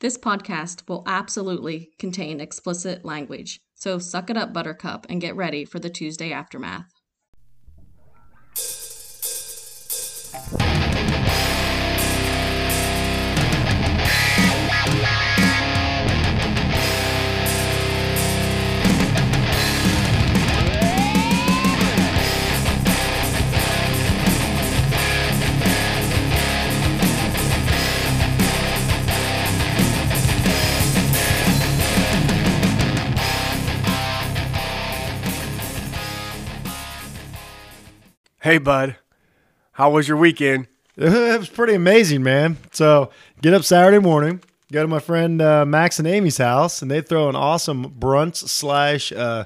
This podcast will absolutely contain explicit language, so suck it up, Buttercup, and get ready for the Tuesday aftermath. Hey, bud, how was your weekend? it was pretty amazing, man. So get up Saturday morning, go to my friend uh, Max and Amy's house, and they throw an awesome brunch slash uh,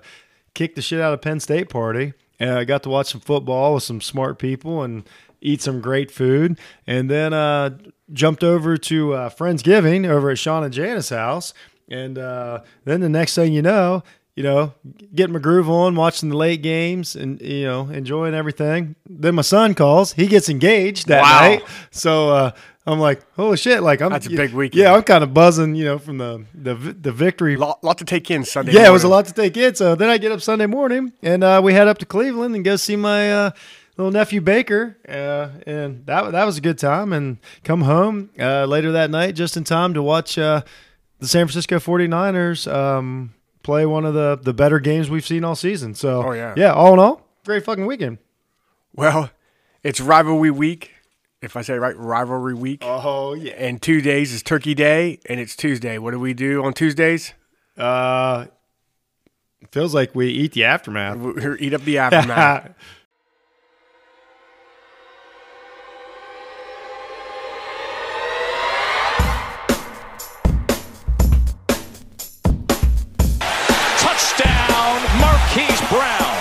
kick the shit out of Penn State party. And I got to watch some football with some smart people and eat some great food. And then uh, jumped over to uh, Friendsgiving over at Sean and Janice's house. And uh, then the next thing you know, you know, getting my groove on, watching the late games, and you know, enjoying everything. Then my son calls; he gets engaged that Wow. night. So uh, I'm like, "Oh shit!" Like I'm That's a big weekend. Yeah, I'm kind of buzzing, you know, from the the vi- the victory. Lot, lot to take in Sunday. yeah, it was a morning. lot to take in. So then I get up Sunday morning, and uh, we head up to Cleveland and go see my uh, little nephew Baker, uh, and that that was a good time. And come home uh, later that night, just in time to watch uh, the San Francisco 49ers um, play one of the the better games we've seen all season. So Oh, yeah. yeah, all in all, great fucking weekend. Well, it's rivalry week, if I say it right, rivalry week. Oh yeah. and two days is Turkey Day, and it's Tuesday. What do we do on Tuesdays? Uh, feels like we eat the aftermath. We we eat up the aftermath. Touchdown, Marquise Brown.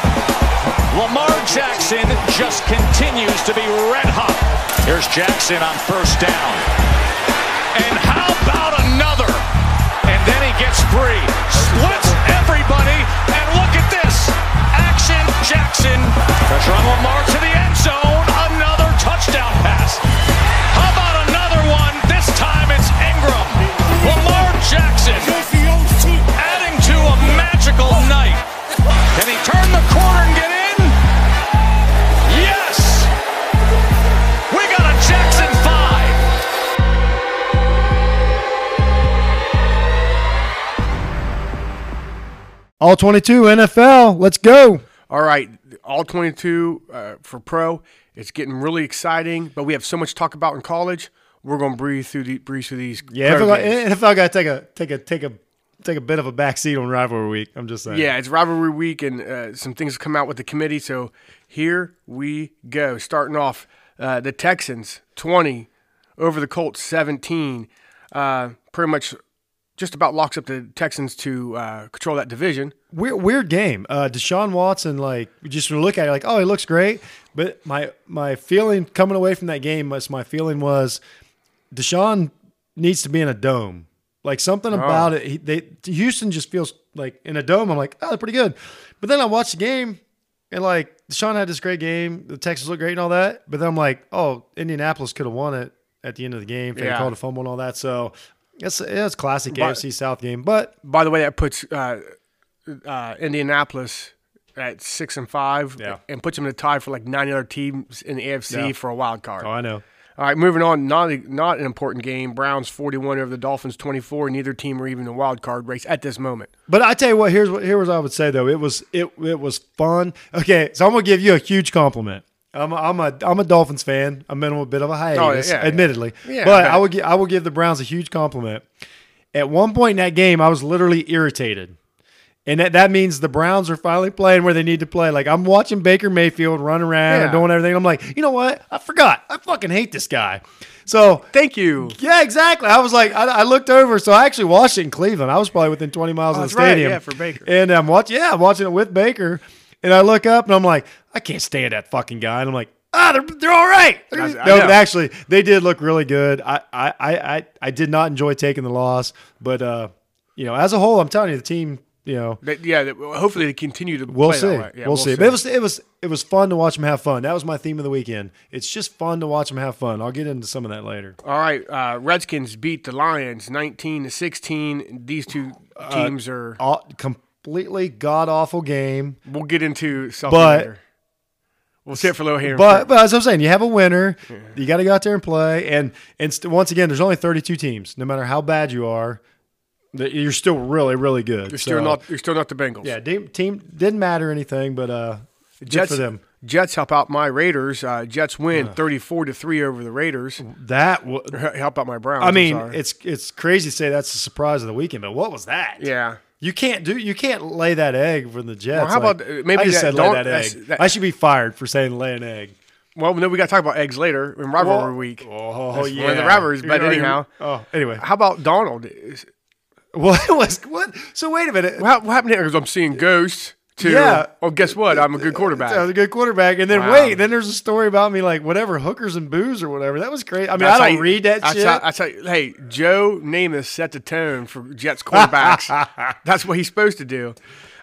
Lamar Jackson just continues to be red hot. Here's Jackson on first down. And how about another? And then he gets free. Splits everybody. And look at this. Action Jackson. Pressure on Lamar to the end zone. Another touchdown pass. How about another one? This time it's Ingram. Lamar Jackson adding to a magical night. Can he turn the corner and get in? Yes! We got a Jackson 5. All 22 NFL. Let's go. All right, all 22 uh, for pro. It's getting really exciting, but we have so much to talk about in college. We're going to breathe through the, breeze through these. Yeah, pro NFL, games. NFL got to take a take a take a take a bit of a backseat on rivalry week. I'm just saying. Yeah, it's rivalry week, and uh, some things come out with the committee. So here we go. Starting off, uh, the Texans twenty over the Colts seventeen. Uh, pretty much, just about locks up the Texans to uh, control that division. Weird, weird game. Uh, Deshaun Watson, like, you just look at it, like, oh, he looks great. But my my feeling coming away from that game was my feeling was Deshaun needs to be in a dome. Like something about it. He, they Houston just feels like in a dome. I'm like, oh, they're pretty good. But then I watched the game, and like Deshaun had this great game. The Texans look great and all that. But then I'm like, oh, Indianapolis could have won it at the end of the game. If They Yeah. called a fumble and all that. So it's it's classic AFC South game. But By the way, that puts uh, uh, Indianapolis at six and five, Yeah. and puts them in a tie for like nine other teams in the AFC Yeah. for a wild card. oh, I know. All right, moving on. Not not an important game. Browns forty-one over the Dolphins twenty-four. Neither team are even in the wild card race at this moment. But I tell you what, here's what here was I would say though. It was it it was fun. Okay, so I'm gonna give you a huge compliment. I'm a, I'm a I'm a Dolphins fan. I'm in a bit of a hiatus, Oh, yeah, yeah. admittedly. Yeah, but I I would gi- I will give the Browns a huge compliment. At one point in that game, I was literally irritated. And that, that means the Browns are finally playing where they need to play. Like I'm watching Baker Mayfield run around and Yeah. doing everything. I'm like, you know what? I forgot. I fucking hate this guy. So Thank you. yeah, exactly. I was like, I, I looked over, so I actually watched it in Cleveland. I was probably within 20 miles of Oh, that's the right, stadium. yeah, for Baker. And I'm watching, yeah, I'm watching it with Baker, and I look up and I'm like, I can't stand that fucking guy. And I'm like, ah, they're, they're all right. I- I no, know. actually, they did look really good. I, I, I, I, I did not enjoy taking the loss, but uh, you know, as a whole, I'm telling you, the team you know, That, yeah, that, hopefully they continue to We'll play see. that way. Yeah, we'll, see. But it was it was it was fun to watch them have fun. That was my theme of the weekend. It's just fun to watch them have fun. I'll get into some of that later. All right, uh, Redskins beat the Lions 19 to 16. These two Uh, teams are. Aw- completely god awful game. We'll get into something but- later. We'll sit for a little here. But but as I'm saying, you have a winner. You got to go out there and play. And and st- once again, there's only 32 teams. No matter how bad you are, that you're still really really good. you're still not. You're still not the Bengals. Yeah, team, team didn't matter anything, but uh, good Jets for them. Jets help out my Raiders. Uh, Jets win 34 to three over the Raiders. That wa- Help out my Browns. Mm. I I'm mean, sorry. it's it's crazy to say that's the surprise of the weekend, but what was that? yeah. You can't do. You can't lay that egg for the Jets. how Like, about- uh, maybe I just that- said lay don't- that that's- egg. that- I should be fired for saying lay an egg. Well, no, we got to talk about eggs later in rivalry Well, week. Oh That's yeah, one of the rivalries. You But know, you- anyhow, Oh, anyway. how about Donald? Is- Well, it was what? So wait a minute. What, what happened here? Because I'm seeing ghosts. To, Yeah. Uh, Oh, guess what? I'm a good I was quarterback. a good quarterback, and then Wow. wait, then there's a story about me like whatever hookers and booze or whatever. That was great. I mean, That's I how don't you- read that that's shit. How, that's how, hey, Joe Namath set the tone for Jets quarterbacks. that's what he's supposed to do.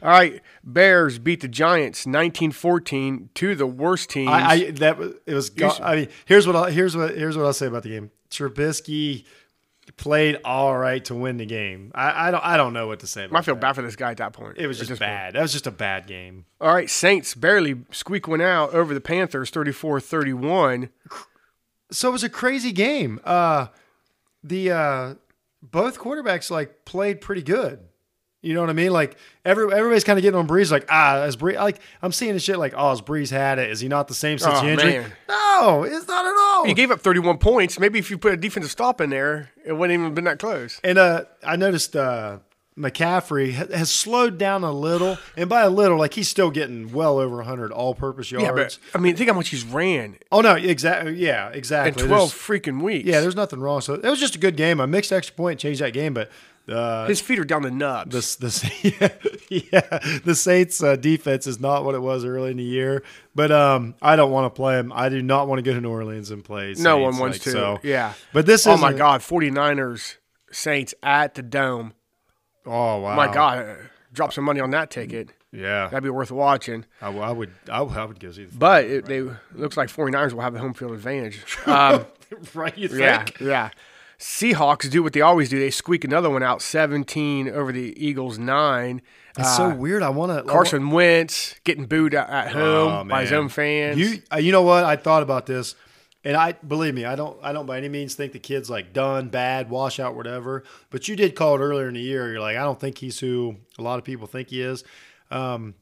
All right, Bears beat the Giants 19-14 to the worst teams. I, I that was it was. Go- should- I mean, here's what I'll, here's what here's what I'll say about the game. Trubisky played all right to win the game. I, I don't I don't know what to say. About I feel that. bad for this guy at that point. It was At just this point. bad. That was just a bad game. All right, Saints barely squeak one out over the Panthers 34-31. So it was a crazy game. Uh, the uh, both quarterbacks like played pretty good. You know what I mean? Like every everybody's kind of getting on Breeze. Like ah, is Breeze like I'm seeing this shit like oh, is Breeze had it? Is he not the same since Oh, the injury? man. No, it's not at all. You gave up 31 points. Maybe if you put a defensive stop in there, it wouldn't even have been that close. And uh, I noticed uh, McCaffrey ha- has slowed down a little, and by a little, like he's still getting well over 100 all-purpose yards. Yeah, but I mean, think how much he's ran oh no, exactly. Yeah, in exactly. 12 There's- freaking weeks. yeah, there's nothing wrong. So it was just a good game. I mixed extra point, changed that game, but uh, his feet are down the nubs. the the yeah, yeah, the Saints uh, defense is not what it was early in the year. But um, I don't want to play them. I do not want to go to New Orleans and play. no one Saints, wants like, to. So Yeah. but this oh is my God, 49ers Saints at the dome. Oh wow, My God, drop some money on that ticket. yeah. That'd be worth watching. I, I would I, would- I would go see. The But it, they looks like 49ers will have the home field advantage. Um, right, you think? yeah, yeah. Seahawks do what they always do. They squeak another one out, 17 over the Eagles nine. It's so weird. I want to Uh, Carson Wentz getting booed at, at home by his own fans. Oh, You uh, you know what? I thought about this, and I believe me, I don't I don't by any means think the kid's like done, bad, washout, whatever. But you did call it earlier in the year. You're like, I don't think he's who a lot of people think he is. Um,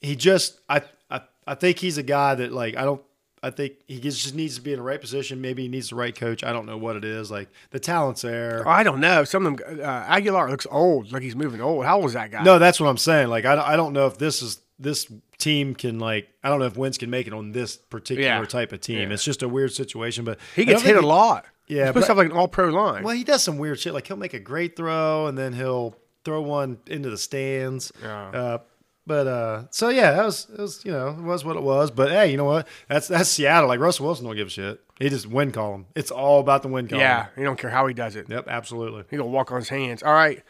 he just I I I think he's a guy that like I don't. I think he just just needs to be in the right position. Maybe he needs the right coach. I don't know what it is. Like the talent's there. I don't know. Some of them, uh, Aguilar looks old, like he's moving old. How old is that guy? No, that's what I'm saying. Like, I, don't- I don't know if this is this team can like I don't know if Wentz can make it on this particular Yeah. type of team. It's just a weird situation, but he I gets don't hit think a lot. Yeah, he's supposed but- to have like an All Pro line. Well, he does some weird shit. Like he'll make a great throw and then he'll throw one into the stands. Uh, but uh, so yeah, that was it was you know it was what it was. But hey, you know what? That's that's Seattle. Like Russell Wilson don't give a shit. He just win column. It's all about the win column. yeah, you don't care how he does it. Yep. Absolutely. He gonna walk on his hands. All right,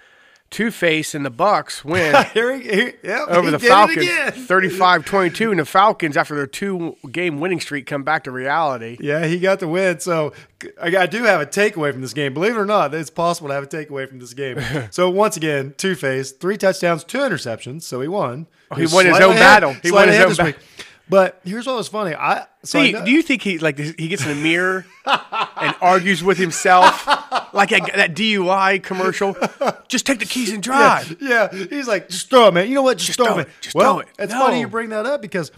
Two Face and the Bucks win here, he- here, yep, over he the did it Falcons, again. 35-22, and the Falcons after their two game winning streak come back to reality. Yeah, he got the win. So I, I do have a takeaway from this game. Believe it or not, it's possible to have a takeaway from this game. so once again, two face, three touchdowns, two interceptions. So he won. Oh, he won his slightly own ahead- battle. He won slightly his ahead own this ba- week. But here's what was funny. I so I See, know- do you think he like he gets in the mirror and argues with himself like that, that DUI commercial? Just take the keys and drive. yeah, he's like, just throw it, man. You know what? Just, throw, throw it. it. Just well, throw it. It's No. funny you bring that up because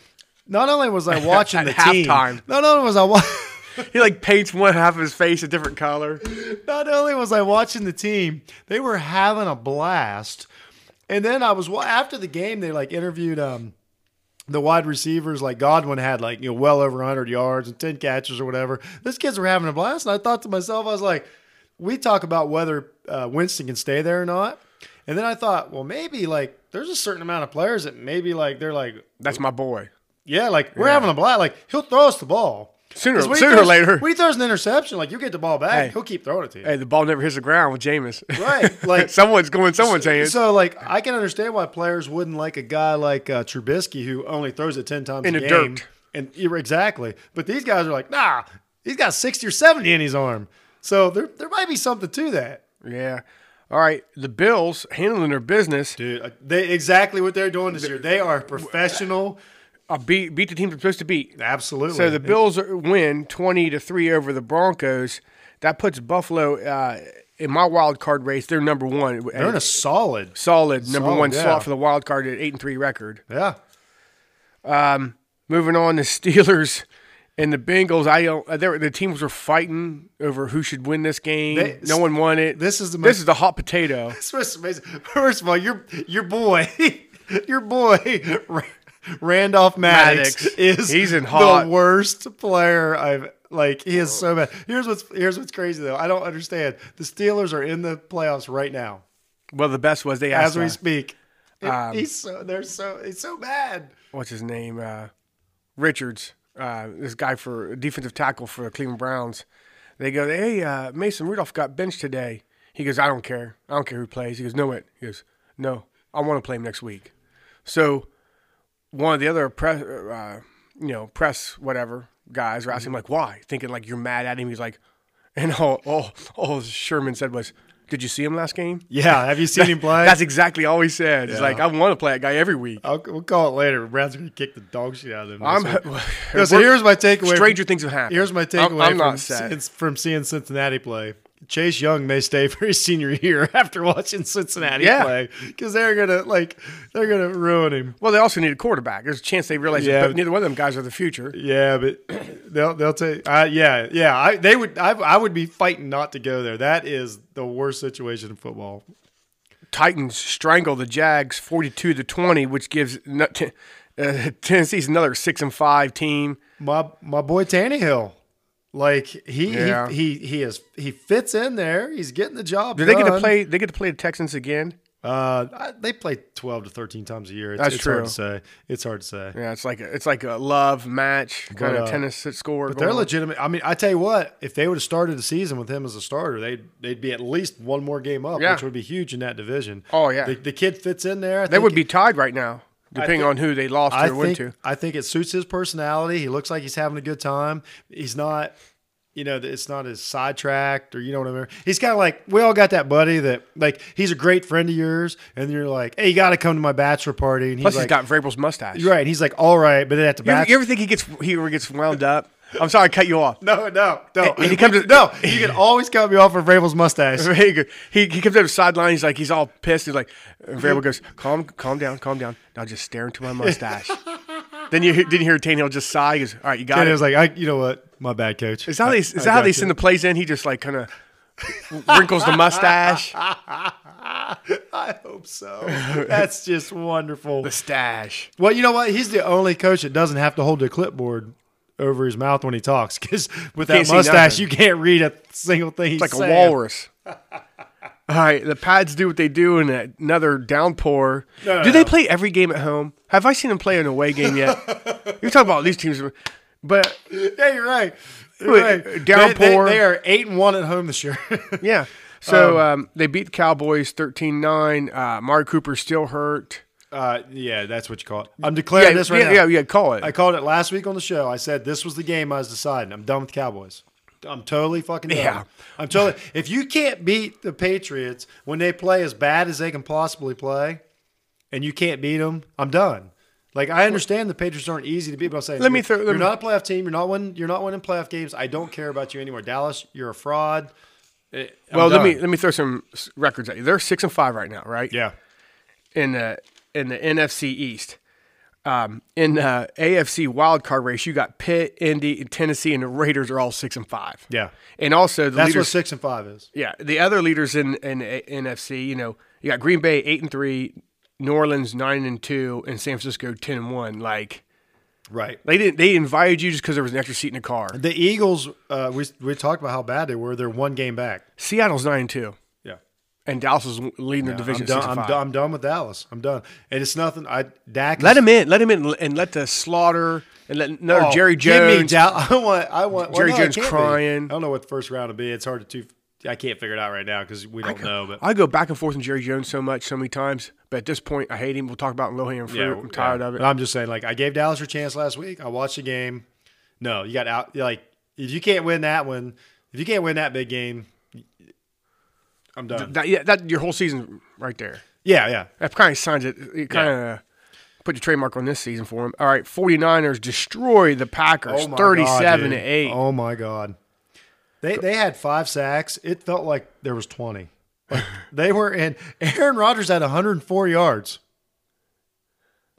not only was I watching At the team, halftime. not only was I watching. He like paints one half of his face a different color. not only was I watching the team, they were having a blast. And then I was wa- after the game, they like interviewed um the wide receivers. Like Godwin had like you know well over 100 yards and 10 catches or whatever. Those kids were having a blast, and I thought to myself, I was like, we talk about whether uh, Winston can stay there or not. And then I thought, well, maybe like there's a certain amount of players that maybe like they're like That's my boy. yeah, like we're having a blast. Like he'll throw us the ball. Sooner, 'Cause when he sooner or throws- later. When he throws an interception, like you get the ball back, Hey. he'll keep throwing it to you. hey, the ball never hits the ground with Jameis. Right, like- someone's going someone's hands. So, like, I can understand why players wouldn't like a guy like uh, Trubisky who only throws it ten times In a the game. dirt. And yeah, exactly, but these guys are like, nah, he's got sixty or seventy in his arm, so there there might be something to that, yeah. All right. The Bills handling their business. dude. uh, They exactly what they're doing this year. They are professional, Uh, beat beat the team they're supposed to beat. absolutely. So the Bills are- win twenty to three over the Broncos. That puts Buffalo uh, in my wild card race. They're number one. they're in a solid, solid number Solid, one yeah. slot for the wild card at eight and three record. yeah. Moving on, the Steelers and the Bengals. I don't. uh, They were, the teams were fighting over who should win this game. They- no one won it. this is the this most- is the hot potato. This was amazing. First of all, your your boy, your boy Ra- Randolph Maddox, Maddox. is He's in hot. the worst player I've like. He is so bad. Here's what's here's what's crazy though. I don't understand. The Steelers are in the playoffs right now Well, the best was they as asked. we uh, speak. It- he's so they're so he's so bad. what's his name? Uh, Richards, uh, this guy for defensive tackle for the Cleveland Browns. They go, hey, uh, Mason Rudolph got benched today. He goes, I don't care. I don't care who plays. He goes, no, it. He goes, no, I want to play him next week. So one of the other press, uh, you know, press whatever guys were asking him like, why? Thinking like you're mad at him. He's like, and all, all, all Sherman said was, did you see him last game? Yeah, have you seen him play? That's exactly all he said. He's like, I want to play that guy every week. I'll, we'll call it later. Browns are gonna kick the dog shit out of them. I'm. this week. No, so here's my takeaway. Stranger things have happened. Here's my I'm- takeaway I'm not from, sad. since- from seeing Cincinnati play. Chase Young may stay for his senior year after watching Cincinnati Yeah. play because they're gonna like they're gonna ruin him. Well, they also need a quarterback. There's a chance they realize Yeah. but neither one of them guys are the future. Yeah, but they'll they'll take. Uh, yeah, yeah. I they would. I, I would be fighting not to go there. That is the worst situation in football. Titans strangle the Jags 42 to 20, which gives no- t- uh, Tennessee's another six and five team. My my boy Tannehill, like he Yeah. he, he he is he fits in there. He's getting the job. Do they get to done. play? They get to play the Texans again. Uh, I- they play twelve to thirteen times a year. It's, That's it's true. Hard to say. It's hard to say. Yeah, it's like a, it's like a love match kind But, of uh, tennis score. But going they're on. legitimate. I mean, I tell you what, if they would have started the season with him as a starter, they'd they'd be at least one more game up, Yeah. which would be huge in that division. Oh, yeah. the, the kid fits in there. I They think- would be tied right now, depending think- on who they lost I or went think to. I think it suits his personality. He looks like he's having a good time. He's not, you know, it's not as sidetracked or you know what I mean. He's kind of like we all got that buddy that like he's a great friend of yours, and you're like, hey, you got to come to my bachelor party. And Plus, he's he's got like, Vrabel's mustache. right. And he's like, all right, but then at the You, ever- bachelor. you ever think he gets he ever gets wound up? I'm sorry, I cut you off. No, no, no. And he comes to- no. You can always cut me off with Vrabel's mustache. Very good. He, he comes up the sideline. He's like, he's all pissed. He's like, and Vrabel goes, calm, calm down, calm down. Now just stare into my mustache. then you hear- didn't hear Tannehill just sigh. He goes, all right, you got And it it. was like, I, you know what, my bad, coach. is that how they, is I that how got they you. send the plays in? He just like kind of wrinkles the mustache. I hope so. That's just wonderful. The stash. Well, you know what? He's the only coach that doesn't have to hold a clipboard over his mouth when he talks because with Can't that see mustache, nothing. you can't read a single thing. He's It's like a saying. walrus. All right, the pads do what they do in another downpour. no, do they no. play every game at home? Have I seen them play an away game yet? You're talking about these teams, but Yeah, you're right. You're Wait, right. uh, They- they- downpour. They, are eight and one at home this year. Yeah. So um, they beat the Cowboys 13 9. Uh, Mari Cooper's still hurt. uh, yeah, that's what you call it. I'm Yeah, declaring this right yeah, now. yeah, yeah, call it. I called it last week on the show. I said this was the game I was deciding. I'm done with the Cowboys. I'm totally fucking done. Yeah. I'm totally. If you can't beat the Patriots when they play as bad as they can possibly play, and you can't beat them, I'm done. Like I understand the Patriots aren't easy to beat, but I'm saying Let me you're- throw- let you're me- not a playoff team. You're not winning. You're not winning playoff games. I don't care about you anymore. Dallas, you're a fraud. Eh, I'm well, let done. me let me throw some s- records at you. They're 6 and 5 right now, right? Yeah. In the in the NFC East. Um, in the AFC wild card race, you got Pitt, Indy, and Tennessee, and the Raiders are all 6 and 5. Yeah. And also the That's what leaders six and five is. Yeah, the other leaders in, in A- NFC, you know, you got Green Bay 8 and 3, New Orleans 9 and 2, and San Francisco 10 and 1. Like Right. they didn't they invited you just cuz there was an extra seat in the car. The Eagles. Uh, we we talked about how bad they were. They're one game back. Seattle's nine and two, Yeah. and Dallas is leading their division. I'm done, six and I'm, five. done, I'm done with Dallas. I'm done. And it's nothing. I Dak. Let is- him in. Let him in, and let the slaughter and let another Oh, Jerry give me Jones. doubt. I want. I want. well, Jerry no, it Jones can't be. crying. I don't know what the first round will be. It's hard to. Two, I can't figure it out right now because we don't know. But I go back and forth on Jerry Jones so much, so many times. But at this point, I hate him. We'll talk about low hand fruit. I'm tired yeah. Uh, of it. But I'm just saying, like, I gave Dallas her chance last week. I watched the game. No, you got out. Like, if you can't win that one, if you can't win that big game, I'm done. That, yeah, that your whole season right there. Yeah, yeah. That kind of signs it. It kind of put the trademark on this season for him. All right, 49ers destroy the Packers, Oh my God, 37 to dude. eight. Oh my god. They they had five sacks. It felt like there was twenty. Like, they were in. Aaron Rodgers had 104 yards.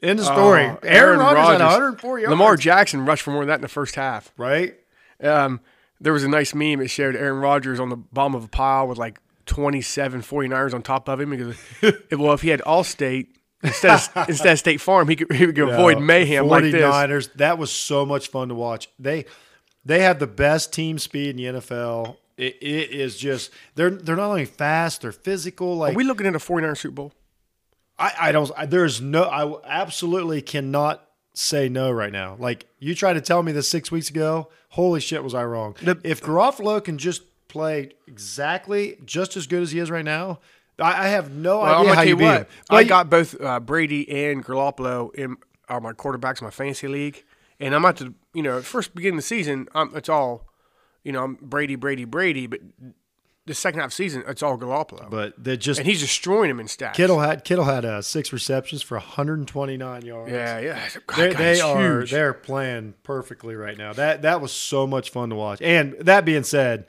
End of story. Aaron, Rodgers, had 104 yards. Uh, Lamar Jackson rushed for more than that in the first half. right? Um, there was a nice meme. It showed Aaron Rodgers on the bottom of a pile with like 27 49ers on top of him. Because, well, if he had Allstate instead of, instead of State Farm, he could, he could avoid mayhem like this. 49ers. That was so much fun to watch. They they have the best team speed in the NFL. It, it is just they're they're not only fast, they're physical. Like Are we looking at a 49er Super Bowl? I, I don't. I, there's no. I absolutely cannot say no right now. Like you tried to tell me this six weeks ago. Holy shit, was I wrong? if Garofalo can just play exactly just as good as he is right now, I, I have no Well, I'm gonna idea Uh, how tell you you beat him. what. But I you- got both uh, Brady and Garoppolo in are my quarterbacks in my fantasy league, and I'm at the you know at first beginning of the season I'm, it's all you know I'm Brady Brady Brady, but the second half of the season it's all Garoppolo, But they just and he's destroying him in stats. Kittle had Kittle had uh, six receptions for 129 yards. yeah, yeah, God, They, God, they it's are huge. they're playing perfectly right now. That that was so much fun to watch. And that being said,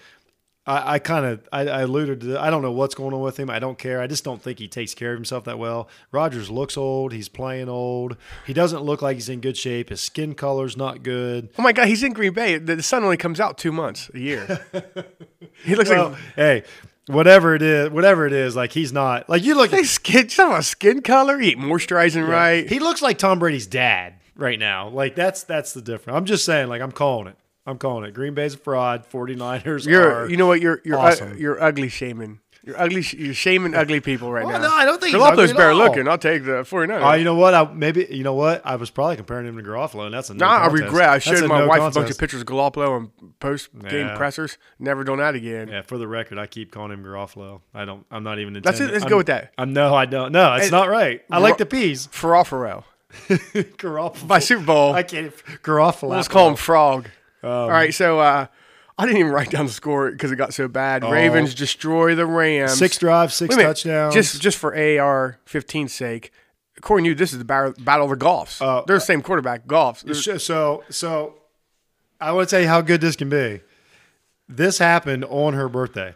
I, I kind of I, I alluded to. I don't know what's going on with him. I don't care. I just don't think he takes care of himself that well. Rogers looks old. He's playing old. He doesn't look like he's in good shape. His skin color's not good. Oh my God, he's in Green Bay. The the sun only comes out two months a year. he looks Well, like hey, whatever it is, whatever it is, like he's not like you look. at his skin. Some about skin color. He ain't moisturizing right. He looks like Tom Brady's dad right now. Like that's that's the difference. I'm just saying, like I'm calling it. I'm calling it. Green Bay's a fraud. 49ers You're, are you know what? You're you're awesome. uh, you're ugly shaming. You're ugly. sh- You're shaming ugly people right Oh, now. no, I don't think he's ugly Garoppolo's at better all. looking. I'll take the 49. Oh, you know what? I maybe you know what? I was probably comparing him to Garofalo, and that's a no. nah, I contest. regret. I That's showed a my no wife a bunch contest. of pictures of Garoppolo and post game Yeah. pressers. Never done that again. Yeah, for the record, I keep calling him Garofalo. I don't. I'm not even. That's it. intending- Let's I'm- go with that. I'm no. I don't. No, it's Hey, not right. I Gar- like the peas. Ferrofero. Garofalo. By Super Bowl, I Um, can't. Garofalo. let's call him Frog. All right, so uh, I didn't even write down the score because it got so bad. Ravens destroy the Rams. Oh. six drives, six Wait a minute, touchdowns. Just just for AR 15's sake, according to you, this is the bar- battle of the golfs. Uh, They're the same quarterback, golfs. They're- Sh- So, so I want to tell you how good this can be. This happened on her birthday.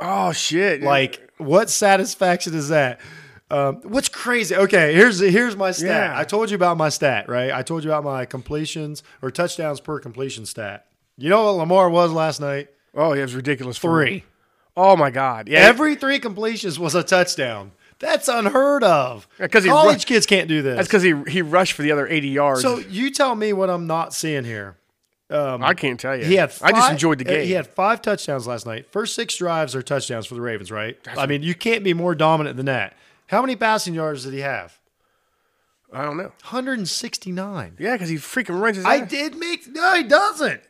Oh shit! Like, what satisfaction is that? Um, what's crazy? Okay, here's here's my stat. Yeah. I told you about my stat, right? I told you about my completions or touchdowns per completion stat. You know what Lamar was last night? oh, yeah, it was ridiculous. for me. Three. Oh my god! Yeah, Every three completions was a touchdown. That's unheard of. 'cause he college ru- kids can't do this. that's because he he rushed for the other eighty yards. so you tell me what I'm not seeing here. Um, I can't tell you. He had. I just five- uh, enjoyed the game. He had five touchdowns last night. First six drives are touchdowns for the Ravens, right? I mean, you can't be more dominant than that. How many passing yards did he have? I don't know. 169. Yeah, because he freaking runs his. I ass. did make. No, he doesn't.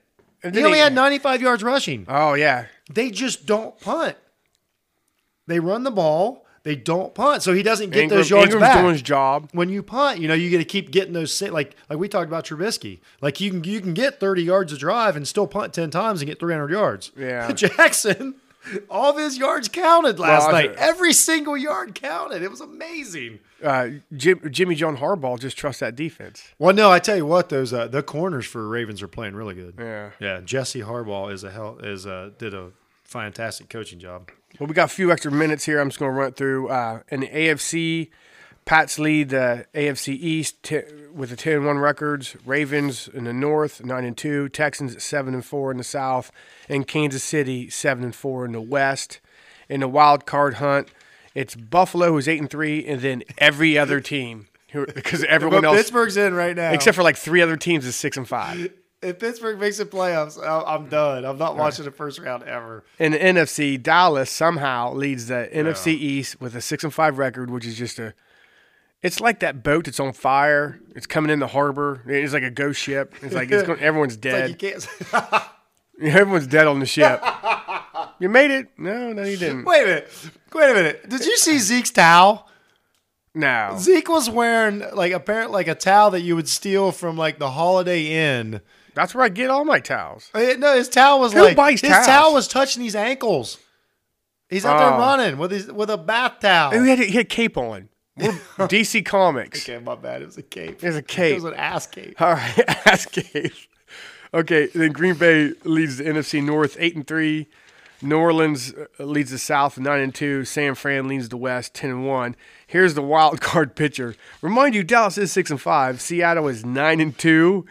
And He then only had 95 yards rushing. Oh yeah. They just don't punt. They run the ball. They don't punt, so he doesn't get Ingram- those yards Ingram's back. doing his job. when you punt, you know you got to keep getting those sit like like we talked about Trubisky. Like you can you can get thirty yards of drive and still punt ten times and get three hundred yards. Yeah. Jackson, all of his yards counted last Well, I- night. Every single yard counted. It was amazing. Uh, Jim, Jimmy John Harbaugh just trusts that defense. Well, no, I tell you what, those uh, the corners for Ravens are playing really good. Yeah. yeah. Jesse Harbaugh is a hell is uh did a fantastic coaching job. Well, we got a few extra minutes here. I'm just going to run it through. Uh, in the AFC, Pats lead the AFC East t- with a 10 1 records. Ravens in the North, 9 and 2. Texans at 7 and 4 in the South. And Kansas City, 7 and 4 in the West. In the wild card hunt, it's Buffalo, who's 8 and 3, and then every other team. who- Because everyone But else, Pittsburg's in right now. except for like three other teams, is 6 and 5. if Pittsburgh makes the playoffs, I- I'm done. I'm not watching the first round ever. in the NFC, Dallas somehow leads the NFC East with a six and five record, which is just a It's like that boat that's on fire. It's coming in the harbor. It's like a ghost ship. It's like it's going, everyone's Like you dead. can't. everyone's dead on the ship. you made it? No, no, you didn't. Wait a minute. Wait a minute. Did you see Zeke's towel? No. Zeke was wearing like apparent like a towel that you would steal from like the Holiday Inn. That's where I get all my towels. I mean, no, his towel was Who like buys his towels? towel was touching his ankles. He's out there Oh. running with his with a bath towel. Oh, He had, a- he had a cape on. We're DC Comics. Okay, my bad. It was a cape. There's a It cape. was an ass cape. All right, ass Gabe. Okay, then Green Bay leads the NFC North eight and three. New Orleans uh, leads the South nine and two. San Fran leads the West ten and one. Here's the wild card picture. Remind you, Dallas is six and five. Seattle is nine and two.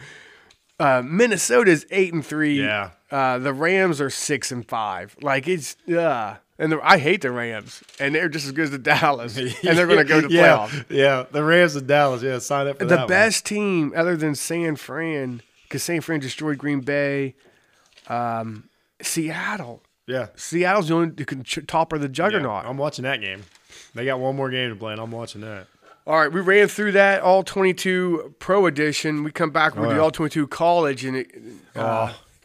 Uh, Minnesota is eight and three. Yeah. Uh, the Rams are six and five. Like it's uh and the, I hate the Rams, and they're just as good as the Dallas, and they're going to go to the yeah, playoffs Yeah, the Rams in Dallas. Yeah, sign up for the that one. best team other than San Fran, because San Fran destroyed Green Bay, um, Seattle. Yeah, Seattle's the only who can ch- topper the Yeah, juggernaut. I'm watching that game. They got one more game to play, and I'm watching that. All right, we ran through that all 22 pro edition. We come back with Oh, yeah. Oh. the all 22 college, and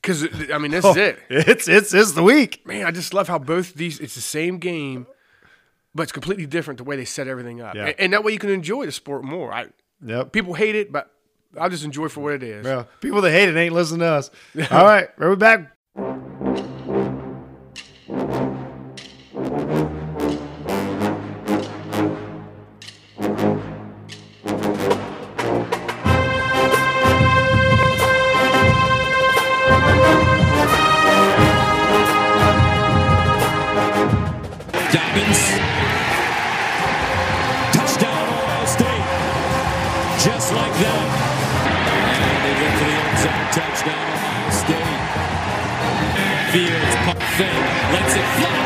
because I mean this is it. It's it's it's the week. Man, I just love how both these it's the same game, but it's completely different the way they set everything up, Yeah. and, and that way you can enjoy the sport more. I Yep. people hate it, but I just enjoy it for what it is. Yeah, people that hate it ain't listening to us. All right, we're back. Dobbins. Touchdown, Ohio State. Just like that. And they get to the end zone. Touchdown, Ohio State. Fields, pump fake, lets it fly.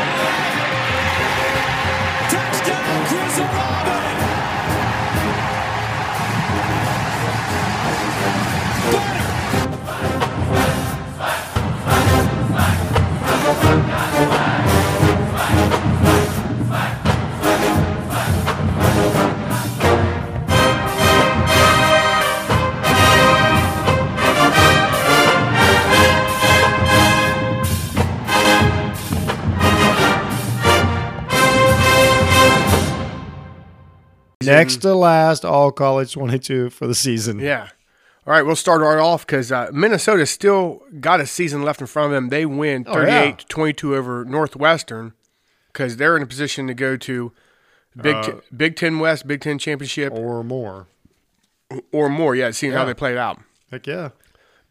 Touchdown, Chris Olave. Next to last, all college 22 for the season. Yeah. All right, we'll start right off because uh, Minnesota still got a season left in front of them. They win 38 Oh, yeah. to 22 over Northwestern because they're in a position to go to Big, Uh, T- Big Ten West, Big Ten Championship, or, or more. more. Yeah, seeing how they played out. Heck yeah.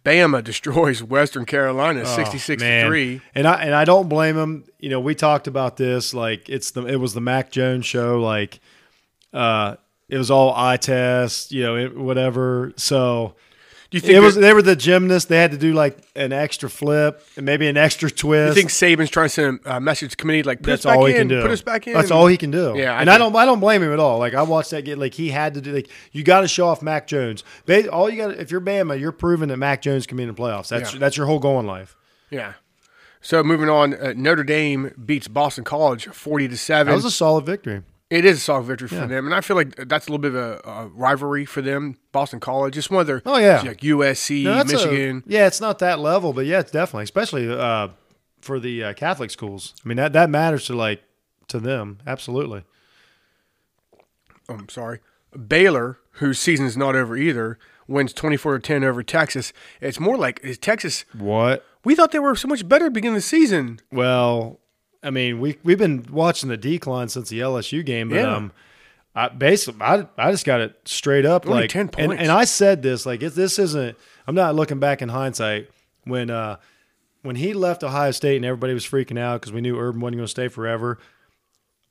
Bama destroys Western Carolina Oh, 66 to 3. And I and I don't blame him. You know, we talked about this. Like it's the it was the Mac Jones show. Like uh, it was all eye test. You know, it, whatever. So Do you think, it was. that- They were the gymnasts. They had to do like an extra flip and maybe an extra twist. you think Saban's trying to send a message to committee like, put that's us back all he in, can do. put us back in? That's all he can do. Yeah, I and I think- don't, I don't blame him at all. Like I watched that get like he had to do. Like you got to show off Mac Jones. Ba- All you got, if you're Bama, you're proving that Mac Jones can be in the playoffs. That's Yeah. that's your whole goal in life. Yeah. So moving on, uh, Notre Dame beats Boston College 40 to 7. That was a solid victory. It is a solid victory for Yeah. them, and I feel like that's a little bit of a, a rivalry for them. Boston College, it's one of their Oh, yeah. like USC, No, that's a- Michigan. yeah, it's not that level, but yeah, it's definitely, especially uh, for the uh, Catholic schools. I mean that that matters to like to them absolutely. Oh, I'm sorry, Baylor, whose season's not over either, wins 24 to 10 over Texas. It's more like is Texas. What? We thought they were so much better at the beginning of the season. Well, I mean, we we've been watching the decline since the LSU game, but Yeah. um, I basically I, I just got it straight up Only like 10 And, points. and I said this like if this isn't I'm not looking back in hindsight when uh when he left Ohio State and everybody was freaking out because we knew Urban wasn't going to stay forever.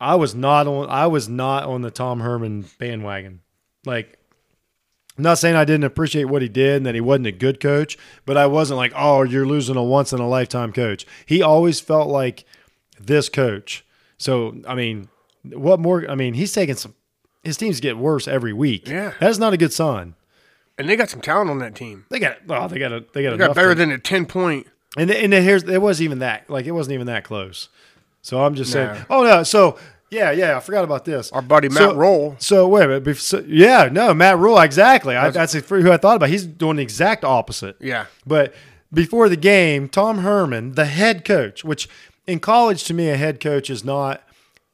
I was not on I was not on the Tom Herman bandwagon. Like I'm not saying I didn't appreciate what he did and that he wasn't a good coach, but I wasn't like, oh, you're losing a once in a lifetime coach. He always felt like this coach. So I mean, what more? I mean, he's taking some. His teams get worse every week. Yeah. that is not a good sign. And they got some talent on that team. They got oh, they got a they got, They enough got better to- than a 10 point. and and here's it wasn't even that like it wasn't even that close. So I'm just No. saying, oh no, so Yeah, yeah, I forgot about this. Our buddy Matt so, Roll. So wait a minute. bef- so- yeah, no, Matt Rule. Exactly. I, that's who I thought about. He's doing the exact opposite. Yeah. But before the game, Tom Herman, the head coach, which in college to me, a head coach is not.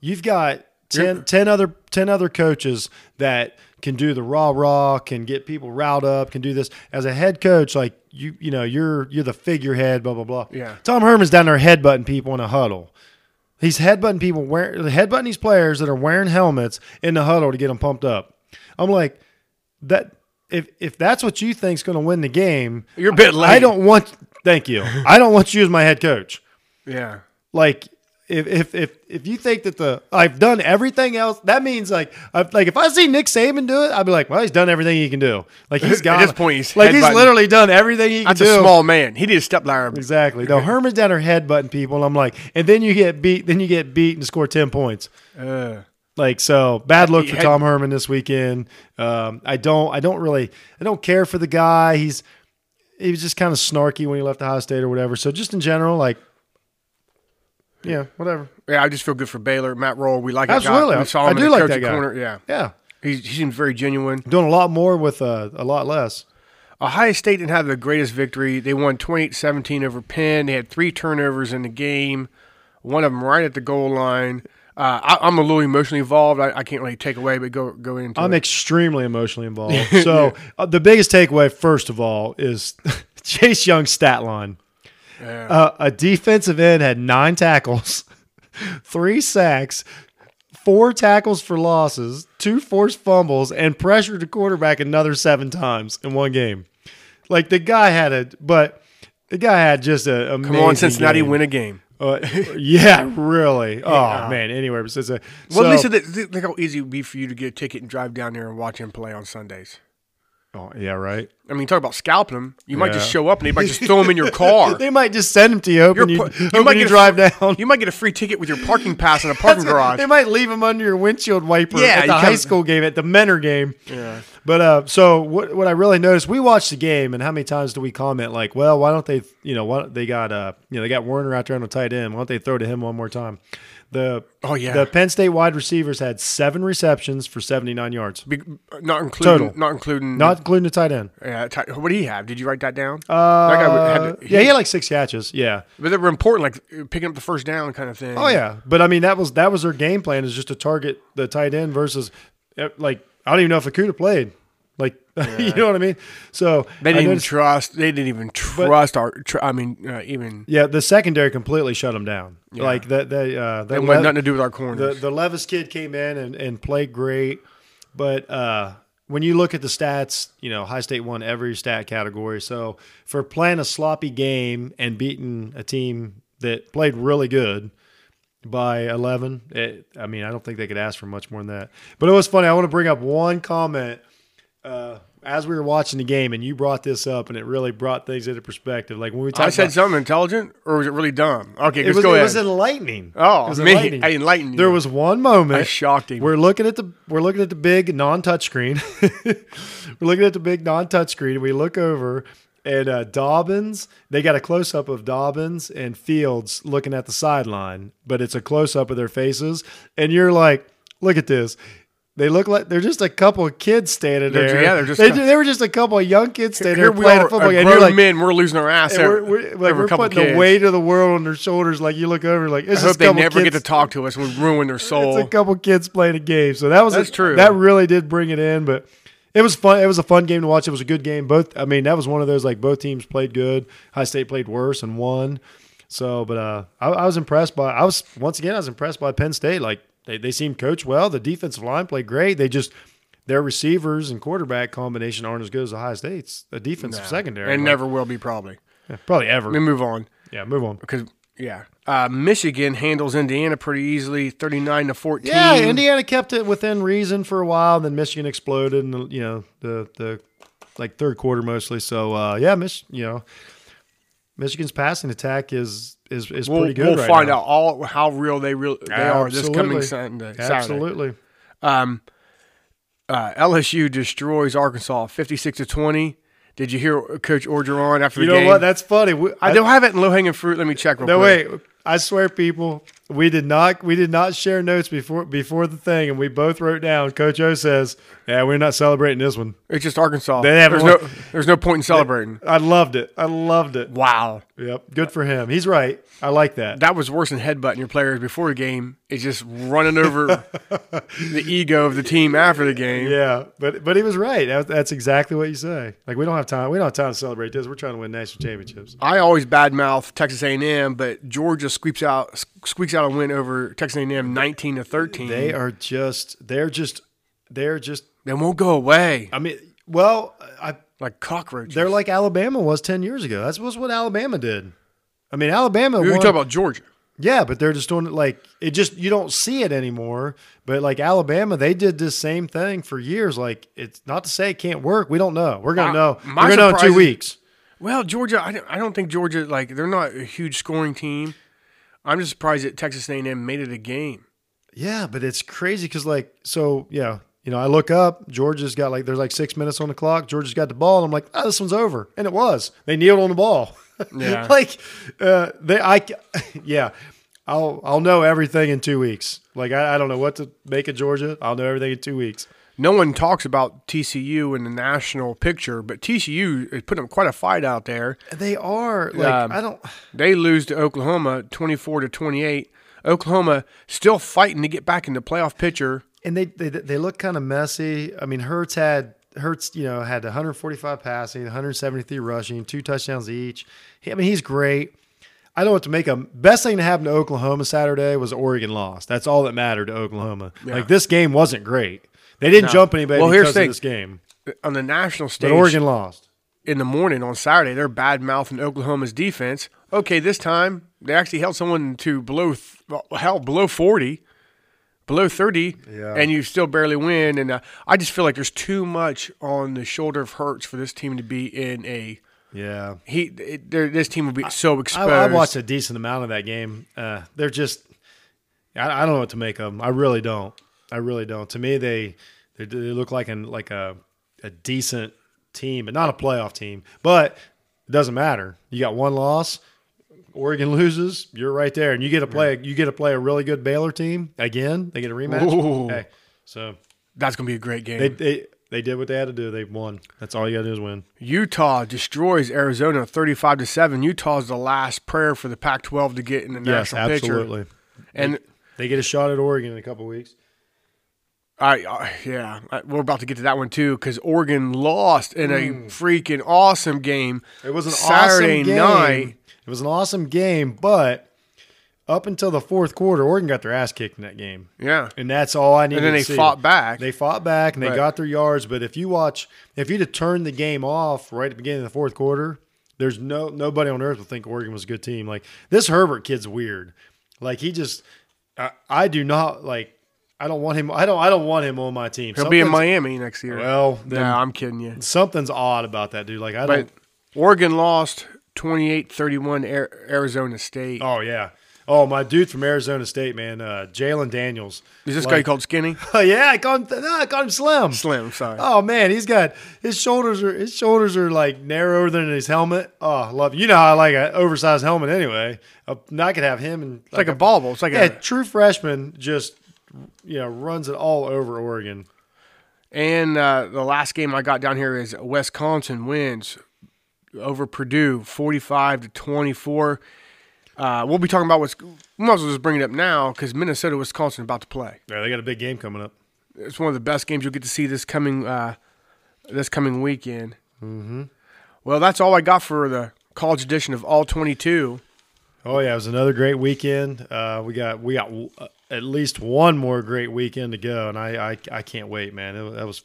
You've got 10, 10 other ten other coaches that can do the rah rah, can get people riled up, can do this. As a head coach, like you, you know, you're you're the figurehead, blah blah blah. Yeah. Tom Herman's down there headbutting people in a huddle. He's headbutting people wear headbutting these players that are wearing helmets in the huddle to get them pumped up. I'm like that. If if that's what you think's going to win the game, You're a bit late. I don't want. Thank you. I don't want you as my head coach. Yeah. Like if if if if you think that the I've done everything else, that means like I've, like if I see Nick Saban do it, I'd be like, well, he's done everything he can do. Like he's At got this point, he's like he's headbutting. literally done everything he can That's do. a small man. He did a step ladder. Exactly. No, Herman's down her headbutting people, and I'm like, and then you get beat, then you get beat and score ten points. Uh, Like so, bad look for had- Tom Herman this weekend. Um, I don't, I don't really, I don't care for the guy. He's he was just kind of snarky when he left Ohio State or whatever. So just in general, like, yeah, whatever. yeah, I just feel good for Baylor. Matt Roll, we like that guy. Absolutely, I, We saw him I in do the like coaching that guy. corner. Yeah. yeah, He, he seems very genuine. doing a lot more with uh, a lot less. Ohio State didn't have the greatest victory. They won 28-17 over Penn. They had three turnovers in the game, one of them right at the goal line. Uh, I, I'm a little emotionally involved. I, I can't really take away, but go go into I'm it. extremely emotionally involved. So uh, the biggest takeaway, first of all, is Chase Young's stat line. Uh, a defensive end had nine tackles, three sacks, four tackles for losses, two forced fumbles, and pressured the quarterback another seven times in one game. Like the guy had a, but the guy had just a amazing. Come on, Cincinnati, game. win a game. Uh, yeah, really. Oh man. Anyway, but since, uh, Well, so- at least it- th- think how easy it would be for you to get a ticket and drive down there and watch him play on Sundays. oh, yeah, right. I mean, talk about scalping him. You might just Yeah. show up and they might just throw him in your car. They might just send him to you, You're hoping you, pu- hoping you a- drive down. You might get a free ticket with your parking pass in a parking garage. They might leave him under your windshield wiper Yeah, at you the high kinda- school game, at the Menor game. Yeah. But uh, so what? What I really noticed, we watched the game, and how many times do we comment like, "Well, why don't they? You know, why don't they got uh, you know, they got Werner out there on the tight end. Why don't they throw to him one more time?" The Oh, yeah. the Penn State wide receivers had seven receptions for seventy nine yards, Be- not including, Total. not including, not including the tight end. uh, ti- what do he have? Did you write that down? Uh, That guy had to- yeah, he had like six catches. Yeah, But they were important, like picking up the first down kind of thing. Oh yeah, but I mean that was that was their game plan is just to target the tight end versus eh, like I don't even know if Akuda played. Like you know what I mean? So They I didn't even noticed- trust. They didn't even trust our. Tr- I mean, uh, even yeah, the secondary completely shut them down. Like that they uh that it had nothing to do with our the corners. the Levis kid came in and, and played great, but uh, when you look at the stats, you know High State won every stat category. So for playing a sloppy game and beating a team that played really good by eleven, it, I mean I don't think they could ask for much more than that. But it was funny. I want to bring up one comment uh, as we were watching the game, and you brought this up, and it really brought things into perspective. Like when we talked I said about, something intelligent, or was it really dumb? Okay, it just was, go it ahead. was enlightening. Oh, it was me. enlightening. I enlightened you. There was one moment I shocked him. We're looking at the we're looking at the big non-touch screen. we're looking at the big non-touch screen, and we look over, and uh, Dobbins. They got a close up of Dobbins and Fields looking at the sideline, but it's a close up of their faces, and you're like, look at this. They look like they're just a couple of kids standing They're- there. yeah, they're just they, kind of- they were just a couple of young kids standing Here there we playing are, football, a game, and grown you're like, men. We're losing our ass. and over- we're, we're, over like, a we're couple putting kids. the weight of the world on their shoulders. Like you look over, like it's I just hope a they couple never kids. get to talk to us and we ruin their soul. It's a couple kids playing a game, so that was That's true. That really did bring it in, but it was fun. It was a fun game to watch. It was a good game. Both, I mean, that was one of those like both teams played good. High State played worse and won. So, but uh, I, I was impressed by. I was once again I was impressed by Penn State. Like they they seemed coached well. The defensive line played great. They just. Their receivers and quarterback combination aren't as good as Ohio State's a defensive secondary, and Like, never will be probably. probably ever. Let me move on Yeah, move on. because yeah, uh, Michigan handles Indiana pretty easily, thirty nine to fourteen. Yeah, Indiana kept it within reason for a while, and then Michigan exploded, and you know the the like third quarter mostly. So uh, yeah, Mich- you know Michigan's passing attack is is is We'll, pretty good. we'll right find now. out all how real they real they are this coming Absolutely. Sunday. Saturday. Absolutely. Uh, LSU destroys Arkansas fifty six to twenty. Did you hear Coach Orgeron after You the know game? what? That's funny. We, I don't have it in low hanging fruit. Let me check. Real No quick. wait. I swear, people, we did not we did not share notes before before the thing, and we both wrote down. Coach O says, "Yeah, we're not celebrating this one." It's just Arkansas. They haven't there's won- no there's no point in celebrating. I loved it. I loved it. Wow. Yep, good for him. He's right. I like that. That was worse than headbutting your players before the game. It's just running over the ego of the team after the game. Yeah, but but he was right. That- That's exactly what you say. Like we don't have time. We don't have time to celebrate this. We're trying to win national championships. I always badmouth Texas A&M, but Georgia squeaks out squeaks out a win over Texas A&M 19 to 13. They are just. They're just. They're just. They won't go away I mean, well, I like cockroaches. They're like Alabama was ten years ago. That's was what Alabama did. I mean, Alabama. we won- talk about Georgia. yeah, but they're just doing it like it. Just you don't see it anymore. But like Alabama, they did this same thing for years. Like it's not to say it can't work. We don't know. We're gonna My- know. my We're gonna know in surprise two is- weeks. Well, Georgia, I don't, I don't think Georgia like they're not a huge scoring team. I'm just surprised that Texas A&M made it a game. Yeah, but it's crazy because like so yeah. You know, I look up. Georgia's got like there's like six minutes on the clock. Georgia's got the ball, and I'm like, oh, this one's over, and it was. They kneeled on the ball. Yeah. like uh, they, I, ca- yeah, I'll I'll know everything in two weeks. Like I, I don't know what to make of Georgia. I'll know everything in two weeks. No one talks about TCU in the national picture, but TCU is putting up quite a fight out there. They are like Um, I don't. They lose to Oklahoma 24 to 28. Oklahoma still fighting to get back in the playoff picture. and they they, they look kind of messy. I mean, Hertz had Hertz, you know, had 145 passing, 173 rushing, two touchdowns each. He, I mean, he's great. I don't know what to make of him. Best thing to happen to Oklahoma Saturday was Oregon lost. That's all that mattered to Oklahoma. Like this game wasn't great. They didn't jump anybody Well, well, here's because the thing. of this game. uh, On the national stage But Oregon lost. in the morning on Saturday, they're bad mouthing Oklahoma's defense. Okay, this time they actually held someone to below, th- well, hell, below 40, below 30, Yeah. and you still barely win. And uh, I just feel like there's too much on the shoulder of Hurts for this team to be in a. Yeah. He, it, there- this team would be so exposed. I, I watched a decent amount of that game. Uh, they're just, I, I don't know what to make of them. I really don't. I really don't. To me, they they, they look like an like a a decent team, but not a playoff team. But it doesn't matter. You got one loss. Oregon loses, you're right there, and you get to play. You get to play a really good Baylor team again. They get a rematch. Ooh. Hey, so That's gonna be a great game. they, they they did what they had to do. They won. That's all you got to do is win. Utah destroys Arizona 35 to 7. Utah's the last prayer for the Pac-12 to get in the Yes, national absolutely. picture. And They get a shot at Oregon in a couple weeks. I, I yeah, I, we're about to get to that one too cuz Oregon lost in a freaking awesome game. Hmm. It was an Saturday awesome game. night. It was an awesome game, but up until the fourth quarter, Oregon got their ass kicked in that game, Yeah. and that's all I needed. And then to they see. fought back. They fought back and they Right. got their yards. But if you watch, if you'd have turned the game off right at the beginning of the fourth quarter, there's no nobody on earth would think Oregon was a good team. Like this Herbert kid's weird. Like he just, I, I do not like. I don't want him. I don't. I don't want him on my team. He'll be in Something's- Miami next year. Well, no, then- I'm kidding you. Something's odd about that dude. Like I But don't. Oregon lost 28-31 Ar- Arizona State. Oh yeah. Oh my dude from Arizona State, man, uh, Jalen Daniels. Is this guy Like- called Skinny? Oh yeah, I called him. th- no, I called him Slim. Slim, sorry. Oh man, he's got his shoulders are his shoulders are like narrower than his helmet. Oh, I love you know how I like an oversized helmet anyway. Uh, now I could have him and it's like a bauble. It's like yeah, a true freshman just you know runs it all over Oregon. And uh, the last game I got down here is Wisconsin wins over Purdue, forty-five to twenty-four. Uh, we'll be talking about what's. We might as well just bring it up now because Minnesota, Wisconsin, about to play. Yeah, they got a big game coming up. It's one of the best games you'll get to see this coming uh, this coming weekend. Mm-hmm. Well, that's all I got for the college edition of All Twenty-Two. Oh yeah, it was another great weekend. Uh, we got we got w- uh, at least one more great weekend to go, and I I, I can't wait, man. It, wa- that was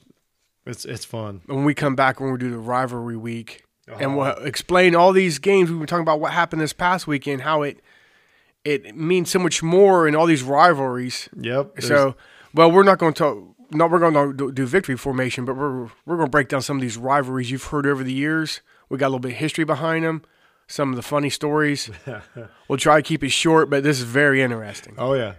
it's it's fun. When we come back, when we do the rivalry week, and Uh-huh. we'll explain all these games we've been talking about, what happened this past weekend, how it it means so much more in all these rivalries. Yep. there's- So, well, we're not going to talk. No, we're going to do- do victory formation, but we're we're going to break down some of these rivalries you've heard over the years. We got a little bit of history behind them, some of the funny stories. we'll try to keep it short, but this is very interesting. oh yeah.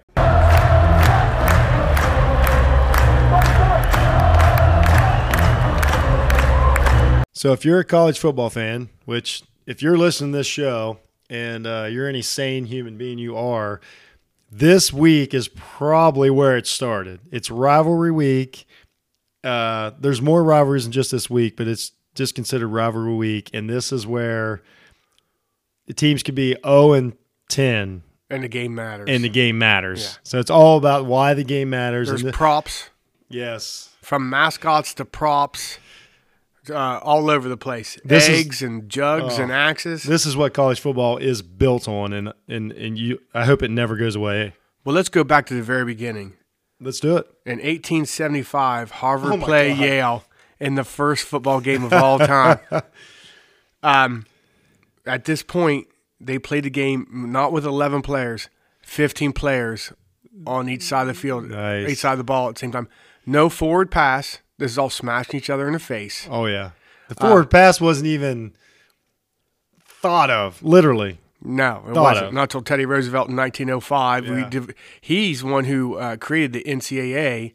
So if you're a college football fan, which if you're listening to this show, and uh, you're any sane human being you are, this week is probably where it started. It's rivalry week. Uh, there's more rivalries than just this week, but it's just considered rivalry week, and this is where the teams could be 0 and 10, and the game matters. and the game matters. So it's all about why the game matters. There's and the- props yes. from mascots to props, uh, all over the place. This is- Oh. Eggs and jugs and axes. This is what college football is built on, and and and you. I hope it never goes away. well, let's go back to the very beginning. Let's do it. In 1875, Harvard Oh my play God. Yale in the first football game of all time. um, at this point, they played the game not with 11 players, 15 players on each side of the field, Nice. each side of the ball at the same time. No forward pass. This is all smashing each other in the face. Oh yeah, the forward pass wasn't even thought of. Literally, No, it Thought wasn't. of. Not until Teddy Roosevelt in 1905. We Yeah. div- he's one who uh, created the NCAA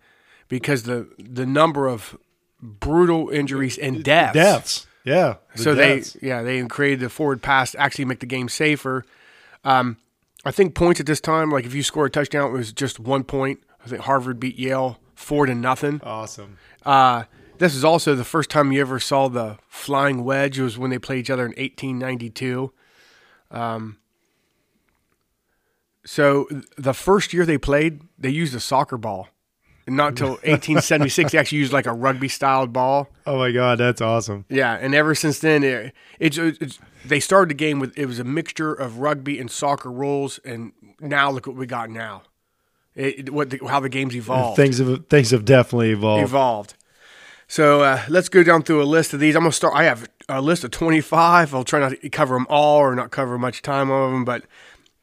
because the the number of brutal injuries and deaths. deaths. Yeah. the So deaths. they yeah they created the forward pass to actually make the game safer. Um, I think points at this time, like if you score a touchdown, it was just one point. I think Harvard beat Yale four to nothing. awesome. Uh, this is also the first time you ever saw the flying wedge. It was when they played each other in 1892. Um, so th- the first year they played, they used a soccer ball. And not till 1876, they actually used like a rugby styled ball. Oh my god, that's awesome. Yeah, and ever since then, it, it's it's they started the game with it was a mixture of rugby and soccer rules, and now look what we got now. It, it- what the, how the game's evolved Things have things have definitely evolved. evolved. So uh, let's go down through a list of these. I'm gonna start. I have a list of 25. I'll try not to cover them all or not cover much time of them. But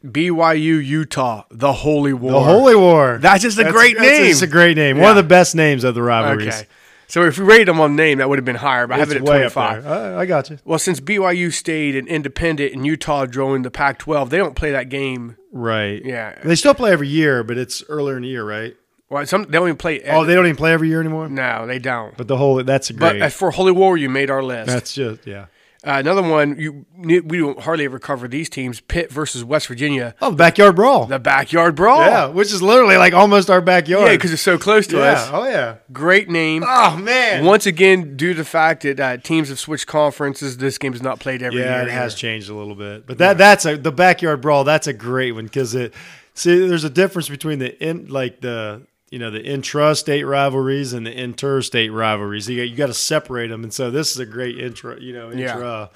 BYU Utah, the Holy War. The Holy War. That's just a great name. It's a great name. One of Yeah. the best names of the rivalries. Okay. So if we rated them on name, that would have been higher. But I have It's it at way up 25. there. I, I got you. Well, since BYU stayed an independent and Utah joined the Pac-12, they don't play that game. Right. Yeah. They still play every year, but it's earlier in the year, right? Well, some they don't even play. Oh, they don't even play every year anymore. no, they don't. But the whole that's a But great. uh, for Holy War, you made our list. that's just yeah. Uh, another one you we don't hardly ever cover these teams: Pitt versus West Virginia, Oh, the backyard brawl. the backyard brawl. yeah, which is literally like almost our backyard. yeah, because it's so close to yeah. us. oh yeah. Great name. Oh man. Once again, due to the fact that uh, teams have switched conferences, this game is not played every yeah, year. it has changed a little bit, but that that's a the backyard brawl. That's a great one because it see there's a difference between the in like the you know the intra-state rivalries and the interstate rivalries. You got, you got to separate them, and so this is a great intro. You know, Yeah. intra.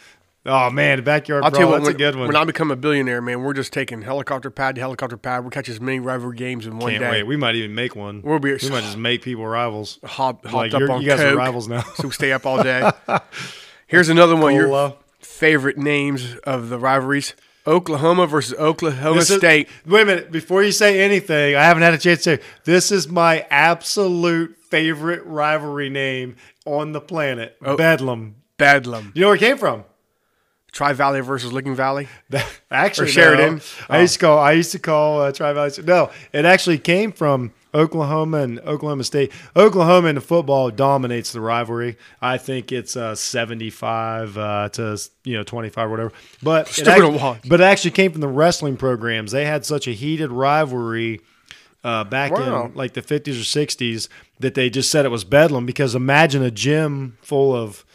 Oh man, the backyard I'll brawl. tell you what, that's when, a good one. when I become a billionaire, man, we're just taking helicopter pad to helicopter pad. We'll catch as many rival games in one Can't day. wait. We might even make one. We'll be- we might just make people rivals. Hop, hopped Like, up you're- on you guys coke, are rivals now. so we stay up all day. Here's another one. Your Cola. favorite names of the rivalries: Oklahoma versus Oklahoma This is- State. wait a minute. Before you say anything, I haven't had a chance to. This is my absolute favorite rivalry name on the planet Bedlam. Bedlam. You know where it came from? Tri Valley versus Licking Valley. Uh-huh. actually, Or Sheridan. no. I used to Oh. call. I used to call uh, Tri Valley. No, it actually came from Oklahoma and Oklahoma State. Oklahoma in the football dominates the rivalry. I think it's uh, seventy-five uh, to you know twenty-five, or whatever. But it Stupid act- watch. but it actually came from the wrestling programs. They had such a heated rivalry. Uh, back Wow. in like the 50s or 60s, that they just said it was bedlam because imagine a gym full of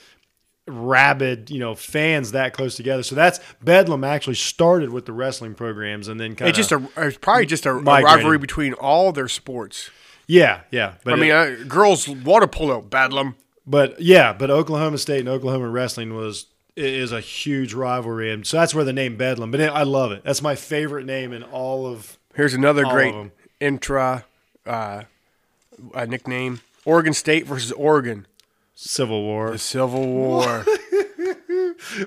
rabid, you know, fans that close together. So that's Bedlam actually started with the wrestling programs and then kind It's just a. It's probably just a, a Migrated. rivalry between all their sports. yeah, yeah. But I mean, it- uh, girls water polo, Bedlam. but yeah, but Oklahoma State and Oklahoma wrestling was i- is a huge rivalry, and so that's where the name Bedlam. But it, I love it. That's my favorite name in all of. Here's another All great of 'em. intra uh, uh, nickname: Oregon State versus Oregon, Civil War. the Civil War.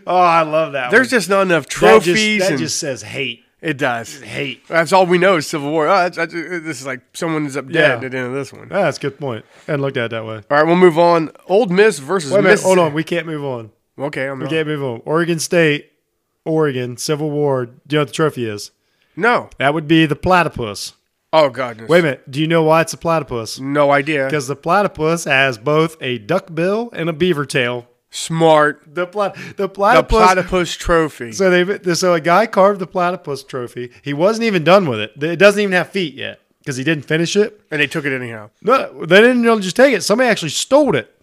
Oh, I love that. There's one. just not enough that trophies. just, that and just says hate, it does. hate. That's all we know is Civil War. Oh, that's, that's, this is like someone is up dead Yeah. at the end of this one. Ah, that's a good point. I hadn't looked at it that way. All right, we'll move on. Old Miss versus Wait a minute. Miss. Hold on. We can't move on. Okay, I'm We not. can't move on. Oregon State, Oregon, Civil War. Do you know what the trophy is? No. That would be the platypus. Oh goodness. Wait a minute. Do you know why it's a platypus? No idea. Because the platypus has both a duck bill and a beaver tail. Smart. The plat the The platypus. platypus trophy. So they so a guy carved the platypus trophy. He wasn't even done with it. It doesn't even have feet yet because he didn't finish it. and they took it anyhow. No, they didn't really just take it. Somebody actually stole it.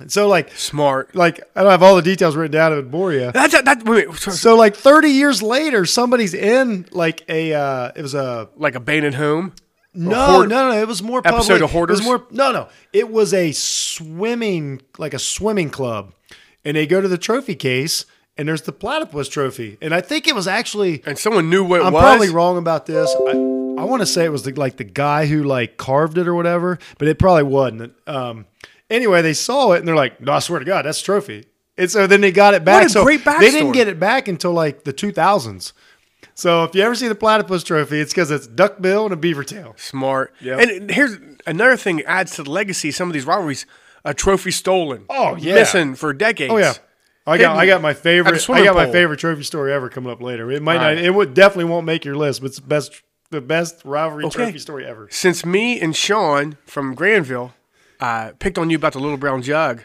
And so like Smart. like I don't have all the details written down. It would bore you. That's a, that. Wait, wait, so- So like 30 years later, somebody's in like a uh, it was a like a Bain at home. no hoard- no no it was more Episode public. of Hoarders? It was more no no it was a swimming like a swimming club, and they go to the trophy case and there's the platypus trophy, and I think it was actually and someone knew what it I'm was. probably wrong about this. I, I want to say it was the, like the guy who like carved it or whatever, but it probably wasn't. Um, anyway, they saw it and they're like, "No, I swear to God, that's a trophy." And so then they got it back. What a so great They didn't backstory. get it back until like the 2000s. So if you ever see the platypus trophy, it's because it's duck bill and a beaver tail. Smart. And here's another thing that adds to the legacy. of Some of these rivalries, a trophy stolen. Oh, yeah. missing for decades. Oh yeah. I got, I got my At a favorite I swimming got my pool. favorite trophy story ever coming up later. It might All right. not, it would definitely won't make your list, but it's the best the best rivalry Okay. trophy story ever. Since me and Sean from Granville uh, picked on you about the little brown jug,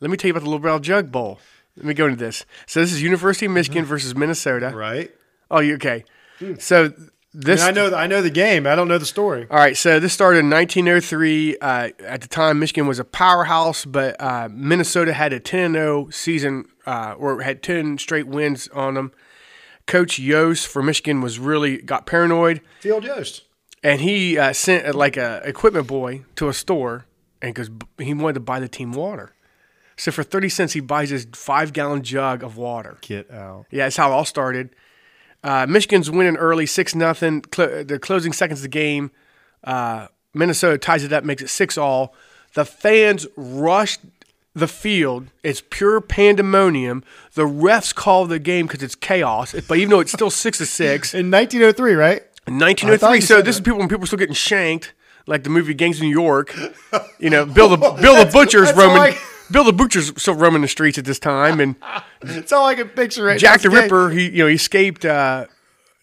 let me tell you about the little brown jug bowl. Let me go into this. So this is University of Michigan versus Minnesota. Mm-hmm. Right? Oh, you okay? So this And I know the, I know the game. I don't know the story. All right, so this started in 1903. Uh, at the time, Michigan was a powerhouse, but uh, Minnesota had a 10 0 season uh, or had 10 straight wins on them. Coach Yost for Michigan was really got paranoid, Field Yost. and he uh, sent uh, like a equipment boy to a store, and because he wanted to buy the team water, so for 30 cents he buys this five gallon jug of water. Get out. Yeah, that's how it all started. Uh, Michigan's winning early, six nothing. Cl- the closing seconds of the game, uh, Minnesota ties it up, makes it six all. The fans rushed the field. It's pure pandemonium. The refs call the game because it's chaos. But even though it's still six to six, In 1903, right? I thought 1903. you So said this is that. people when people were still getting shanked, like the movie Gangs of New York. You know, Bill the Bill the Butcher's that's roaming. like- Bill the Butcher's still roaming the streets at this time, and. That's all I can picture right Jack now. the Ripper, he you know he escaped uh,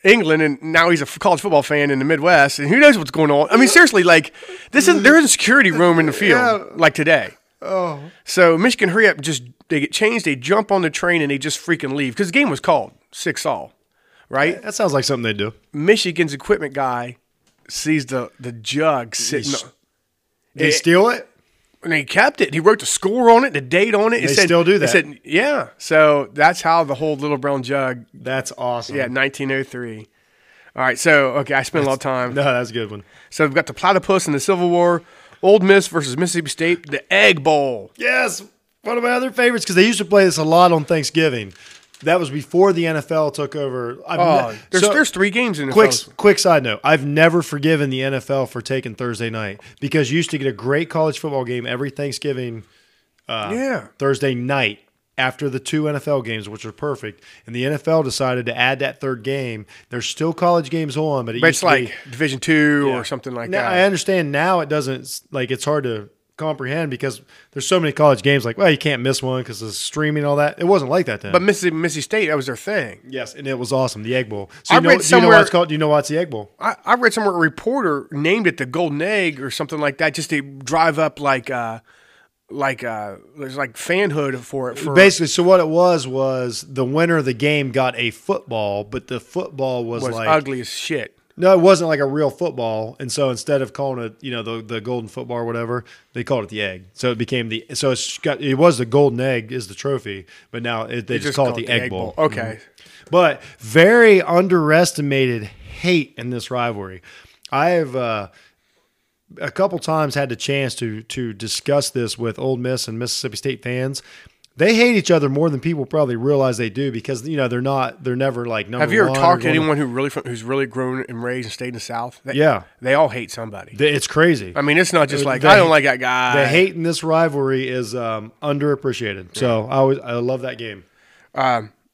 England and now he's a f- college football fan in the Midwest, and who knows what's going on? I mean, seriously, like this is there isn't security room in the field like today. Oh, so Michigan, hurry up! Just they get changed, they jump on the train, and they just freaking leave because the game was called six all, right? That sounds like something they do. Michigan's equipment guy sees the the jug sitting, s- on- Did he steal it? and he kept it. He wrote the score on it, the date on it. It They still do it that. said, yeah. So that's how the whole little brown jug That's awesome. Yeah, 1903. All right, so okay, I spent a lot of time. No, that's a good one. So we've got the platypus in the Civil War, Old Miss versus Mississippi State, the Egg Bowl. Yes. One of my other favorites because they used to play this a lot on Thanksgiving. That was before the NFL took over. I've Oh, ne- there's so- there's three games in the Quick, first- quick side note. I've never forgiven the NFL for taking Thursday night because you used to get a great college football game every Thanksgiving yeah, Thursday night after the two NFL games, which are perfect, and the NFL decided to add that third game. There's still college games on, but it but used it's to like be, Division Two or something like now, I that. understand now it doesn't it's like it's hard to comprehend because there's so many college games. Like, well, you can't miss one because of streaming and all that. It wasn't like that then. But Mississippi Mississippi State, that was their thing. yes, and it was awesome. The Egg Bowl. So I you know, read do you know why it's somewhere- called? Do you know why it's the Egg Bowl? I, I read somewhere a reporter named it the Golden Egg or something like that, just to drive up like uh like uh there's like fanhood for it for Basically, so what it was was the winner of the game got a football, but the football was, was like ugly as shit. No, it wasn't like a real football, and so instead of calling it, you know, the the golden football or whatever, they called it the egg. So it became the so it's got it was the golden egg is the trophy, but now it, they just, call it the, egg, bowl. Mm-hmm. Okay. But very underestimated hate in this rivalry. I have uh, a couple times had the chance to to discuss this with Old Miss and Mississippi State fans. They hate each other more than people probably realize they do because you know they're not they're never like number Have you ever one or talked to going- anyone who really from, who's really grown and raised and stayed in the South? They, Yeah. they all hate somebody. They- It's crazy. I mean, it's not just like They- I don't like that guy. the hate in this rivalry is um, underappreciated. So I always I love that game.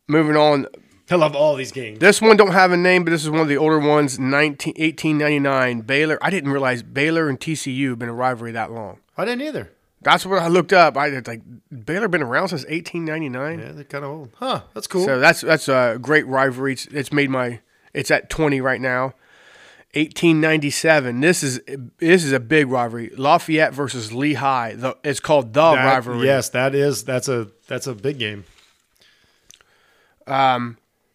Moving on, I love all these games. this one don't have a name, but this is one of the older ones. 19, 1899, Baylor. I didn't realize Baylor and TCU have been a rivalry that long. I didn't either. That's what I looked up. I it's like Baylor been around since 1899. Yeah, they're kind of old. Huh? That's cool. So that's that's a great rivalry. It's, it's made my it's at twenty right now. 1897. This is this is a big rivalry. Lafayette versus Lehigh. The, it's called the That- rivalry. Yes, that is that's a that's a big game.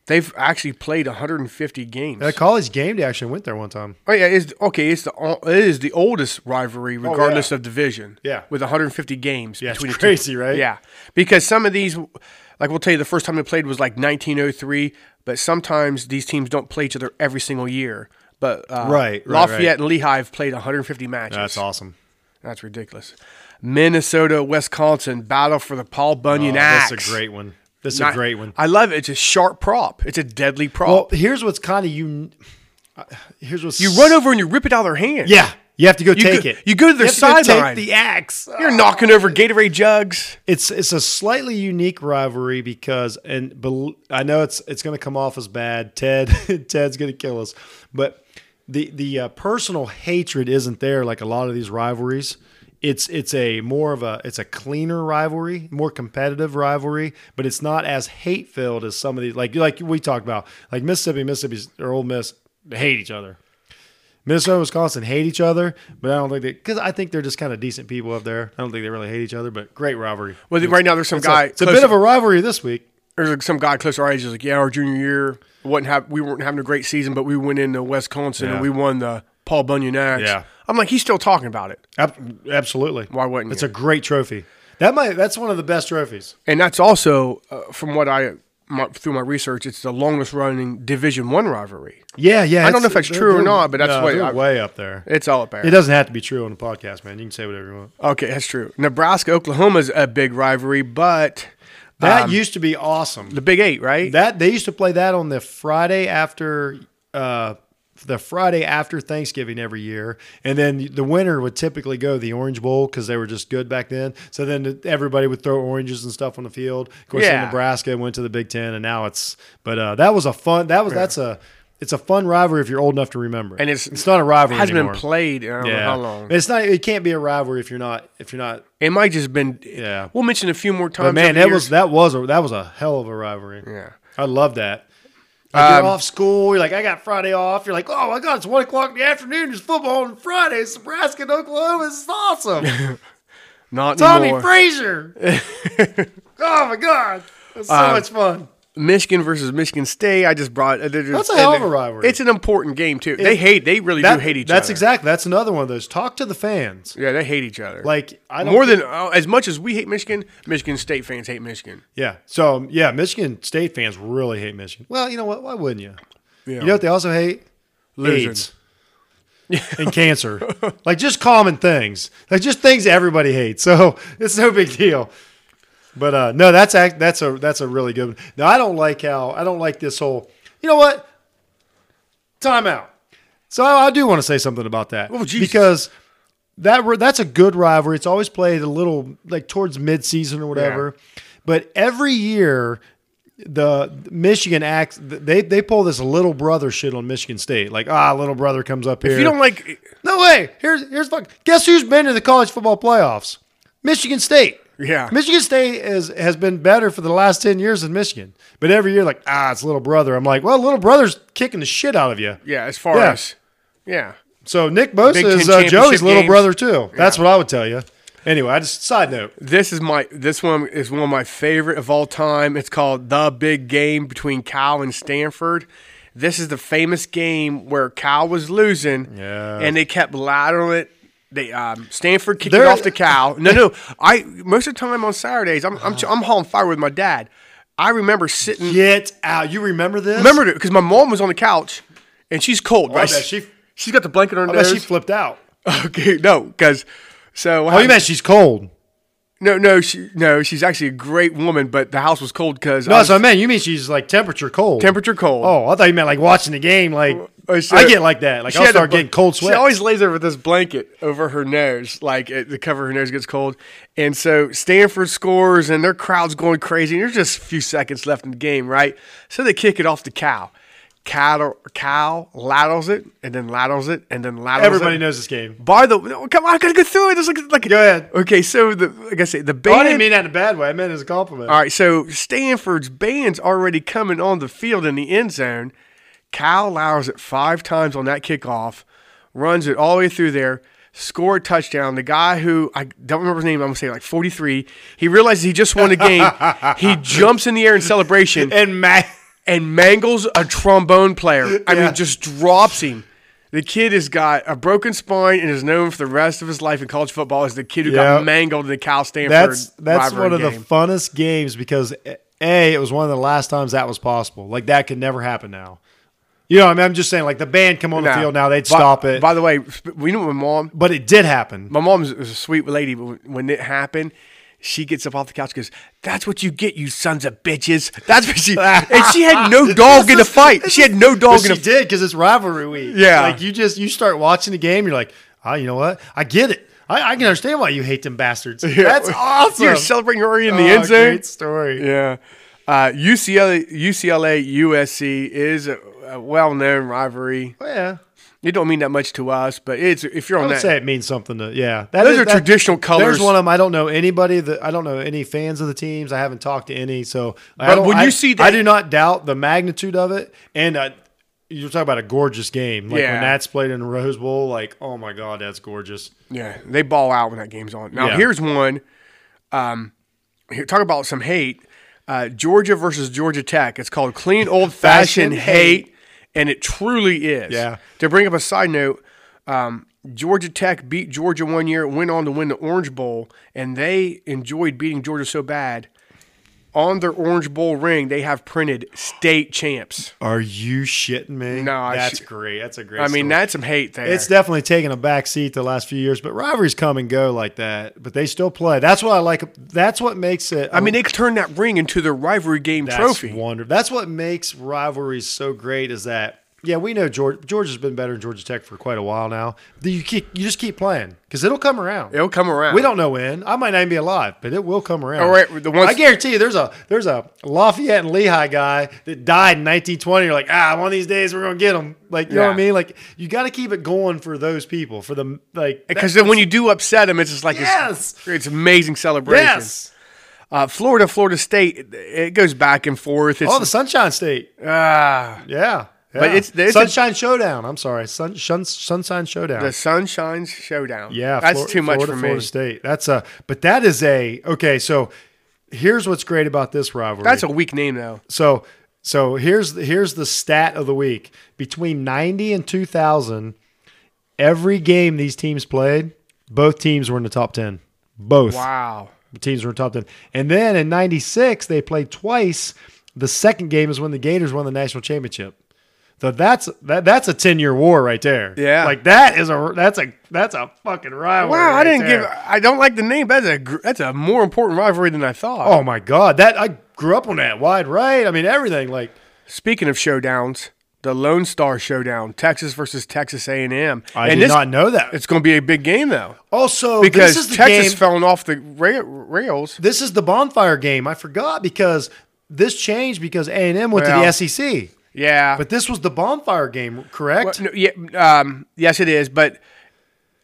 They've actually played 150 games. That college game day actually went there one time. Oh yeah, it's okay. It's the o- it is the oldest rivalry, regardless Oh, yeah. of division. Yeah. with 150 games. Yeah, it's between the two. crazy, right? Yeah, because some of these, like we'll tell you, the first time they played was like 1903. But sometimes these teams don't play each other every single year. But uh, Right, right, Lafayette right. and Lehigh have played 150 matches. That's awesome. That's ridiculous. Minnesota, Wisconsin battle for the Paul Bunyan Oh, axe. that's a great one. That's Not- a great one. I love it. It's a sharp prop. It's a deadly prop. Well, Oh, here's what's kind of you. uh, Here's what's you run over and you rip it out of their hand. Yeah, you have to go You take go- it. you go to their have go sideline. Take the axe. You're knocking over Gatorade jugs. It's it's a slightly unique rivalry because and bel- I know it's it's going to come off as bad. Ted Ted's going to kill us, but the the uh, personal hatred isn't there like a lot of these rivalries. It's it's a more of a it's a cleaner rivalry, more competitive rivalry, but it's not as hate filled as some of these like like we talked about like Mississippi, Mississippi's or Ole Miss they hate each other. Minnesota and Wisconsin hate each other, but I don't think they because I think they're just kind of decent people up there. I don't think they really hate each other, but great rivalry. Well, right now there's some It's a- guy. it's a close- bit of a rivalry this week. There's like some guy close to our age. is like, yeah, our junior year wasn't have we weren't having a great season, but we went into Wisconsin and Yeah. we won the Paul Bunyan Axe. Yeah. I'm like, he's still talking about it, Ab- absolutely. Why wouldn't It's you? a great trophy. That might. That's one of the best trophies. and that's also uh, from what I my, through my research, it's the longest running Division One rivalry. Yeah, yeah. I don't it's- know if that's they're- true or they're- not, but that's no, what they're I- way up there. It's all up there. It doesn't have to be true on the podcast, man. You can say whatever you want. Okay, that's true. Nebraska Oklahoma's a big rivalry, but That Um, used to be awesome. the Big Eight, right? That they used to play that on the Friday after uh, the Friday after Thanksgiving every year, and then the winner would typically go to the Orange Bowl because they were just good back then. So then everybody would throw oranges and stuff on the field. Of course, Yeah. then Nebraska went to the Big Ten, and now it's. But uh, that was a fun. That was that's a. It's a fun rivalry if you're old enough to remember. it. And it's- it's not a rivalry hasn't anymore. been played. in I don't know Yeah. how long? It's not. It can't be a rivalry if you're not. If you're not. It might just been. Yeah. we'll mention a few more times. But man, over the that years. was that was a that was a hell of a rivalry. Yeah. Um, I love that. Like you're off school. You're like, I got Friday off. You're like, oh my god, it's one o'clock in the afternoon. There's football on Friday. It's Nebraska and Oklahoma. This is awesome. not Tommy anymore. Frazier. oh my god, that's so Um, much fun. Michigan versus Michigan State. I just brought. That's a hell of a rivalry. It's an important game too. they hate. They really That- do hate each that's other. exactly. That's another one of those. Talk to the fans. Yeah, they hate each other. Like I don't more than uh, as much as we hate Michigan, Michigan State fans hate Michigan. Yeah. So um, yeah, Michigan State fans really hate Michigan. Well, you know what? Why wouldn't you? Yeah. You know what they also hate? Losing. AIDS and cancer. Like just common things. Like just things everybody hates. So it's no big deal. But uh, no, that's act, that's a that's a really good one. Now I don't like how I don't like this whole. You know what? Timeout. So I, I do want to say something about that Oh, Jesus. because that ri- that's a good rivalry. It's always played a little like towards midseason or whatever. But every year, the Michigan acts they they pull this little brother shit on Michigan State. Like ah, little brother comes up here. If you don't like, no way. Here's here's fuck. Guess who's been to the college football playoffs? Michigan State. Yeah. Michigan State is, has been better for the last 10 years than Michigan. But every year, like, ah, it's little brother. I'm like, well, little brother's kicking the shit out of you. yeah, as far Yeah. as yeah, So Nick Bosa Big Ten is uh, Joey's championship little games. brother too. That's what I would tell you. Anyway, I just side note. this is my this one is one of my favorite of all time. It's called the big game between Cal and Stanford. This is the famous game where Cal was losing, Yeah. and they kept laddering it. They um, Stanford kicked They're- it off to Cal. No, no, I most of the time on Saturdays I'm I'm, I'm hauling fire with my dad. I remember sitting, Get out. You remember this? remembered it because my mom was on the couch, and she's cold. I right? bet she- she's got the blanket on her I bet she nose. flipped out. okay, no, because so Oh, you meant she's cold? no, no, she, no, she's actually a great woman, but the house was cold because No, so I meant you mean she's like temperature cold. temperature cold. Oh, I thought you meant like watching the game. Like Oh, so- I get like that. Like She I'll had a start bl- getting cold sweats. She always lays there with this blanket over her nose, like it, the cover of her nose gets cold. And so Stanford scores, and their crowd's going crazy. And there's just a few seconds left in the game, right? So they kick it off to Cal. Cal, Cal laddles it, and then laddles it, and then laddles it. Everybody knows this game. By the no, come on, I gotta go through it. There's like, like Go ahead. Okay, so the like I say, the Oh, band. I didn't mean that in a bad way. I meant it as a compliment. All right, so Stanford's band's already coming on the field in the end zone. Kyle Lowers it five times on that kickoff, runs it all the way through there, scored a touchdown. The guy who I don't remember his name, I'm gonna say like 43. He realizes he just won the game. he jumps in the air in celebration And Mac. and mangles a trombone player. I Yeah. mean, just drops him. The kid has got a broken spine and is known for the rest of his life in college football as the kid who Yeah. got mangled in the Cal Stanford. That's that's rivalry one of game. the funnest games because a it was one of the last times that was possible. Like that could never happen now. You know, I mean, I'm just saying, like the band come on the No. field now, they'd By- stop it, By the way, sp- we knew my mom. but it did happen. My mom was a sweet lady, but when- when it happened, she gets up off the couch, and goes, "That's what you get, you sons of bitches." That's what she. and she had no dog in the fight. She had no But dog in she the fight. did because it's rivalry week. Yeah. like you just you start watching the game, you're like, ah, you know what? I get it. I, I can understand why you hate them bastards. That's awesome. You're celebrating already in the Oh, end zone. Great story. Yeah. Uh, UCLA, UCLA, USC is a, a well-known rivalry. Well, yeah. It don't mean that much to us, but it's if you're I on would that. say it means something to yeah. That Those are traditional colours. There's one of them. I don't know anybody that I don't know any fans of the teams. I haven't talked to any. So I But don't- when you I- see I that- do not doubt the magnitude of it. And uh, you're talking about a gorgeous game. Like Yeah. when that's played in the Rose Bowl, like oh my god, that's gorgeous. yeah, they ball out when that game's on. Now Yeah. here's one. Um, here, talk about some hate. Uh, Georgia versus Georgia Tech. It's called clean old fashioned Fashion hate. hate, and it truly is. Yeah. To bring up a side note, um, Georgia Tech beat Georgia one year, went on to win the Orange Bowl, and they enjoyed beating Georgia so bad. On their Orange Bowl ring, they have printed state champs. Are you shitting me? No, I that's sh- great. That's a great. I mean, story. that's some hate there. It's definitely taken a back seat the last few years, but rivalries come and go like that. But they still play. That's what I like. That's what makes it. I mean, they could turn that ring into their rivalry game That's trophy. Wonder. That's what makes rivalries so great. Is that yeah? We know George. Georgia's been better than Georgia Tech for quite a while now. The- You keep, you just keep playing because it'll come around. It'll come around. We don't know when. I might not even be alive, but it will come around. All right, the ones- I guarantee you, there's a there's a Lafayette and Lehigh guy that died in 1920. You're like, ah, one of these days we're gonna get them. Like, you know what I Yeah. mean? Like, you got to keep it going for those people. For the like, Because then when you do upset them, it's just like it's- Yes! it's, amazing celebration. yes, Uh, Florida, Florida State, it- it goes back and forth. It's, oh, the Sunshine State. ah, Yeah. But yeah. it's- it's a- Sunshine Showdown. I'm sorry, Sun, Shun, Sunshine Showdown. the Sunshine's Showdown. Yeah, that's Flor- too much Florida, for me. Florida State. That's a but that is a okay. So here's what's great about this rivalry. That's a weak name though. so so here's here's the stat of the week between ninety and two thousand. Every game these teams played, both teams were in the top ten. Both Wow. teams were in the top ten, and then in '96 they played twice. The second game is when the Gators won the national championship. So that's that, that's a ten year war right there. Yeah. like that is a that's a that's a fucking rivalry. Wow, I right didn't there. give. I don't like the name. But that's a gr- that's a more important rivalry than I thought. Oh my god, that I grew up on that wide right. I mean everything. Like Speaking of showdowns, the Lone Star Showdown, Texas versus Texas A and M. I did not know that. It's going to be a big game though, Also, because Oh, this is the Texas game, fell off the ra- rails. this is the bonfire game. I forgot because this changed because A and M went to the Well, SEC, Yeah, but this was the bonfire game, correct? Well, Uh, no, yeah, um, yes, it is. But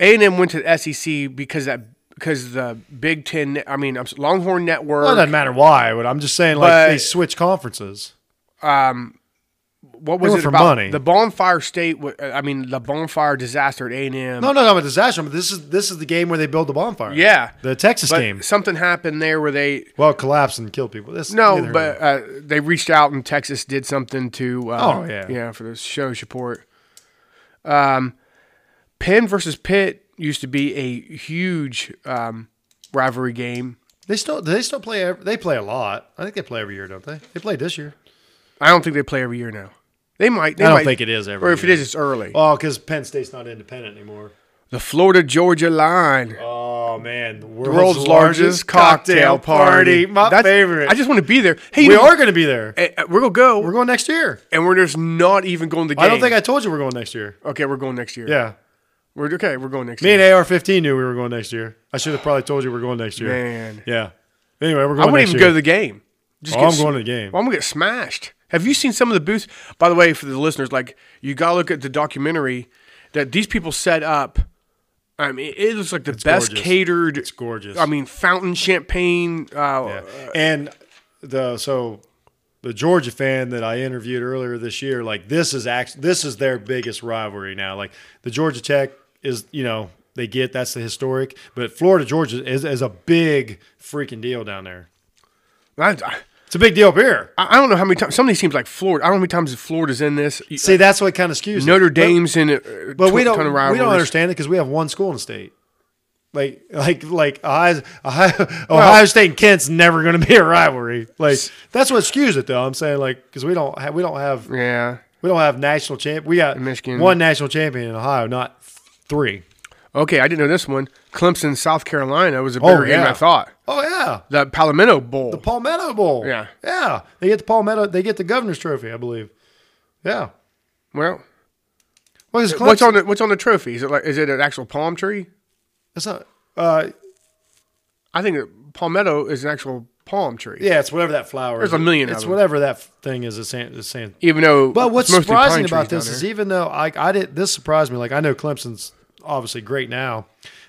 A and M went to the SEC because that because the Big Ten. I mean, I'm s- Longhorn Network. Well, it doesn't matter why, but I'm just saying like But- they switch conferences. what was were it for about money. the bonfire state? wa- uh, I mean, the bonfire disaster at A and M. No, no, no, a disaster. But this is this is the game where they build the bonfire. Yeah. the Texas but game. something happened there where they Well, it collapsed and killed people. This neither no, here nor but uh, they reached out and Texas did something to uh, Oh, yeah. yeah for the show support. Um, Penn versus Pitt used to be a huge um, rivalry game. there. they still do they still play. ev- They play a lot. I think they play every year, don't they? They played this year. I don't think they play every year now. They might. They I don't might- think it is every Or if year. it is, it's early. Oh, because Penn State's not independent anymore. the Florida Georgia line, Oh man, the world's, world's largest, cocktail, party. My That's- favorite. I just want to be there. Hey, eh, we are going to be there. We're gonna go. We're going next year. and we're just not even going to the game. I don't think I told you we're going next year. Okay, we're going next year. Yeah, We're okay. We're going next me year. and AR15 knew we were going next year. I should have probably told you we're going next year. Man. yeah. Anyway, we're going. I wouldn't Oh, next even year. go to the game. Just Oh, get I'm sm- going to the game. Well, I'm gonna get smashed. Have you seen some of the booths? By the way, for the listeners, like you gotta look at the documentary that these people set up. I mean, it was like the best gorgeous. catered. It's gorgeous. I mean, fountain champagne. Uh, and the so the Georgia fan that I interviewed earlier this year, like this is act, this is their biggest rivalry now. Like the Georgia Tech is, you know, they get that's the historic, but Florida Georgia is, is a big freaking deal down there. I, I, It's a big deal up here. I don't know how many times. Some of these teams like Florida. I don't know how many times Florida's in this. See, that's what kind of skews it. Notre But- Dame's in it. uh, but we tw- don't ton of we don't rivalries. understand it because we have one school in the state. Like like like Ohio Ohio, Ohio State and Kent's never going to be a rivalry. Like that's what skews it though. I'm saying like because we don't have, we don't have Yeah. we don't have national champ. We got Michigan. one national champion in Ohio, not three. Okay, I didn't know this one. Clemson, South Carolina was a better game than yeah. I thought. Oh yeah, The Palomino Bowl. the Palmetto Bowl. Yeah. yeah. They get the Palmetto. They get the governor's trophy, I believe. Yeah. well, Well, 'cause what's Clemson- on the what's on the trophy? Is it like is it an actual palm tree? That's not. Uh, I think that palmetto is an actual palm tree. yeah, it's whatever that flower. There's is. a million of It's them. whatever that thing is. It's San, it's San, Even though, But what's it's mostly surprising pine trees about down this is there. even though I I did this surprised me. Like I know Clemson's obviously great now.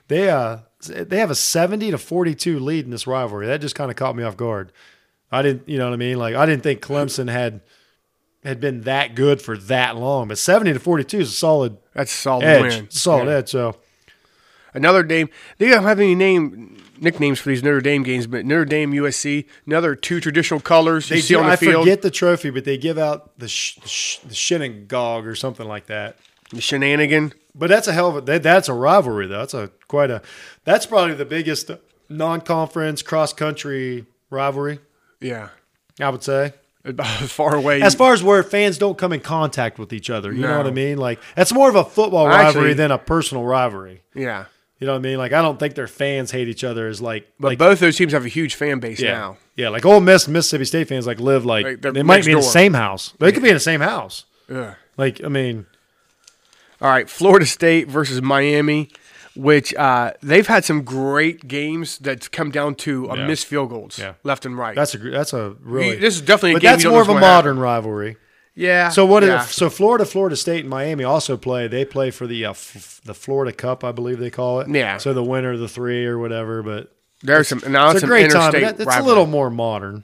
They uh they have a seventy to forty two lead in this rivalry. That just kind of caught me off guard. I didn't you know what I mean? Like I didn't think Clemson had had been that good for that long. But seventy to forty two is a solid that's a solid edge. win. Solid Yeah. edge. So Another Dame. They don't have any name nicknames for these Notre Dame games, but Notre Dame USC. Another two traditional colors they you see do- on the I field. forget the trophy, but they give out the sh- sh- the Shenandoah or something like that. The shenanigan. But that's a hell of a that, that's a rivalry though. That's a quite a that's probably the biggest non-conference cross-country rivalry Yeah, I would say. about as far away. As far as where fans don't come in contact with each other, you know No. what I mean? Like that's more of a football Actually- rivalry than a personal rivalry. yeah, You know what I mean? Like I don't think their fans hate each other as like but like both those teams have a huge fan base yeah. now. Yeah, like Ole Miss and Mississippi State fans like live like, Like, they're they might next be in the door. same house. They could be in the same house. Ugh. Like I mean, All right, Florida State versus Miami, which uh, they've had some great games that's come down to a Yeah. missed field goals Yeah. left and right. that's a gr- that's a really this is definitely a but game you that's don't more know of a what's gonna happen. modern rivalry. yeah. So what? yeah. If, so Florida, Florida State, and Miami also play. They play for the uh, f- the Florida Cup, I believe they call it. Yeah. So the winner of the three or whatever, but There's some now it's, it's, a an great time. interstate But that, it's rivalry. a little more modern.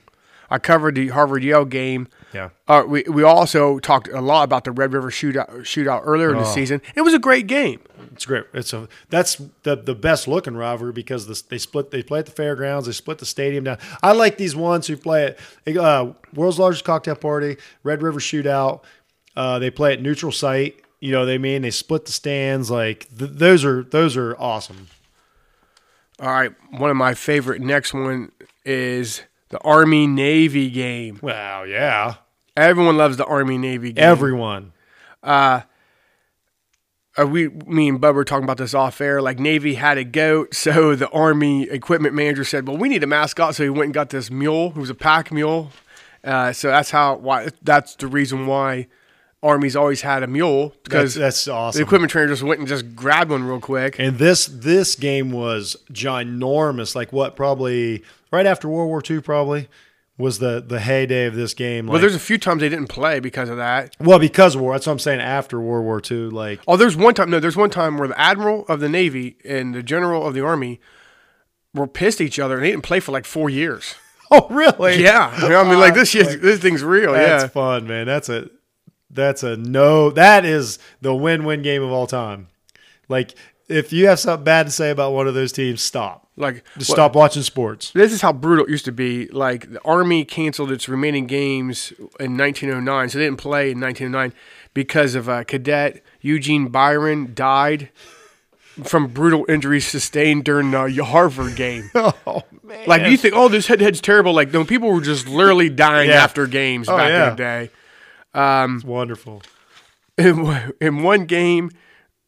I covered the Harvard Yale game. Yeah. Uh, we we also talked a lot about the Red River shootout shootout earlier in the Oh. season. It was a great game. It's great. It's a that's the the best looking rivalry because this, they split. They play at the fairgrounds. They split the stadium down. I like these ones who play at uh, World's Largest Cocktail Party, Red River Shootout. Uh, they play at neutral site. You know what I mean? They split the stands. Like th- those are those are awesome. All right, one of my favorite next one is the Army Navy game. Wow. Yeah. Everyone loves the Army Navy game. Everyone. uh, we me and Bub were talking about this off air. Like Navy had a goat, so the Army equipment manager said, "Well, we need a mascot," so he went and got this mule, who was a pack mule. Uh, so that's how why that's the reason why Army's always had a mule because That's- that's awesome. The equipment trainer just went and just grabbed one real quick. And this this game was ginormous. Like what? Probably right after World War II. Probably was the the heyday of this game. Like, well, there's a few times they didn't play because of that. well because of war. That's what I'm saying. After World War II, like Oh, there's one time. No, there's one time where the admiral of the Navy and the general of the Army were pissed at each other and they didn't play for like four years. oh really? Yeah, You know, I mean, like this shit, this thing's real. that's yeah, fun, man. That's a that's a no. That is the win win game of all time. Like if you have something bad to say about one of those teams, stop. like Just what- stop watching sports. This is how brutal it used to be. Like the army canceled its remaining games in 1909, so they didn't play in 1909 because of uh, cadet Eugene Byron died from brutal injuries sustained during the Harvard game. Oh man. Like you think, oh, this head to head's terrible. Like no, people were just literally dying Yeah. after games Oh, back yeah. in the day. It's wonderful. in, one- in one game,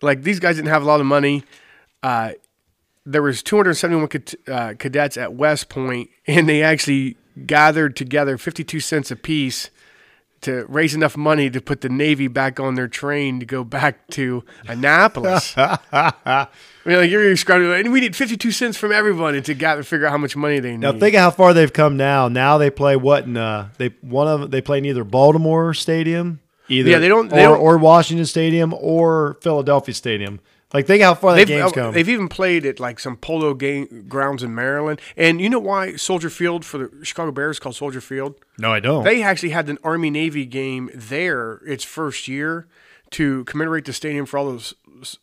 like these guys didn't have a lot of money. Uh, there was 271 cad- uh, cadets at West Point, and they actually gathered together 52 cents apiece to raise enough money to put the Navy back on their train to go back to Annapolis. I mean, like you're describing, like, and we need 52 cents from everyone to gather, figure out how much money they need. Now think of how far they've come now. Now they play what? In, uh, they one of they play in either Baltimore Stadium, either Yeah, they don't- or, they don't- or Washington Stadium or Philadelphia Stadium. Like think how far that They've, game's uh, come. they've even played at like some polo game grounds in Maryland. And you know why Soldier Field for the Chicago Bears is called Soldier Field? no, I don't. They actually had an Army Navy game there its first year to commemorate the stadium for all those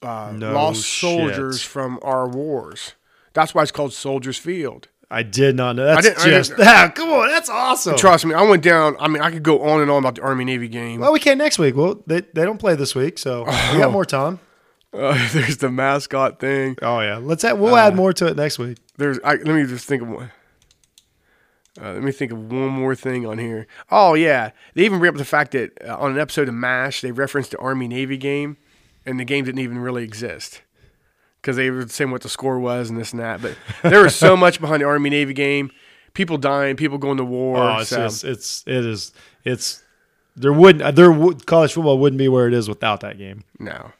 uh, No lost shit. soldiers from our wars. That's why it's called Soldiers Field. I did not know. That's didn't- I just didn't- Ah, come on. That's awesome. Trust me, I went down. I mean, I could go on and on about the Army Navy game. well, we can next week. Well, they, they don't play this week, so we got more time. Uh, there's the mascot thing. Oh yeah, let's add, we'll add more to it next week. There's. I, let me just think of one. Uh, let me think of one more thing on here. Oh yeah, they even bring up the fact that uh, on an episode of Mash, they referenced the Army Navy game, and the game didn't even really exist because they were saying what the score was and this and that. But there was so much behind the Army Navy game. People dying, people going to war. Oh, it's, so- it's it's it is it's there wouldn't there would college football wouldn't be where it is without that game. No.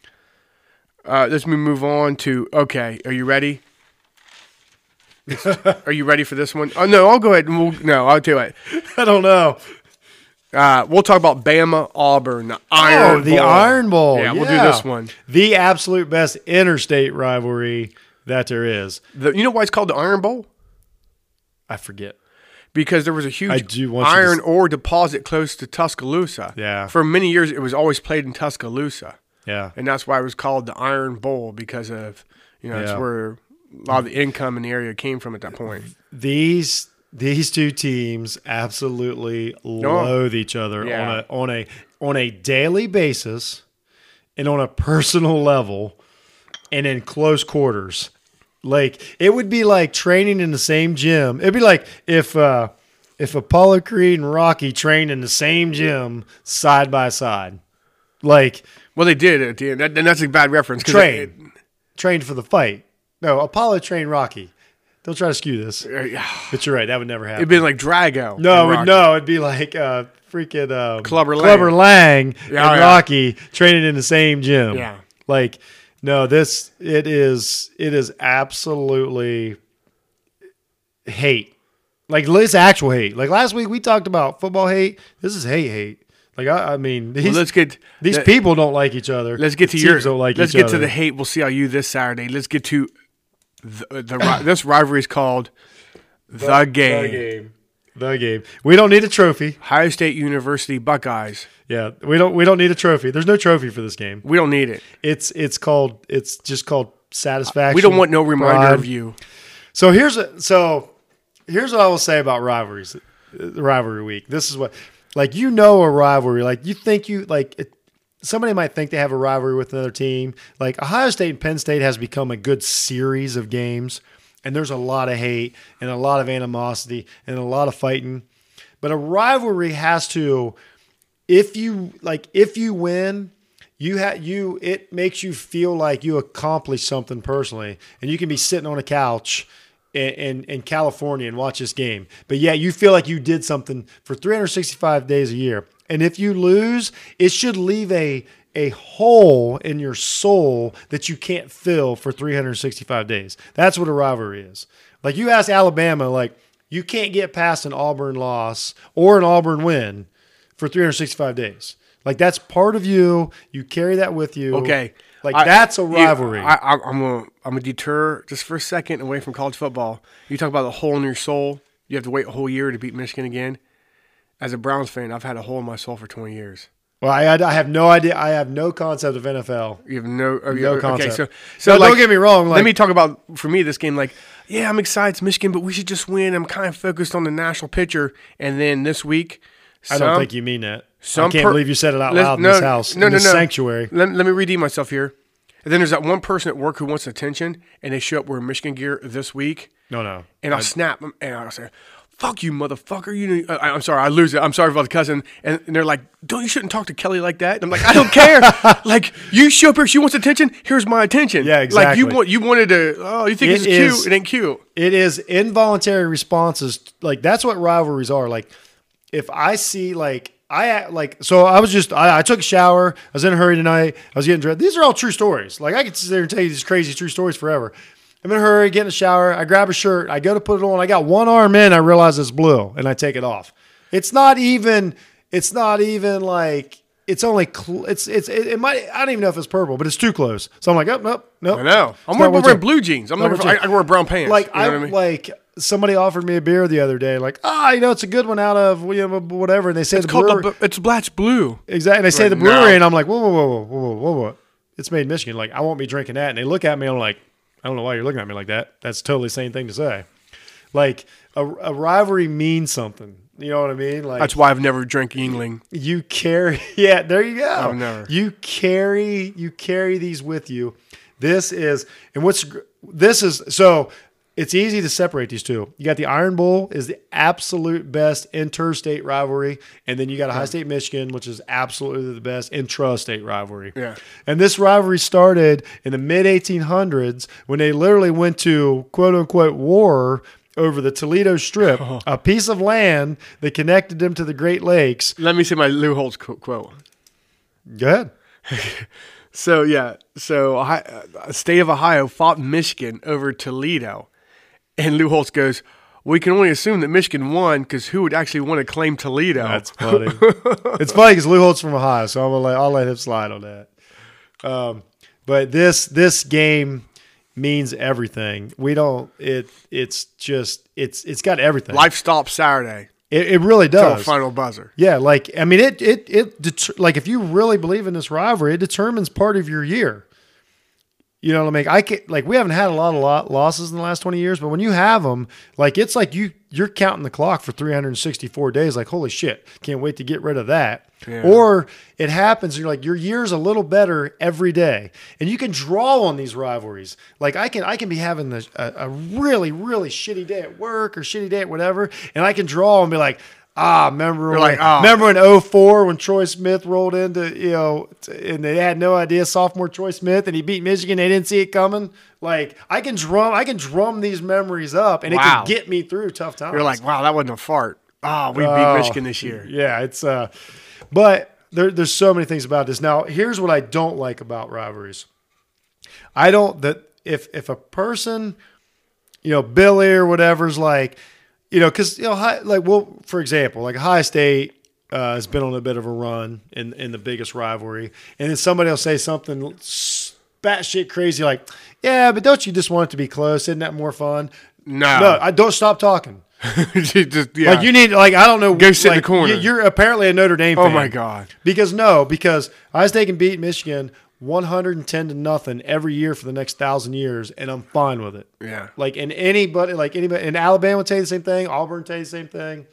Uh, let's me move on to okay. Are you ready? are you ready for this one? Oh no, I'll go ahead and we'll no. I'll tell you what. I don't know. Uh, we'll talk about Bama, Auburn, the Iron. oh, the Bowl. Iron Bowl. Yeah, we'll do this one. The absolute best interstate rivalry that there is. The, you know why it's called the Iron Bowl? I forget. Because there was a I huge do want you to iron s- ore deposit close to Tuscaloosa. Yeah. For many years, it was always played in Tuscaloosa, Yeah. and that's why it was called the Iron Bowl because of you know it's Yeah. where a lot of the income in the area came from at that point. These these two teams absolutely loathe each other Oh. Yeah. on a on a on a daily basis and on a personal level and in close quarters. Like it would be like training in the same gym. It'd be like if uh if Apollo Creed and Rocky trained in the same gym side by side. Like Well, they did at the end, that, and that's a bad reference. 'cause it- it- train. Trained for the fight. No, Apollo trained Rocky. Don't try to skew this. Uh, But you're right, that would never happen. It'd been like Drago. No, it and would- Rocky. no, it'd be like uh, freaking um, Clubber Lang. Clubber Lang Yeah, and yeah. Rocky training in the same gym. Yeah. like no, this it is it is absolutely hate. Like this actual hate. Like last week we talked about football hate. This is hate hate. Like I, I mean, these, Well, let's get these let- people don't like each other. Let's get The to your. teams don't like let's each get other. to the hate. We'll see how you this Saturday. Let's get to the, the ri- this rivalry is called the, game. the game. The game. We don't need a trophy. Ohio State University Buckeyes. Yeah, we don't. We don't need a trophy. There's no trophy for this game. We don't need it. It's it's called it's just called satisfaction. We don't want no reminder pride. of you. So here's a, so here's what I will say about rivalries, uh, rivalry week. This is what like you know a rivalry. Like you think you like it, somebody might think they have a rivalry with another team. Like Ohio State and Penn State has become a good series of games, and there's a lot of hate and a lot of animosity and a lot of fighting. But a rivalry has to if you like if you win you ha- you it makes you feel like you accomplished something personally and you can be sitting on a couch in, in, in california and watch this game but yeah you feel like you did something for 365 days a year and if you lose it should leave a a hole in your soul that you can't fill for 365 days that's what a rivalry is like you ask alabama like you can't get past an auburn loss or an auburn win for 365 days. Like that's part of you. You carry that with you. Okay. Like I- that's a you- rivalry. I, I, I'm gonna I'm gonna deter just for a second away from college football. You talk about a hole in your soul. You have to wait a whole year to beat Michigan again. As a Browns fan, I've had a hole in my soul for 20 years. well, I, I have no idea. I have no concept of NFL. You have no, oh, you- No Okay, concept. so, so No, don't like, get me wrong, let like- me talk about for me this game. Like, yeah, I'm excited. It's Michigan, but we should just win. I'm kind of focused on the national picture. And then this week, I don't some- think you mean that. some I can't per- believe you said it out Let's- loud in no, this house, No, in no, this no. sanctuary. Let, let me redeem myself here. And then there's that one person at work who wants attention, and they show up wearing Michigan gear this week. No, no. And I'll snap 'em, and I'll say, "Fuck you, motherfucker!" You, know, I, I'm sorry, I lose it. I'm sorry about the cousin. And, and they're like, "Don't you shouldn't talk to Kelly like that." And I'm like, "I don't care. like you show up here, she wants attention. Here's my attention. Yeah, Like you exactly. want, you wanted to. Oh, you think It it's cute? is- It ain't cute. It is involuntary responses. Like that's what rivalries are. Like if I see like I act- like so I was just I, I took a shower. I was in a hurry tonight. I was getting dressed. These are all true stories. Like I could sit there and tell you these crazy true stories forever. I'm in a hurry, get in a shower. I grab a shirt. I go to put it on. I got one arm in. I realize it's blue, and I take it off. It's not even. It's not even like. it's only cl- it's it's it, it might I don't even know if it's purple, but it's too close. So I'm like, oh nope, nope. I know. I'm Star wearing, Wars wearing two. blue jeans. I'm Star looking Wars for, two. I, I wear brown pants. Like you know I, what I mean? like somebody offered me a beer the other day, like ah, you know, it's a good one out of you know, whatever, and they say it's the called brewery, the, it's Blatch Blue. exactly. And they say Like, the brewery, no. and I'm like, whoa, whoa, whoa, whoa, whoa, whoa, whoa, it's made in Michigan. Like I won't be drinking that. And they look at me, and I'm like, I don't know why you're looking at me like that. That's totally the same thing to say. Like a, a rivalry means something. You know what I mean? Like That's why I've never drank Yingling. you carry yeah there you go I've never. you carry you carry these with you this is and what's gr- this is so it's easy to separate these two you got the iron bowl is the absolute best interstate rivalry and then you got a high state michigan which is absolutely the best intrastate rivalry Yeah. and this rivalry started in the mid 1800s when they literally went to quote unquote war over the Toledo Strip, a piece of land that connected them to the Great Lakes. Let me see my Lou Holtz qu- quote. Go ahead. So yeah, so Ohi- uh, the state of Ohio fought Michigan over Toledo, and Lou Holtz goes, "We can only assume that Michigan won because who would actually want to claim Toledo?" That's funny. it's funny because Lou Holtz from Ohio, so I'm gonna let, I'll let him slide on that. Um, but this this game means everything. We don't. It it's just it's it's got everything. Life stops Saturday It, it really till does. final buzzer. Yeah, like I mean, it it it det- like if you really believe in this rivalry, it determines part of your year. You know what I mean? I can like we haven't had a lot of lot losses in the last twenty years, but when you have them, like it's like you you're counting the clock for three hundred and sixty four days. Like holy shit, can't wait to get rid of that. Yeah. Or it happens, and you're like your year's a little better every day, and you can draw on these rivalries. Like I can I can be having the, a, a really really shitty day at work or shitty day at whatever, and I can draw and be like. Ah, remember when, like, "Ah." remember in 04 when Troy Smith rolled into, you know, t- and they had no idea sophomore Troy Smith and he beat Michigan. They didn't see it coming. Like I can drum, I can drum these memories up and Wow. it can get me through tough times. You're like, "Wow, that wasn't a fart." Ah, we Oh. beat Michigan this year. Yeah, it's uh but there, there's so many things about this. Now, here's what I don't like about rivalries. I don't that if if a person, you know, Billy or whatever's like, you know, because you know, high, like well, for example, like High State uh, has been on a bit of a run in in the biggest rivalry, and then somebody will say something s- batshit crazy like, "Yeah, but don't you just want it to be close? Isn't that more fun?" No, No, I don't stop talking. You just- yeah. Like you need like I don't know. Go sit in the like, corner. you- You're apparently a Notre Dame. Oh fan. my God. Because no, because I was taking beat Michigan 110 to nothing every year for the next thousand years, and I'm fine with it. Yeah. Like and anybody like anybody in Alabama would tell you the same thing. Auburn would tell you the same thing.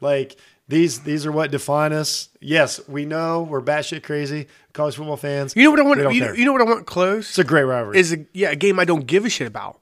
Like these these are what define us. Yes, we know we're batshit crazy college football fans. You know what I We want? don't You know, care. you know what I want close? it's a great rivalry. is a, yeah a game I don't give a shit about.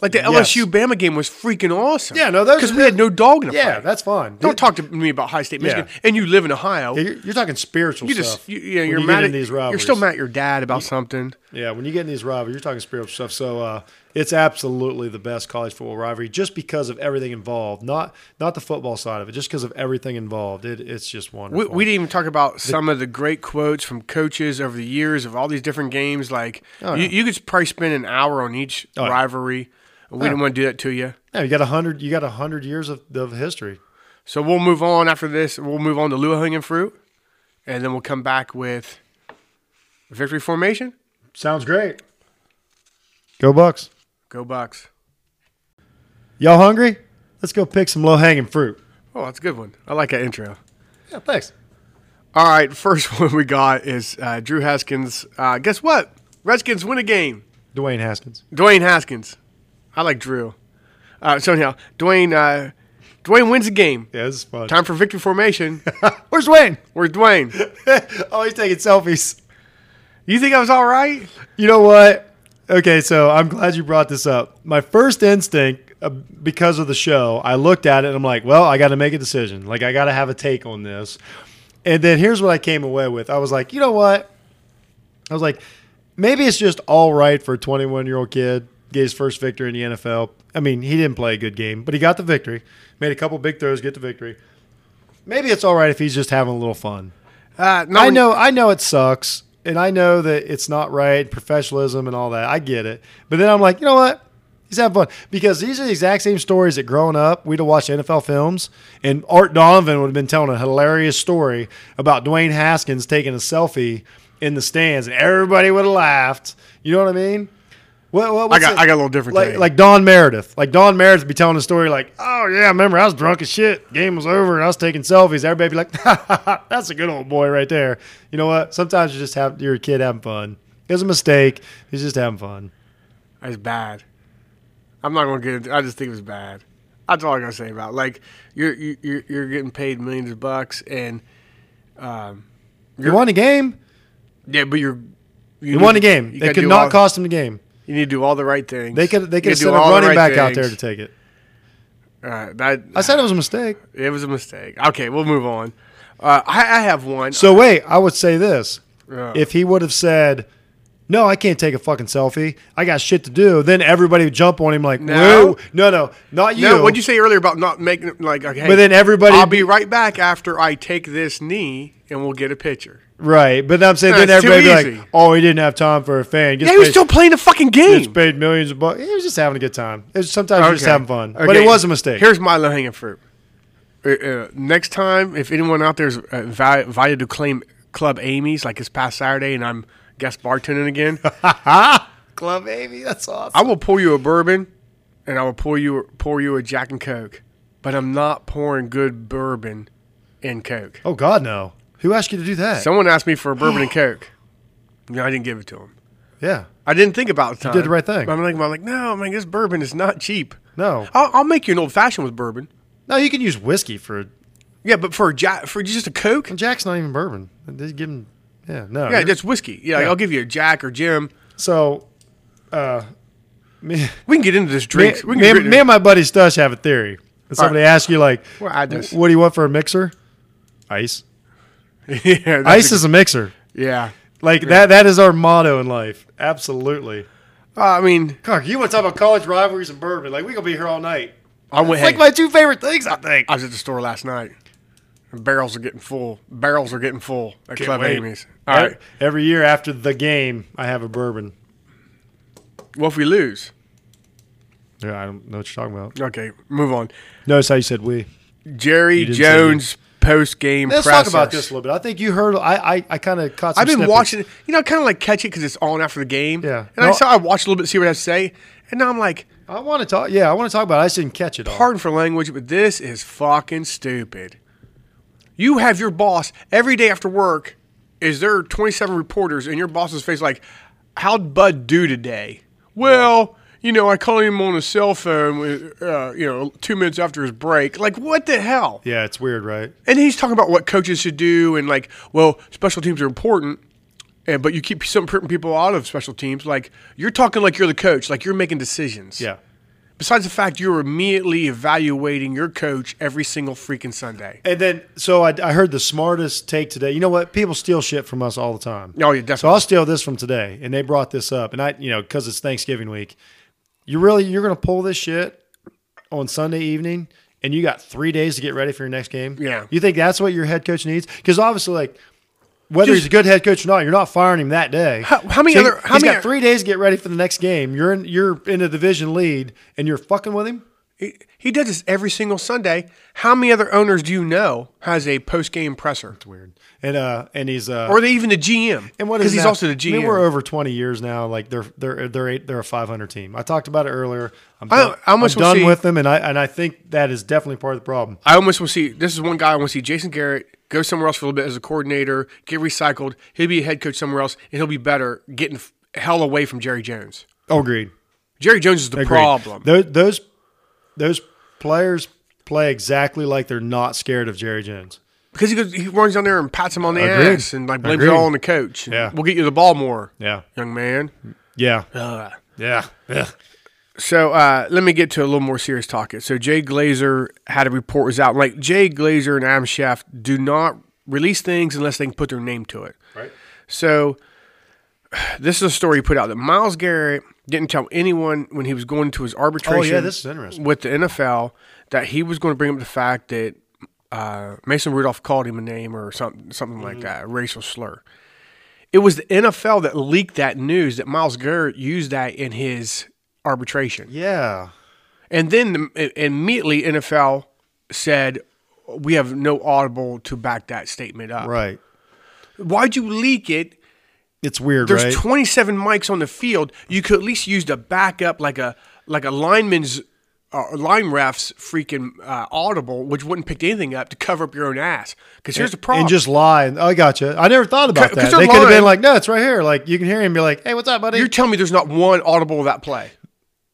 Like the Yes. LSU Bama game was freaking awesome. Yeah, no, those because are we had no dog in a yeah, fight. that's fine. Don't talk to me about High State Michigan. Yeah. And you live in Ohio. You're, you're talking spiritual you stuff. just you, you know, when you're you get mad at into these You're rivalries. still mad at your dad about something. Yeah, when you get in these rivalries, you're talking spiritual stuff. So uh, it's absolutely the best college football rivalry, just because of everything involved. Not not the football side of it, just because of everything involved. It, it's just We, wonderful. we didn't even talk about some of the great quotes from coaches over the years of all these different games. Like you, you could probably spend an hour on each Oh, yeah. Oh, rivalry. We didn't want to do that to you. yeah, you got a hundred. You got a hundred years of, of history. So we'll move on after this. We'll move on to Lua Hanging Fruit, and then we'll come back with victory formation. Sounds great. Go Bucks. Go Bucks. Y'all hungry? Let's go pick some low hanging fruit. Oh, that's a good one. I like that intro. Yeah, thanks. All right, first one we got is uh, Drew Haskins. Uh, guess what? Redskins win a game. Dwayne Haskins. Dwayne Haskins. I like Drew. Uh, so anyhow, Dwayne. Uh, Dwayne wins a game. Yeah, this is fun. Time for victory formation. Where's Dwayne? Where's Dwayne? oh, he's taking selfies. You think I was all right? You know what? Okay, so I'm glad you brought this up. My first instinct, uh, because of the show, I looked at it and I'm like, well, I got to make a decision. Like, I got to have a take on this. And then here's what I came away with I was like, you know what? I was like, maybe it's just all right for a 21 year old kid get his first victory in the NFL. I mean, he didn't play a good game, but he got the victory, made a couple big throws, get the victory. Maybe it's all right if he's just having a little fun. Uh, no, I know, I know it sucks, and I know that it's not right, professionalism and all that. I get it, but then I'm like, you know what? He's having fun because these are the exact same stories that growing up we'd have watched NFL films, and Art Donovan would have been telling a hilarious story about Dwayne Haskins taking a selfie in the stands, and everybody would have laughed. You know what I mean? What, what, I what's got- it- I got a little different Like, take. like Don Meredith, like Don Meredith, would be telling a story like, "Oh yeah, I remember I was drunk as shit. Game was over, and I was taking selfies." Everybody be like, "That's a good old boy right there." You know what? Sometimes you just have you're a kid having fun. It was a mistake. He's just having fun. It's bad. I'm not gonna get. Into, I just think it was bad. That's all I'm gonna say about. It. Like you're you- you're you're getting paid millions of bucks, and You won the game. yeah, but you're you You need- won the game. you It gotta could do not all- cost him the game. You need to do all the right things. They could they You could have gotta do sent a all the running right back out there things. to take it. Uh, that I said it was a mistake. it was a mistake. Okay, we'll move on. Uh, I, I have one. So wait, I would say this: Yeah. if he would have said, "No, I can't take a fucking selfie. I got shit to do," then everybody would jump on him like, No. "No, no, no, not you." no, what'd you say earlier about not making like? Okay, But then everybody- I'll be right back after I take this knee, and we'll get a picture. Right, but I'm saying No, then it's too everybody be easy. like, "Oh, he didn't have time for a fan." Gets Yeah, he was paid- still playing the fucking gets game. paid millions of bucks. He was just having a good time. It was sometimes you're just Okay. having fun, but Okay, it was a mistake. Here's my low hanging fruit. Uh, uh, next time, if anyone out there is uh, vi- invited to claim Club Amy's, like it's past Saturday, and I'm guest bartending again, club, baby. That's awesome. I will pour you a bourbon, and I will pour you pour you a Jack and Coke. But I'm not pouring good bourbon and Coke. oh God, no! Who asked you to do that? Someone asked me for a bourbon and Coke. No, I didn't give it to him. yeah, I didn't think about it. at the You did time. the right thing. But I'm like, I'm like, no, man, this bourbon is not cheap. no, I'll, I'll make you an old fashioned with bourbon. no. You can use whiskey for Yeah, but for a Jack, for just a Coke, And Jack's not even bourbon. They give him, yeah, no. Yeah, that's whiskey. Yeah, Yeah. I'll give you a Jack or Jim. so, uh, me, We can get into this me, drinks. we me, can and- me and my buddy Stush have a theory. If somebody asks you, like, Well, I just- what do you want for a mixer? Ice. get, yeah, that's Ice a- is a mixer. yeah. Like, that. that is our motto in life. Absolutely. Uh, I mean, Cock, you want to talk about college rivalries and bourbon? Like, we're going to be here all night. I went. It's like hey, my two favorite things, I think. I was at the store last night. and barrels are getting full. Barrels are getting full at Club wait. Amy's. All right. Every- Every year after the game, I have a bourbon. Well, if we lose, Yeah, I don't know what you're talking about. okay, move on. Notice how you said we. Jerry didn't say Jones post game. Let's talk about this a little bit. I think you heard. I I, I kind of caught. Some I've been snippets. watching, you know, kind of like catch it because it's on after the game. Yeah. And I No. saw I watched a little bit, see what I have to say, and now I'm like, I want to talk. Yeah, I want to talk about. it. I just didn't catch it. all. pardon for language, but this is fucking stupid. You have your boss every day after work. Is there 27 reporters in your boss's face like, how'd Bud do today? Well, you know, I called him on his cell phone, with, uh, you know, two minutes after his break. Like, what the hell? Yeah, it's weird, right? And he's talking about what coaches should do and like, well, special teams are important. And, but you keep some certain people out of special teams. Like you're talking like you're the coach, like you're making decisions Yeah. besides the fact you're immediately evaluating your coach every single freaking Sunday. And then, so I, I heard the smartest take today. You know what? People steal shit from us all the time. Oh, yeah, So definitely. I'll steal this from today, and they brought this up, and I, you know, because it's Thanksgiving week, you really you're gonna pull this shit on Sunday evening, and you got three days to get ready for your next game. Yeah. you think that's what your head coach needs? Because obviously, like whether Just- he's a good head coach or not, you're not firing him that day. How- how many he- other- how he's many- got three days to get ready for the next game. You're in you're in a division lead, and you're fucking with him. He, he does this every single Sunday. How many other owners do you know has a post game presser? Weird. And uh, and he's uh, Or they even the GM? And what is because he's now- also the I GM. mean, we're over twenty years now. Like they're they're they're eight, they're a five hundred team. I talked about it earlier. I'm I- done, I I'm almost will done see- with them, and I and I think that is definitely part of the problem. I almost want to see. This is one guy I want to see. Jason Garrett go somewhere else for a little bit as a coordinator, get recycled. He'll be a head coach somewhere else, and he'll be better getting f- hell away from Jerry Jones. Oh, agreed. Jerry Jones is the Agreed. problem. Those, those those players play exactly like they're not scared of Jerry Jones. Because he goes, he runs down there and pats him on the Agreed. ass and like blames it Agreed. all on the coach. And Yeah. we'll get you the ball more, Yeah. young man. Yeah. Uh, yeah. Yeah. So uh, let me get to a little more serious talk. So Jay Glazer had a report was out. Like Jay Glazer and Adam Schaff do not release things unless they can put their name to it. Right. So this is a story he put out that Miles Garrett didn't tell anyone when he was going to his arbitration. Oh, this is interesting. With the NFL, that he was going to bring up the fact that uh, Mason Rudolph called him a name or something, something like Mm-hmm. that, a racial slur. It was the NFL that leaked that news that Miles Garrett used that in his arbitration. Yeah. And then the, immediately NFL said, we have no audible to back that statement up. Right. Why'd you leak it? It's weird, There's right? 27 mics on the field. You could at least use the backup like a like a lineman's uh, line ref's freaking uh, audible, which wouldn't pick anything up to cover up your own ass. Because here's the problem. and just lie. And, oh, I gotcha. I never thought 'Cause- about 'cause that. they're They could have lying. been like, no, it's right here. Like you can hear him be like, hey, what's up, buddy? You're telling me there's not one audible of that play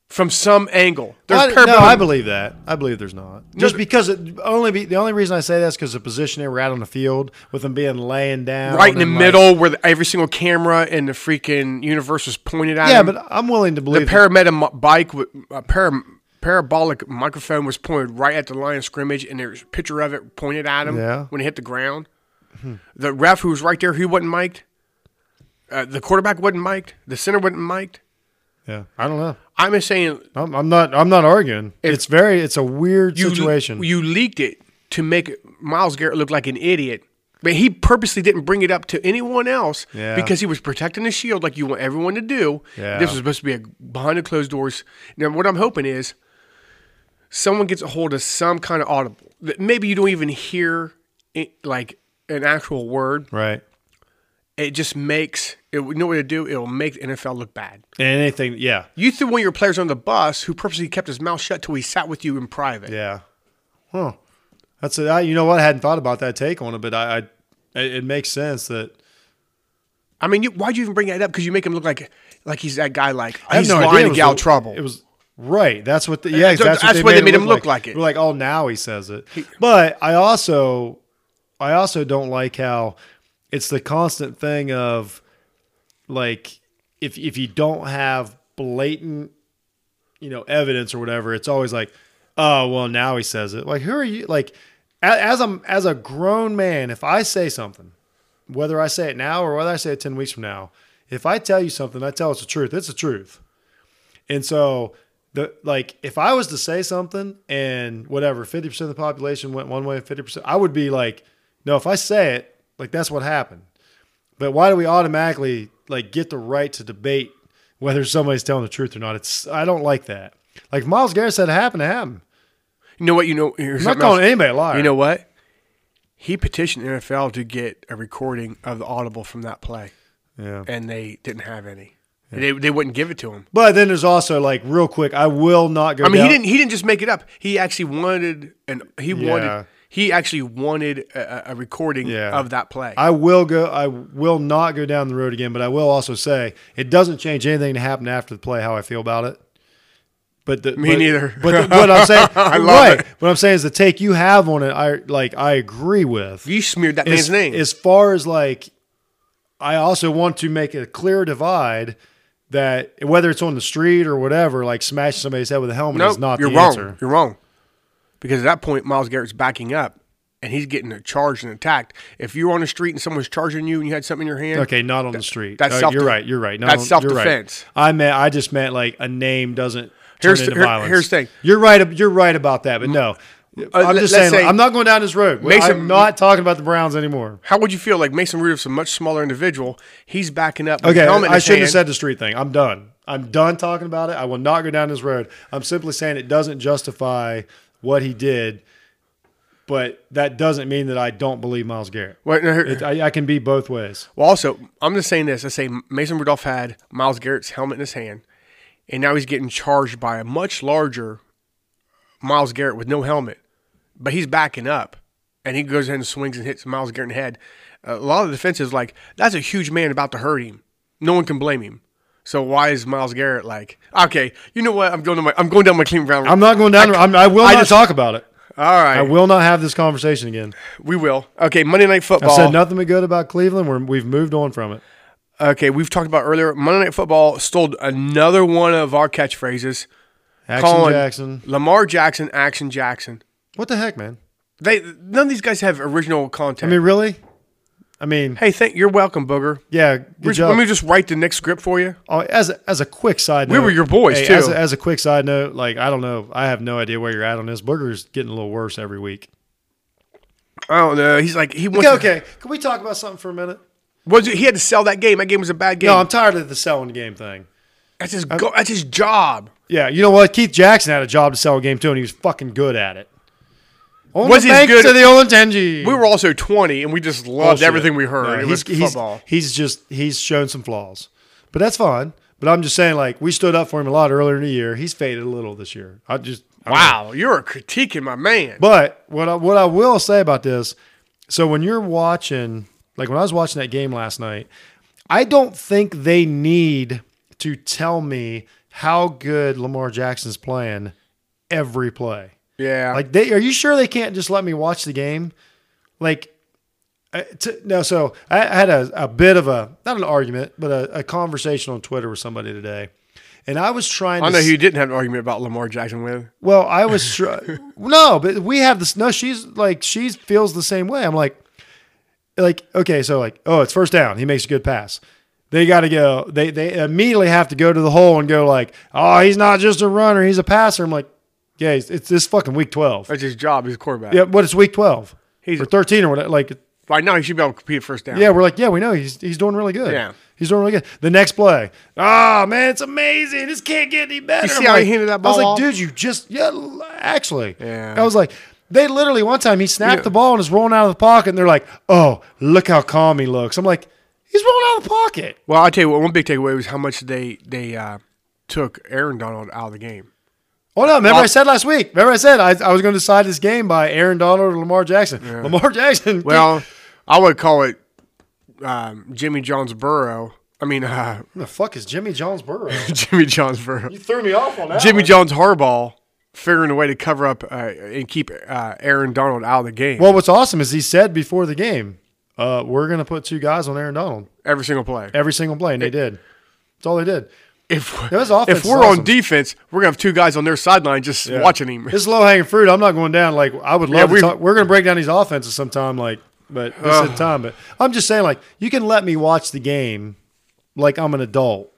from some angle. There's I, no, parabellum. I believe that. I believe there's not. Just because it only be, the only reason I say that is because the position they were out on the field with them being laying down right in the and, like- middle where the, every single camera in the freaking universe was pointed at Yeah, him. but I'm willing to the believe. that- paramedic mi- bike with a para, parabolic microphone was pointed right at the line of scrimmage, and there's a picture of it pointed at him Yeah. when he hit the ground. The ref who was right there, he wasn't mic'd. Uh, the quarterback wasn't mic'd. The center wasn't mic'd. yeah, I don't know. I'm just saying I'm, I'm not. I'm not arguing. it's very. It's a weird you, situation. You leaked it to make Miles Garrett look like an idiot. But he purposely didn't bring it up to anyone else Yeah. because he was protecting the shield like you want everyone to do. Yeah. This was supposed to be a behind the closed doors. Now, what I'm hoping is someone gets a hold of some kind of audible that maybe you don't even hear it, like an actual word. right. It just makes it. You know what to do? It'll make the NFL look bad. And anything. Yeah. You threw one of your players on the bus who purposely kept his mouth shut till he sat with you in private. Yeah. Huh. That's a, I, you know what I hadn't thought about that take on it, but I, I it, it makes sense that I mean, you, why'd you even bring that up? Because you make him look like like he's that guy. Like I have he's no idea lying it to was get out the- trouble. It was right. That's what. The, yeah, That's- that's, that's what why they made him look like. it. We're like, oh, now he says it. But I also, I also don't like how it's the constant thing of like if if you don't have blatant, you know, evidence or whatever, it's always like, oh, well, now he says it. Like, who are you? Like, a- as I'm as a grown man, if I say something whether I say it now or whether I say it 10 weeks from now, if I tell you something, I tell it's the truth. It's the truth. And so the like if I was to say something and whatever 50% of the population went one way and 50% I would be like, no, if I say it, like that's what happened. But why do we automatically like get the right to debate whether somebody's telling the truth or not? It's I don't like that. Like Miles Garrett said it happened to him. you know what? You know, here's I'm not something calling else. anybody a liar. You know what? He petitioned NFL to get a recording of the audible from that play, Yeah. and they didn't have any. They, they wouldn't give it to him. But then there's also like real quick, I will not go I mean, down- he didn't. He didn't just make it up. He actually wanted, and he Yeah. wanted. He actually wanted a, a- a recording Yeah. of that play. I will go. I will not go down the road again. But I will also say it doesn't change anything to happen after the play. How I feel about it. But the, Me but- neither. But the, what I'm saying, I love right? it. What I'm saying is the take you have on it. I like. I agree with you smeared that as, man's name. As far as like, I also want to make a clear divide that whether it's on the street or whatever, like smashing somebody's head with a helmet No, is not you're the wrong. answer. You're wrong. Because at that point, Miles Garrett's backing up, and he's getting charged and attacked. If you're on the street and someone's charging you and you had something in your hand, Okay, not on the street. that's Uh, self- you're right. You're right. Not that's on- you're right. self-defense. I meant. I just meant like a name doesn't turn Here's into the- here- violence. here's the thing. uh, You're right. ab- You're right about that. But no, I'm let- just let's saying. like, say- I'm not going down this road. Mason- I'm not talking about the Browns anymore. how would you feel? Like Mason Rudolph's a much smaller individual. He's backing up. with Okay, a helmet in I his shouldn't have hand. said the street thing. I'm done. I'm done talking about it. I will not go down this road. I'm simply saying it doesn't justify what he did, but that doesn't mean that I don't believe Miles Garrett. Wait, no, here- It, I, I can be both ways. well, also, I'm just saying this. I say Mason Rudolph had Miles Garrett's helmet in his hand, and now he's getting charged by a much larger Miles Garrett with no helmet, but he's backing up, and he goes ahead and swings and hits Miles Garrett in the head. A lot of the defense is like, that's a huge man about to hurt him. No one can blame him. So why is Miles Garrett like, okay, you know what? I'm going to my, I'm going down my clean brown. I'm not going down. I, I'm, I will I not just- talk about it. All right, I will not have this conversation again. we will. Okay, Monday Night I Football. said nothing but good about Cleveland. We're, we've moved on from it. Okay, we've talked about earlier. Monday Night Football stole another one of our catchphrases. Action calling Jackson. Lamar Jackson, Action Jackson. What the heck, man? They none of these guys have original I content. mean, really? I mean, hey, thank you're welcome, Booger. yeah. Good We're- job. Let me just write the next script for you. Oh, as a, as a quick side, We note, were your boys, too. As a, as a quick side note, like I don't know, I have no idea where you're at on this. Booger's getting a little worse every week. I don't know. He's like he wants. Okay, to- okay. Can we talk about something for a minute? Was it- he had to sell that game? That game was a bad game. No, I'm tired of the selling game thing. That's his. Go- that's his job. Yeah, you know what? Keith Jackson had a job to sell a game too, and he was fucking good at it. Only Was he thanks good- to the Olentangy. We were also 20, and we just loved Bullshit. everything we heard. No, it he's, was he's- football. he's just he's shown some flaws, but that's fine. But I'm just saying, like we stood up for him a lot earlier in the year. He's faded a little this year. I just I don't know. Wow, you're critiquing my man. But what I, what I will say about this, so when you're watching, like when I was watching that game last night, I don't think they need to tell me how good Lamar Jackson's playing every play. yeah, Like they are you sure they can't just let me watch the game? Like I- t- no, so I, I had a, a bit of a not an argument, but a, a conversation on Twitter with somebody today, and I was trying. I to know s- who you didn't have an argument about Lamar Jackson with. well, I was tr- no, but we have this. No, she's like she feels the same way. I'm like, like okay, so like oh, it's first down. He makes a good pass. They got to go. They they immediately have to go to the hole and go like, oh, he's not just a runner, he's a passer. I'm like, yeah, it's, it's this fucking week twelve. That's his job. He's a quarterback. Yeah, but it's week twelve. He's- or thirteen or whatever. Like Right now, he should be able to compete at first down. yeah, we're like, yeah, we know he's he's doing really good. Yeah. he's doing really good. The next play, ah man, it's amazing. This can't get any better. see I'm how he like- handed that I was ball like, off? dude, you just yeah, l- actually. Yeah. I was like, they literally one time he snapped Yeah. the ball and is rolling out of the pocket, and they're like, oh, look how calm he looks. I'm like, he's rolling out of the pocket. Well, I'll tell you what. One big takeaway was how much they they uh, took Aaron Donald out of the game. Oh no! Remember I said last week. Remember I said I, I was going to decide this game by Aaron Donald or Lamar Jackson. Lamar Jackson. Well, I would call it um, Jimmy John's Burrow. I mean, uh, the fuck is Jimmy Jones Burrow? Jimmy John's Burrow. you threw me off on that. Jimmy one. John's Harbaugh figuring a way to cover up uh, and keep uh, Aaron Donald out of the game Well, what's awesome is he said before the game, uh, "We're going to put two guys on Aaron Donald every single play. every single play," and they did. That's all they did. If That was offense if we're is on awesome. defense, we're gonna have two guys on their sideline just watching him. This is low hanging fruit. I'm not going down. Like I would Yeah, love. we- to talk. We're going to break down these offenses sometime. Like, but this isn't time. But I'm just saying, like, you can let me watch the game, like I'm an adult.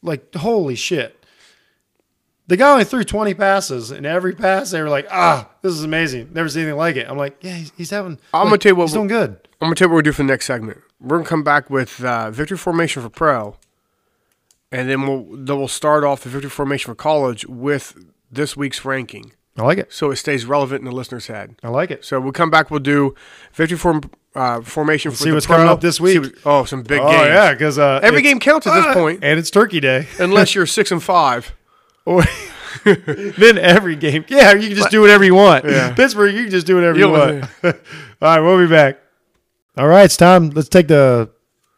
Like, holy shit. The guy only threw 20 passes, and every pass they were like, "Ah, this is amazing. Never seen anything like it." I'm like, "Yeah, he's, he's having. I'm gonna like, tell you what- he's doing good." I'm gonna tell you what we're gonna do for the next segment. We're gonna come back with uh, victory formation for pro, and then we'll then we'll start off the victory formation for college with this week's ranking, I like it. so it stays relevant in the listener's head. I like it. So we'll come back. We'll do victory form uh, formation for see the what's pro. coming up this See what- week. oh, some big Oh games. yeah, because uh, every it's- game counts at this Ah, point, and it's Turkey Day. unless you're six and five. Or then every game. Yeah, you can just do whatever you want. Pittsburgh, you can just do whatever you, You don't- want. All right, we'll be back. All right, it's time. Let's take the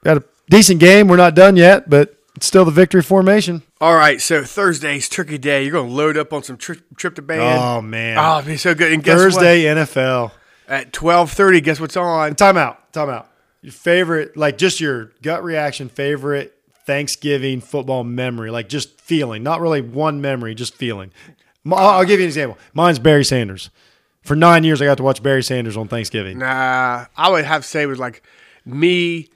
got a decent game. We're not done yet, but it's still the victory formation. All right, so Thursday's Turkey Day. You're gonna load up on some tri- tryptophan. man. Oh, it'd be so good. And guess Thursday NFL. what? at twelve thirty. Guess what's on? Time out. Time out. Your favorite, like just your gut reaction, favorite Thanksgiving football memory, like just feeling, not really one memory, just feeling. M- I'll I'll give you an example. Mine's Barry Sanders. For nine years, I got to watch Barry Sanders on Thanksgiving. Nah, I would have to say it was like me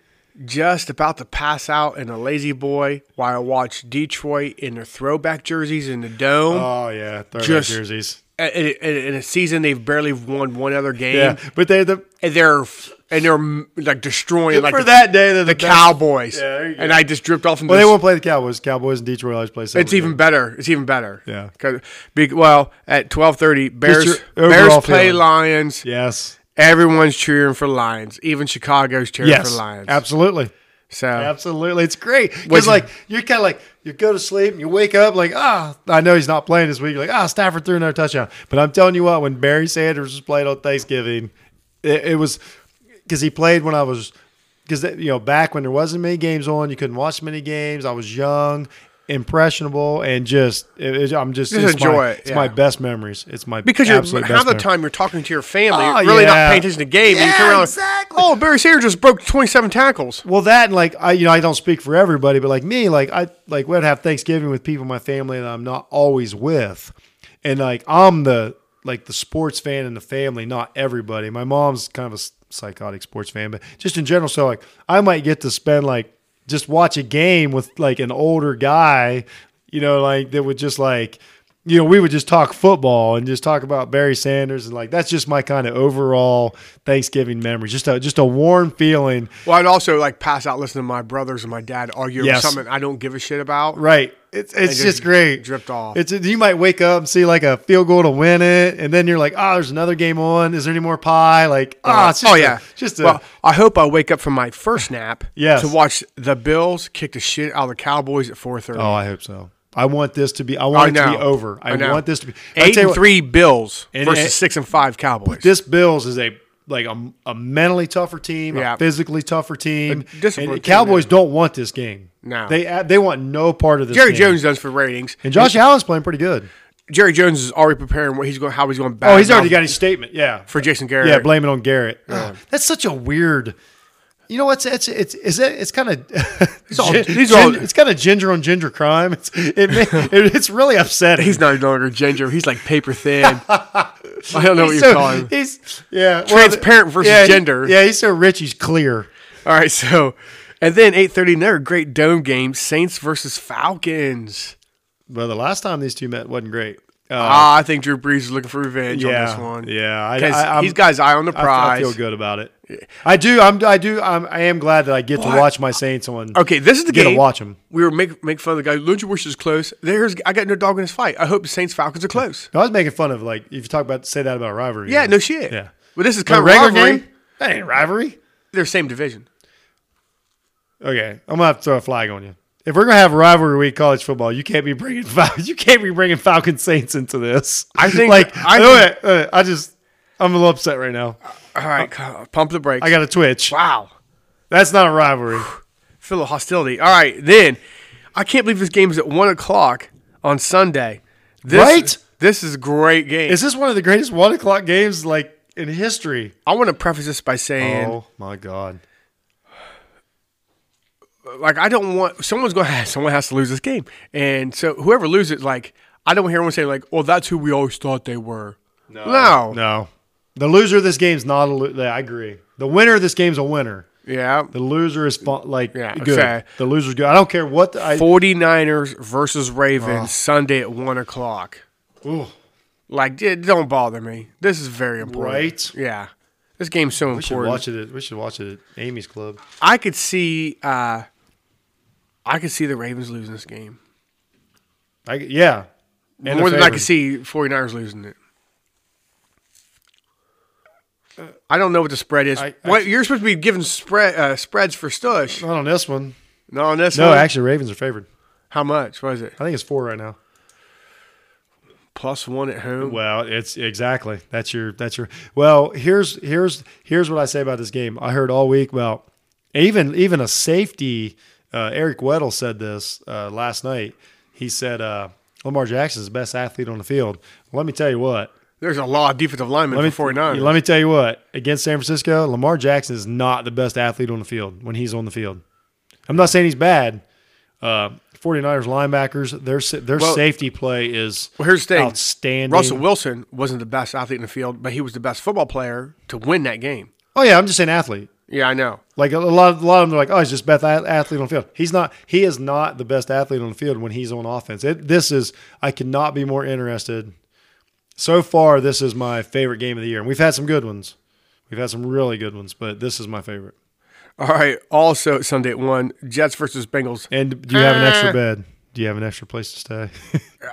just about to pass out in a lazy boy while I watched Detroit in their throwback jerseys in the dome. Oh yeah, throwback Just- jerseys. and in, in a season they've barely won one other game, Yeah, but they're the and they're and they're mm, like destroying like for the, that day they're the the, best. Cowboys. Yeah, there you go. And I just dripped off. Into Well, they this- won't play the Cowboys. Cowboys and Detroit always play. It's even better. It's even better. Yeah. 'Cause- Be, well, at twelve thirty, Bears your Bears overall play feeling. Lions. yes, Everyone's cheering for Lions. Even Chicago's cheering yes, for Lions. absolutely. So Absolutely, it's great Which- because like you're kind of like you go to sleep and you wake up like ah I know he's not playing this week. You're like ah Stafford threw another touchdown, but I'm telling you what, when Barry Sanders was played on Thanksgiving, it, it was because he played when I was because you know back when there wasn't many games on, you couldn't watch many games. I was young, impressionable, and just it, it- I'm just, Just it's enjoy my, it, It's my yeah. best memories. It's my because you're absolute half best the mem- time you're talking to your family, Oh, you're really yeah. not paying attention to the game. and you Yeah, turn around, exactly. Oh, Barry Sanders just broke 27 tackles. Well, that and like I, you know, I don't speak for everybody, but like me, like I, like we'd have Thanksgiving with people in my family that I'm not always with, and like I'm the like the sports fan in the family, not everybody. My mom's kind of a s- psychotic sports fan, but just in general, so like I might get to spend like just watch a game with like an older guy, you know, like that would just like you know, we would just talk football and just talk about Barry Sanders and like that's just my kind of overall Thanksgiving memory. Just a just a warm feeling. Well, I'd also like pass out listening to my brothers and my dad argue Yes. over something I don't give a shit about. Right. It's it's just just, great. dripped off. It's you might wake up and see like a field goal to win it, and then you're like, oh, there's another game on. Is there any more pie? Like, ah, it's just oh a- yeah, just a, well. I hope I wake up from my first nap Yes. to watch the Bills kick the shit out of the Cowboys at four thirty. Oh, I hope so. I want this to be. I want it to be over. I, know. want this to be I eight tell you and what, three Bills And- versus and- six and five Cowboys. This Bills is a like a, a mentally tougher team, Yeah. a physically tougher team. A disciplined And the team, Cowboys yeah. don't want this game. No. they they want no part of this. Jerry game. Jones does for ratings, and Josh Allen's playing pretty good. Jerry Jones is already preparing what he's going, how he's going. Oh, he's already got his statement. Yeah, for Jason Garrett. Yeah, blame it on Garrett. Ugh, that's such a weird. You know what's it's it's it's, it's kind of all- these are all- it's kind of ginger on ginger crime. It's it, ma- it it's really upsetting. He's not no longer ginger. He's like paper thin. I don't know what He's you're so- calling. him. He's yeah, well, Transparent the- versus yeah, he- gender. yeah, he's so rich, he's clear. All right, so and then eight thirty, another great dome game: Saints versus Falcons. But the last time these two met wasn't great. Uh, Ah, I think Drew Brees is looking for revenge on this one. yeah. I, 'Cause I, I'm- he's got his eye on the I- I, prize. feel good about it. I do. I'm. I do. I'm, I am glad that I get What? to watch my Saints on. Okay, this is the Get to game. watch 'em. We were make make fun of the guy. Don't you wish it was close? There's I got no dog in this fight. I hope the Saints Falcons are close. I was making fun of like if you talk about say that about rivalry. Yeah, no shit. Yeah. But this is But kind of regular rivalry. game. That ain't rivalry. They're same division. Okay, I'm gonna have to throw a flag on you. If we're gonna have rivalry week college football, you can't be bringing Fal- you can't be bringing Falcon Saints into this. I think- like I I think- know it. uh, I just I'm a little upset right now. All right, c- Uh, pump the brakes. I got a twitch. wow. That's not a rivalry. Feel of hostility. All right, then I can't believe this game is at one o'clock on Sunday. This, Right? This is a great game. Is this one of the greatest one o'clock games like in history? I want to preface this by saying, oh my god! like, I don't want someone's going to have someone has to lose this game, and so whoever loses, like, I don't hear anyone say like, "Well, that's who we always thought they were." No, no, No, the loser of this game's not a. Lo- I agree. The winner of this game's a winner. yeah. The loser is fu- like Yeah, good. okay. The loser's good. I don't care what the, I. 49ers versus Ravens Sunday at one o'clock. Ooh. Like, it don't bother me. This is very important. Right? Yeah. This game's so We should important. watch it. At, we should watch it at Amy's club. I could see uh I could see the Ravens losing this game. I, yeah, And More they're than I could favored. see 49ers losing it. I don't know what the spread is. I- I- what, you're supposed to be giving spread uh, spreads for Stush. Not on this one. No, on this No, one. actually, Ravens are favored. How much was it? I think it's four right now. Plus one at home. Well, it's exactly that's your that's your. Well, here's here's here's what I say about this game. I heard all week about even even a safety. Uh, Eric Weddle said this uh, last night. He said uh, Lamar Jackson is the best athlete on the field. Let me tell you what. There's a lot of defensive linemen Let me, for 49ers. let me tell you what. Against San Francisco, Lamar Jackson is not the best athlete on the field when he's on the field. I'm not saying he's bad. Uh, 49ers linebackers, their sa- their Well- safety play is Well, here's the thing. outstanding. Russell Wilson wasn't the best athlete in the field, but he was the best football player to win that game. oh yeah, I'm just saying athlete. Yeah, I know. Like a a lot, of, a lot of them are like, oh, he's just best ath- athlete on the field. He's not. He is not the best athlete on the field when he's on offense. It, this is. I cannot be more interested. So far, this is my favorite game of the year, and we've had some good ones. We've had some really good ones, but this is my favorite. All right. Also, Sunday at one, Jets versus Bengals. And do you have an Uh. extra bed? Do you have an extra place to stay?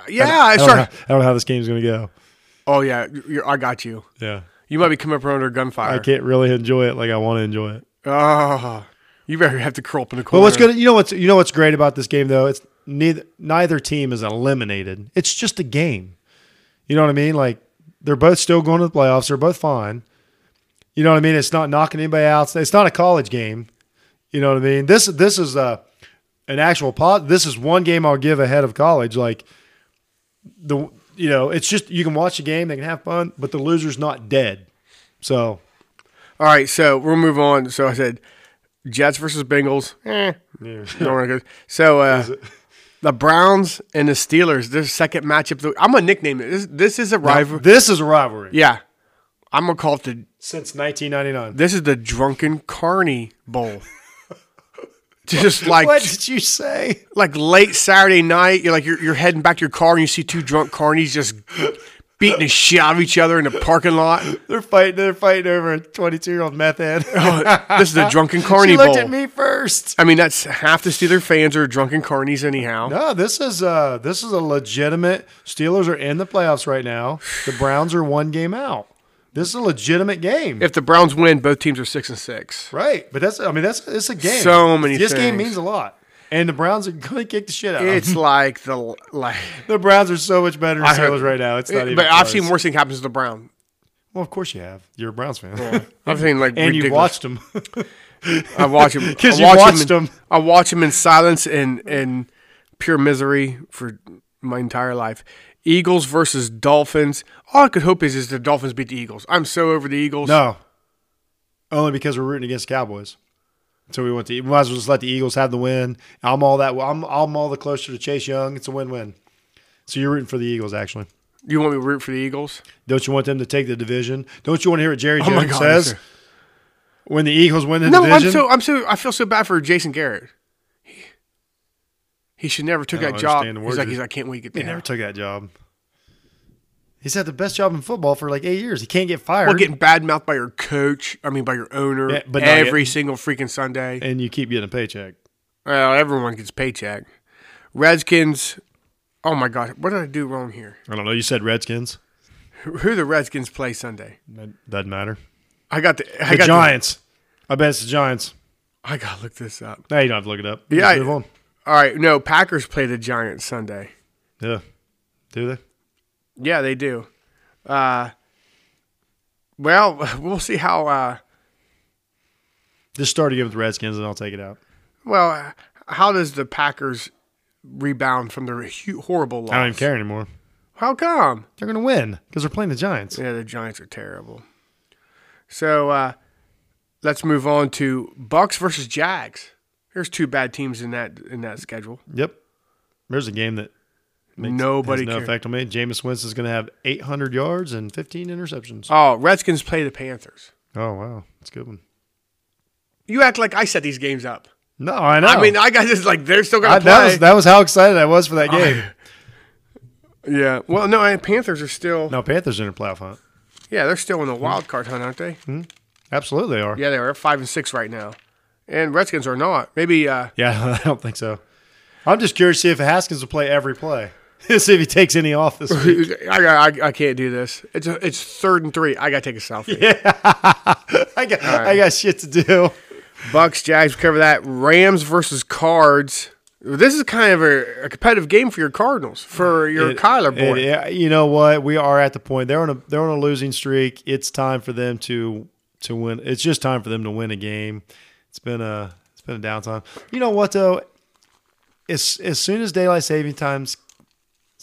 Yeah, I, I don't, know, started. I don't know how this game's going to go. Oh yeah, you're, I got you. Yeah. You might be coming up under I gunfire. can't really enjoy it like I want to enjoy it. Oh, you better have to curl up in the corner. But what's good, you know what's you know what's great about this game though? It's neither neither team is eliminated. It's just a game. You know what I mean? Like they're both still going to the playoffs. They're both fine. You know what I mean? It's not knocking anybody out. It's not a college game. You know what I mean? This this is a an actual pot. This is one game I'll give ahead of college. Like the you know, it's just you can watch the game, they can have fun, but the loser's not dead. So All right, so we'll move on. So I said, Jets versus Bengals. Eh, don't wanna go- So uh, the Browns and the Steelers. Their second matchup. of the- I'm gonna nickname it. This this is a rival. this is a rivalry Yeah, I'm gonna call it the since 1999. This is the Drunken Carney Bowl. just like what did you say? like late Saturday night. You're like you're, you're heading back to your car and you see two drunk carnies just beating the shit out of each other in the parking lot. They're fighting. They're fighting over a 22 year old meth head. This is the drunken carny she bowl. looked at me first. I mean, that's half the Steeler fans are drunken carnies anyhow. No, this is uh this is a legitimate. Steelers are in the playoffs right now. The Browns are one game out. This is a legitimate game. If the Browns win, both teams are six and six. Right, but that's I mean that's it's a game. So many This game things. means a lot, and the Browns are going to kick the shit out. of It's them. like the like. The Browns are so much better than I heard- Steelers right now. It's not even. but I've close. seen worse things happen to the Brown. Well, of course you have. You're a Browns fan, I've seen like and you ridiculous- watched them. I watch him 'Cause I you watch watched him. in- him. I watch him in silence and and pure misery for my entire life. Eagles versus Dolphins. All I could hope is is the Dolphins beat the Eagles. I'm so over the Eagles. no, only because we're rooting against Cowboys. So we want to. We might as well just let the Eagles have the win. I'm all that. I'm I'm all the closer to Chase Young. It's a win-win. So you're rooting for the Eagles, actually. You want me to root for the Eagles? Don't you want them to take the division? Don't you want to hear what Jerry Oh Jones my God, says sir. when the Eagles win the No, division? I'm so I'm so I feel so bad for Jason Garrett. He- He should never took I don't that job. understand the He's words like, you- he's, I can't wait to get He there. never took that job. He's had the best job in football for like eight years. He can't get fired. well, getting badmouthed by your coach, I mean by your owner, Yeah, but not every getting- single freaking Sunday. and you keep getting a paycheck. Well, everyone gets paycheck. Redskins. Oh my God, what did I do wrong here? I don't know. You said Redskins. Who- Who the Redskins play Sunday? That doesn't matter. I got the, I The got the- Giants. I bet it's the Giants. I gotta look this up. No, you don't have to look it up. Yeah, Just I- move on. All right, no Packers play the Giants Sunday. Yeah. Do they? Yeah, they do. Uh, well, we'll see how. Uh, Just start again with the Redskins, and I'll take it out. well, how does the Packers rebound from their hu- horrible loss? I don't even care anymore. How come? They're gonna win because they're playing the Giants. Yeah, the Giants are terrible. So uh, let's move on to Bucks versus Jags. Here's two bad teams in that in that schedule. Yep. There's a game that Nobody has no cares. effect on me. Jameis Winston's gonna have 800 yards and 15 interceptions. Oh, Redskins play the Panthers. Oh wow, that's a good one. You act like I set these games up. No, I know. I mean, I got this like they're still gonna Oh. I- play. that was that was how excited I was for that game. yeah. Well, no, I- Panthers are still. no, Panthers are in a playoff hunt. Yeah, they're still in the wild card hunt, aren't they? Mm-hmm. Absolutely, they are. Yeah, they are five and six right now, and Redskins are not. Maybe. Uh, Yeah, I don't think so. I'm just curious to see if Haskins will play every play. see if he takes any off this week. I, I I can't do this. It's a, it's third and three. I gotta take a selfie. I got I got shit to do. Bucks, Jags cover that. Rams versus Cards. This is kind of a, a competitive game for your Cardinals, for your Kyler boy. And, yeah, you know what? We are at the point they're on a they're on a losing streak. It's time for them to to win. It's just time for them to win a game. It's been a it's been a downtime. You know what though? As as soon as daylight saving times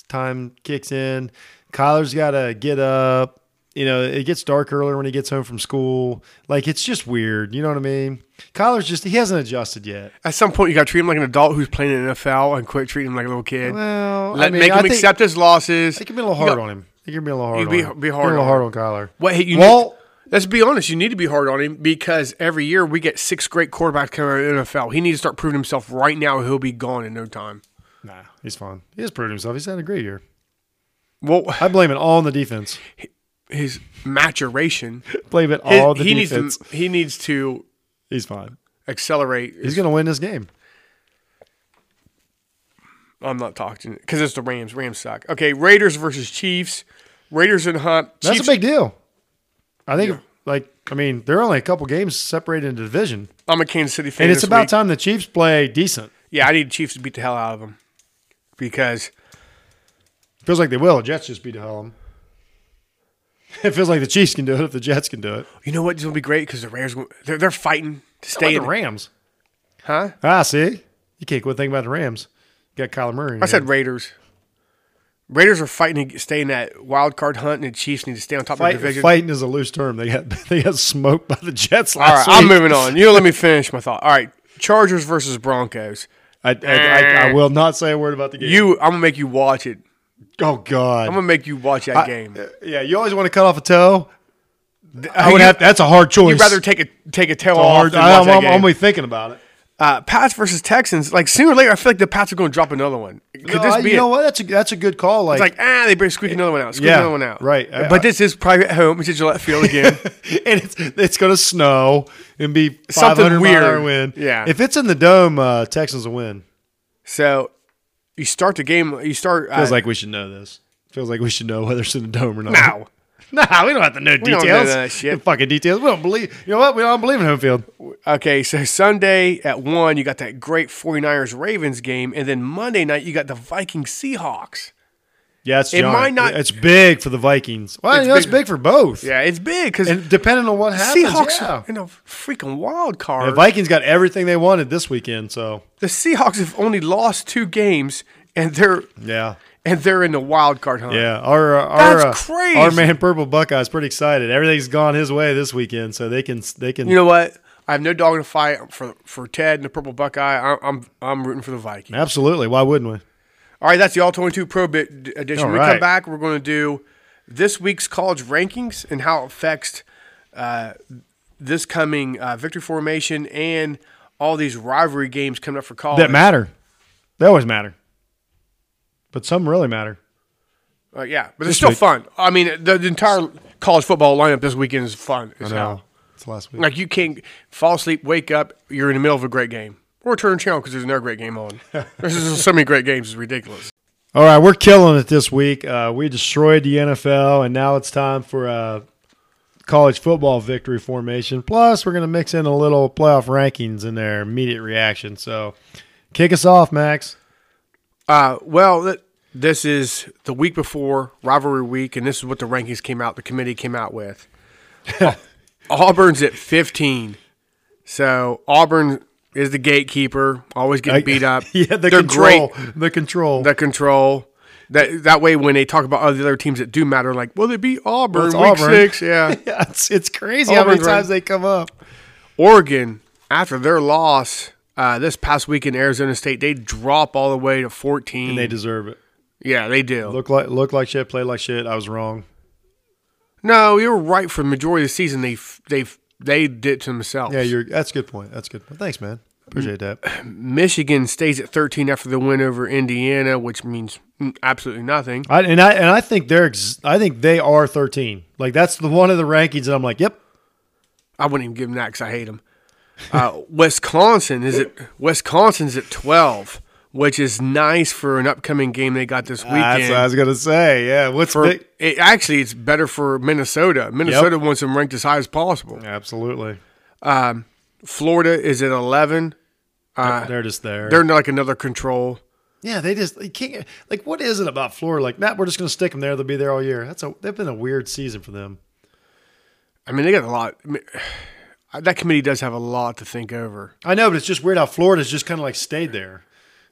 time kicks in, Kyler's got to get up. You know, it gets dark earlier when he gets home from school. Like it's just weird. You know what I mean? Kyler's just he hasn't adjusted yet. At some point, you got to treat him like an adult who's playing in the NFL and quit treating him like a little kid. Well, I Let, mean, make him I think- accept his losses. It can be a little hard on him. It can be a little hard. You'd be- on him. be hard a little on hard on Kyler. What hey, you Walt- need- let's be honest. You need to be hard on him because every year we get six great quarterbacks coming out of the NFL. He needs to start proving himself right now. or He'll be gone in no time. Nah, he's fine. He has proved himself. He's had a great year. Well, I blame it all on the defense. his maturation. Blame it all on the he defense. needs to. He needs to he's fine. accelerate. He's going to win this game. I'm not talking because it's the Rams. Rams suck. Okay, Raiders versus Chiefs. Raiders and Hunt. That's Chiefs- a big deal. I think, like, I mean, they're only a couple games separated in the division, I'm a Kansas City fan. and it's this about week. time the Chiefs play decent. Yeah, I need Chiefs to beat the hell out of them because Feels like they will. The Jets just beat the hell out of them. It feels like the Chiefs can do it if the Jets can do it. you know what? This will be great because the Raiders will- they're, they're fighting to What stay about in the Rams? Huh? Ah, see, you can't quit thinking about the Rams. You got Kyler Murray. in I said here. Raiders. Raiders are fighting to stay in that wild card hunt, and the Chiefs need to stay on top Fight, of the division. fighting is a loose term. They got they got smoked by the Jets All right, last I'm week. moving on. You let me finish my thought. All right, Chargers versus Broncos. I, I, I, I will not say a word about the game. Eh. You, I'm gonna make you watch it. oh God, I'm gonna make you watch that game. Uh, yeah, you always want to cut off a toe. I would you- have. That's a hard choice. You'd rather take a take a tail a off. hard, than I, watch am that game. only thinking about it. uh, Pats versus Texans, like sooner or later, I feel like the Pats are going to drop another one. Could No, this I- be you it? know what? That's a that's a good call. Like, It's like ah, they better squeak another one out. Squeak Yeah, another one out. right. I- but this is private home. It's at Gillette Field again. and it's it's gonna snow and be Something 500 mile an hour weird. wind. Yeah. If it's in the dome, uh, Texans will win. so you start the game. You start. Uh, Feels like we should know this. Feels like we should know whether it's in the dome or not. now. Nah, we don't have to know details. don't know that shit. The fucking details. We don't believe. You know what? We don't believe in home field. Okay, so Sunday at one, you got that great 49ers Ravens game, and then Monday night you got the Vikings Seahawks. Yeah, it's It giant. might not- It's big for the Vikings. Well, It's you know, it's big- big for both. Yeah, it's big because And depending on what happens, Seahawks yeah. are in a freaking wild card. The Vikings got everything they wanted this weekend, so the Seahawks have only lost two games, and they're yeah, and they're in the wild card hunt. yeah. Our uh, That's our, uh, crazy. Our man, Purple Buckeye's pretty excited. Everything's gone his way this weekend, so they can they can. You know what? I have no dog in the fight for for Ted and the Purple Buckeye. I'm I'm, I'm rooting for the Vikings. absolutely. Why wouldn't we? All right, that's the All 22 Pro Bit d- edition. All when we right. come back, we're going to do this week's college rankings and how it affects uh, this coming uh, victory formation and all these rivalry games coming up for college. That matter. They always matter, but some really matter. Uh, yeah, but it's This still week. fun. I mean, the, the entire college football lineup this weekend is fun. as hell. it's last week. Like, you can't fall asleep, wake up, you're in the middle of a great game. Or turn the channel because there's another great game on. There's just so many great games. It's ridiculous. All right, we're killing it this week. Uh, we destroyed the NFL, and now it's time for uh, college football victory formation. Plus, we're going to mix in a little playoff rankings in their immediate reaction. So, kick us off, Max. Uh, well, th- this is the week before rivalry week, and this is what the rankings came out. The committee came out with Auburn's at fifteen, so Auburn is the gatekeeper, always getting beat up. yeah, the They're control. great. The control. The control. That that way, when they talk about other, the other teams that do matter, like well, they beat Auburn it's week Auburn. six, yeah. yeah, it's, it's crazy how Auburn's many times right. they come up. Oregon, after their loss uh, this past week in Arizona State, they drop all the way to fourteen. And they deserve it. yeah, they do. Look like look like shit, play like shit. I was wrong. No, you're right. For the majority of the season, they f- they f- they did it to themselves. Yeah, you're. That's a good point. That's a good point. Thanks, man. Appreciate that. Michigan stays at 13 after the win over Indiana, which means mm, absolutely nothing. I, and I and I think they're ex- I think they are 13. Like that's the one of the rankings that I'm like, yep, I wouldn't even give them that because I hate them. Uh, Wisconsin is at Wisconsin's at 12, which is nice for an upcoming game they got this weekend. was gonna say. Yeah, what's For- it- actually, it's better for Minnesota. Minnesota wants them ranked as high as possible. Absolutely, Florida is at 11. they're just there. They're like another control. yeah, they just they can't. Like, what is it about Florida? Like, nah, we're just gonna stick them there. They'll be there all year. That's a they've been a weird season for them. I mean, they got a lot. I mean, that committee does have a lot to think over. I know, but it's just weird how Florida's just kind of like stayed there.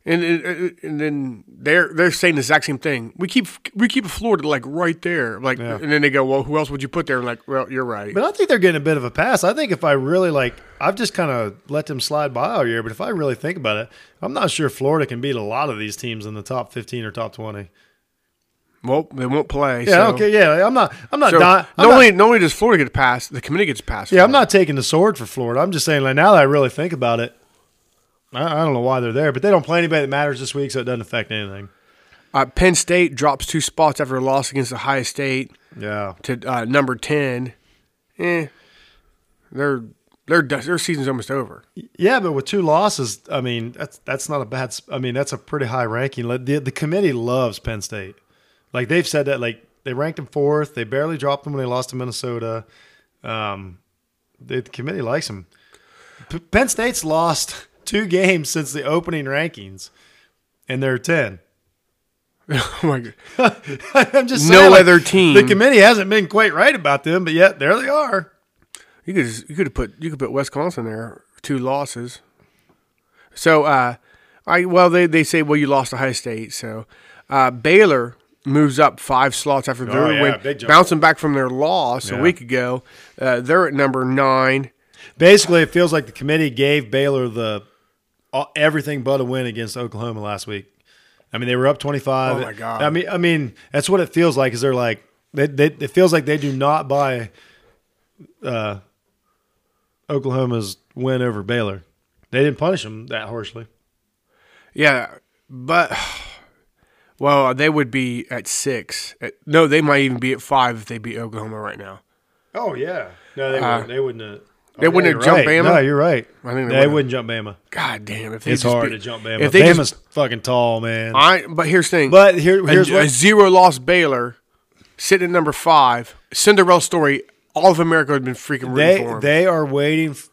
And, and and then they're they're saying the exact same thing. We keep we keep Florida like right there, like, and then they go, well, who else would you put there? And like, well, you're right. But I think they're getting a bit of a pass. I think if I really like, I've just kind of let them slide by all year. But if I really think about it, I'm not sure Florida can beat a lot of these teams in the top 15 or top 20. well, they won't play. Yeah, so. okay, yeah. I'm not. I'm not. So di- I'm not, not- only not only does Florida get a pass, the committee gets a pass. yeah, I'm not taking the sword for Florida. I'm just saying, like now that I really think about it, I, I don't know why they're there, but they don't play anybody that matters this week, so it doesn't affect anything. Uh, Penn State drops two spots after a loss against Ohio State Yeah, to uh, number ten. Eh, their their their season's almost over. yeah, but with two losses, I mean that's that's not a bad. s- I mean that's a pretty high ranking. Like, The the committee loves Penn State, like they've said that. Like they ranked them fourth. They barely dropped them when they lost to Minnesota. Um, the, the committee likes them. P- Penn State's lost two games since the opening rankings, and they're ten. oh my god. I'm just No saying, like, other team. The committee hasn't been quite right about them, but yet there they are. You could just, you could have put you could put Wisconsin there two losses. So uh, I well they they say well you lost to Ohio State so uh, Baylor moves up five slots after their Oh, yeah, win big jump. bouncing back from their loss a week ago. Uh, they're at number nine. Basically, it feels like the committee gave Baylor the all, everything but a win against Oklahoma last week. I mean, they were up 25. Oh, my God. I mean, I mean, that's what it feels like. Is they're like they, they it feels like they do not buy uh, Oklahoma's win over Baylor. They didn't punish him that harshly. Yeah, but well, they would be at six. At- No, they might even be at five if they beat Oklahoma right now. Oh yeah, no, they wouldn't. They wouldn't. Uh, Have, they wouldn't have jumped Bama? No, you're right. I think they they, would've. wouldn't jump Bama. God damn, if they It's just hard beat- to jump Bama. If they Bama's just, fucking tall, man. I, but here's the thing. but here, A- here's a, what zero loss Baylor sitting at number five. Cinderella story. All of America had been freaking rooting they for him. they are waiting. f-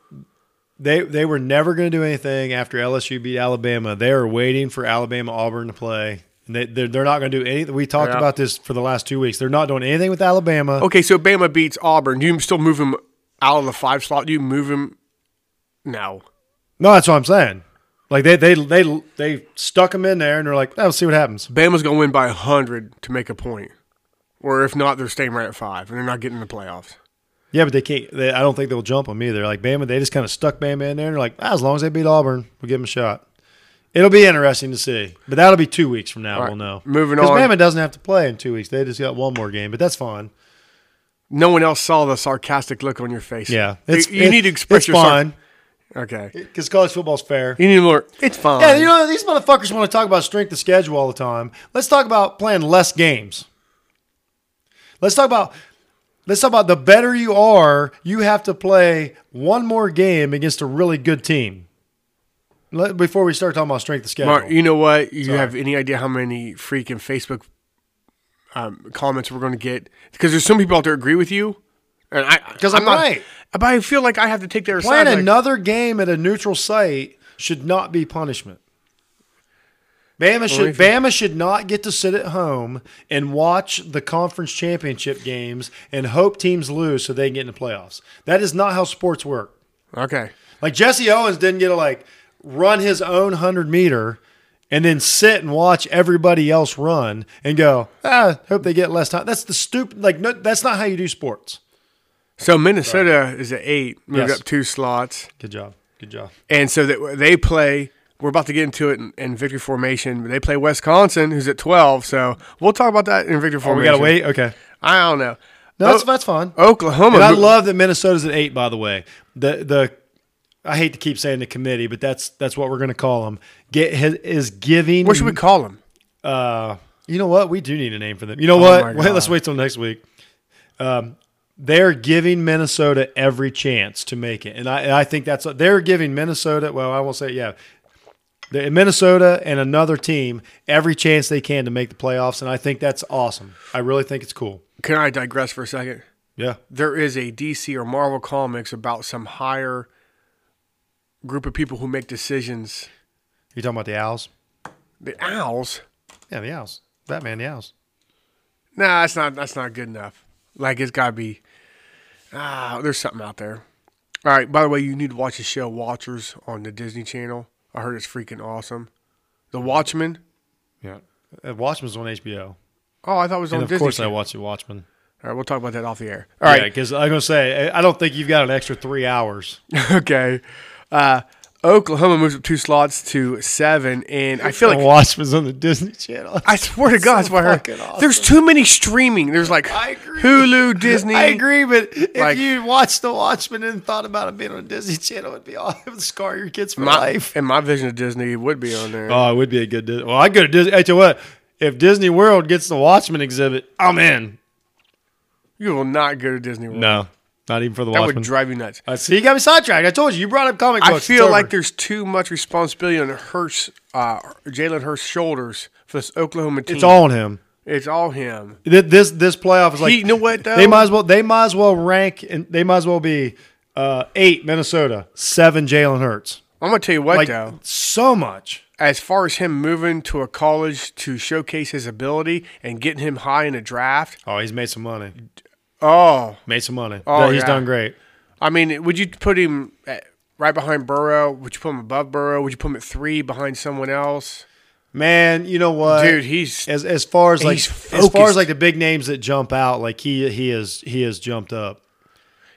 They they were never going to do anything after LSU beat Alabama. They are waiting for Alabama Auburn to play. And They they're, they're not going to do anything. We talked Yeah. about this for the last two weeks. They're not doing anything with Alabama. okay, so Bama beats Auburn. Do you still move him out of the five slot? Do you move him? No. No, that's what I'm saying. Like they they they they stuck them in there and they're like, oh, see what happens. Bama's going to win by 100 to make a point. Or if not, they're staying right at five and they're not getting in the playoffs. Yeah, but they can't. They, I don't think they'll jump them either. Like Bama, they just kind of stuck Bama in there and they're like, ah, as long as they beat Auburn, we'll give them a shot. It'll be interesting to see, but that'll be two weeks from now. right, We'll know. moving 'Cause on. Bama doesn't have to play in two weeks. They just got one more game, but that's fine. No one else saw the sarcastic look on your face. Yeah, You- you it- need to express it's your sar- fine Okay. because college football's fair. You need more. It's fine. Yeah, you know these motherfuckers want to talk about strength of schedule all the time. Let's talk about playing less games. Let's talk about let's talk about the better you are, you have to play one more game against a really good team. Let, before we start talking about strength of schedule, Mark, you know what? You have any idea how many freaking Facebook um, comments we're going to get? Because there's some people out there agree with you, and I 'Cause I'm not- right. But I feel like I have to take their playing side. Like, another game at a neutral site should not be punishment. Bama should Bama should not get to sit at home and watch the conference championship games and hope teams lose so they can get in the playoffs. That is not how sports work. okay, Like Jesse Owens didn't get to like run his own hundred meter and then sit and watch everybody else run and go, ah, hope they get less time. That's the stupid like no that's not how you do sports. so Minnesota is at eight, moved Yes. up two slots, Good job. Good job. and so that they play. We're about to get into it in, in victory formation. They play Wisconsin, who's at twelve. So we'll talk about that in victory Oh, we formation. gotta wait? Okay. I don't know. No, that's, that's oh, fine. Oklahoma. And I mo- love that Minnesota's at eight. By the way, the the I hate to keep saying the committee, but that's that's what we're going to call them. Get has, is giving. What should we call them? Uh, you know what? We do need a name for them. You know Oh my what? Wait, let's God. wait till next week. Um, they're giving Minnesota every chance to make it, and I and I think that's they're giving Minnesota. Well, I won't say yeah. They're- Minnesota and another team every chance they can to make the playoffs, and I think that's awesome. I really think it's cool. Can I digress for a second? Yeah. there is a DC or Marvel comics about some higher group of people who make decisions. You're talking about the Owls? The owls? Yeah, the Owls. Batman, the Owls. Nah, that's not that's not good enough. Like it's gotta be ah, there's something out there. All right, by the way, you need to watch the show Watchers on the Disney Channel. I heard it's freaking awesome. The Watchmen. Yeah. Uh, Watchmen's on HBO. Oh, I thought it was on and of Disney. course I Channel. watch the Watchmen. All right, we'll talk about that off the air. All right. because I'm going to say, I I don't think you've got an extra three hours. okay. Uh, Oklahoma moves up two slots to seven, and I feel like The Watchmen's on the Disney Channel. I swear to God, that's why I heard. fucking awesome. There's too many streaming. There's like I agree. Hulu, Disney. I agree, but if Like- you watched The Watchmen and thought about it being on Disney Channel, it'd be awesome. It would scar your kids for My, life. And my vision of Disney would be on there. Oh, it would be a good Disney. Well, I go to Disney. I tell you what, if Disney World gets the Watchmen exhibit, oh, I'm in. you will not go to Disney World. No, not even for the that Watchmen. would drive you nuts. Uh, see, you got me sidetracked. I told you, you brought up comic books. I It's feel over. like there's too much responsibility on Hurts, uh, Jalen Hurts' shoulders for this Oklahoma team. it's all on him. It's all him. Th- This this playoff is like He- you know what, though? They might as well they might as well rank and they might as well be uh, eight Minnesota, seven Jalen Hurts. I'm gonna tell you what Like though. so much. As far as him moving to a college to showcase his ability and getting him high in a draft, Oh, he's made some money. oh, Made some money. Oh, he's yeah. done great. I mean, would you put him at, right behind Burrow? Would you put him above Burrow? Would you put him at three behind someone else? Man, you know what, Dude, he's- as as far as like he's as far as focused. like the big names that jump out, like he he is he has jumped up.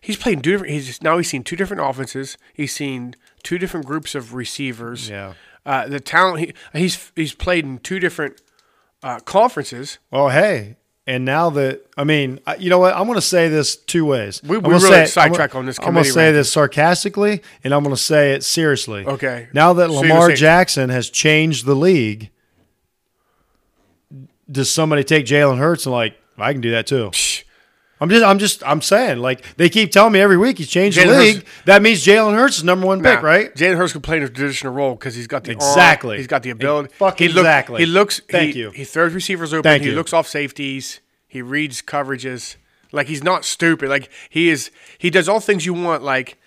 He's playing two different. He's now he's seen two different offenses. He's seen two different groups of receivers. Yeah. uh, the talent he he's he's played in two different uh, conferences. Well, Oh, hey, And now that I mean, I- you know what? I'm going to say this two ways. We- I'm we gonna really say it- sidetrack I'm, gonna- on this I'm going committee to say rankings. this sarcastically, and I'm going to say it seriously. Okay. Now that So you're Lamar saying- Jackson has changed the league, does somebody take Jalen Hurts and like I can do that too? I'm just, I'm just, I'm saying. Like they keep telling me every week he's changed Jalen the Hurts- league. that means Jalen Hurts is number one Nah, pick, right? Jalen Hurts could play in a traditional role because he's got the arm, Exactly. he's got the ability. E- fucking he look- exactly. He looks. Thank he, you. He throws receivers open. Thank he you. looks off safeties. He reads coverages. Like he's not stupid. Like he is. He does all things you want. Like,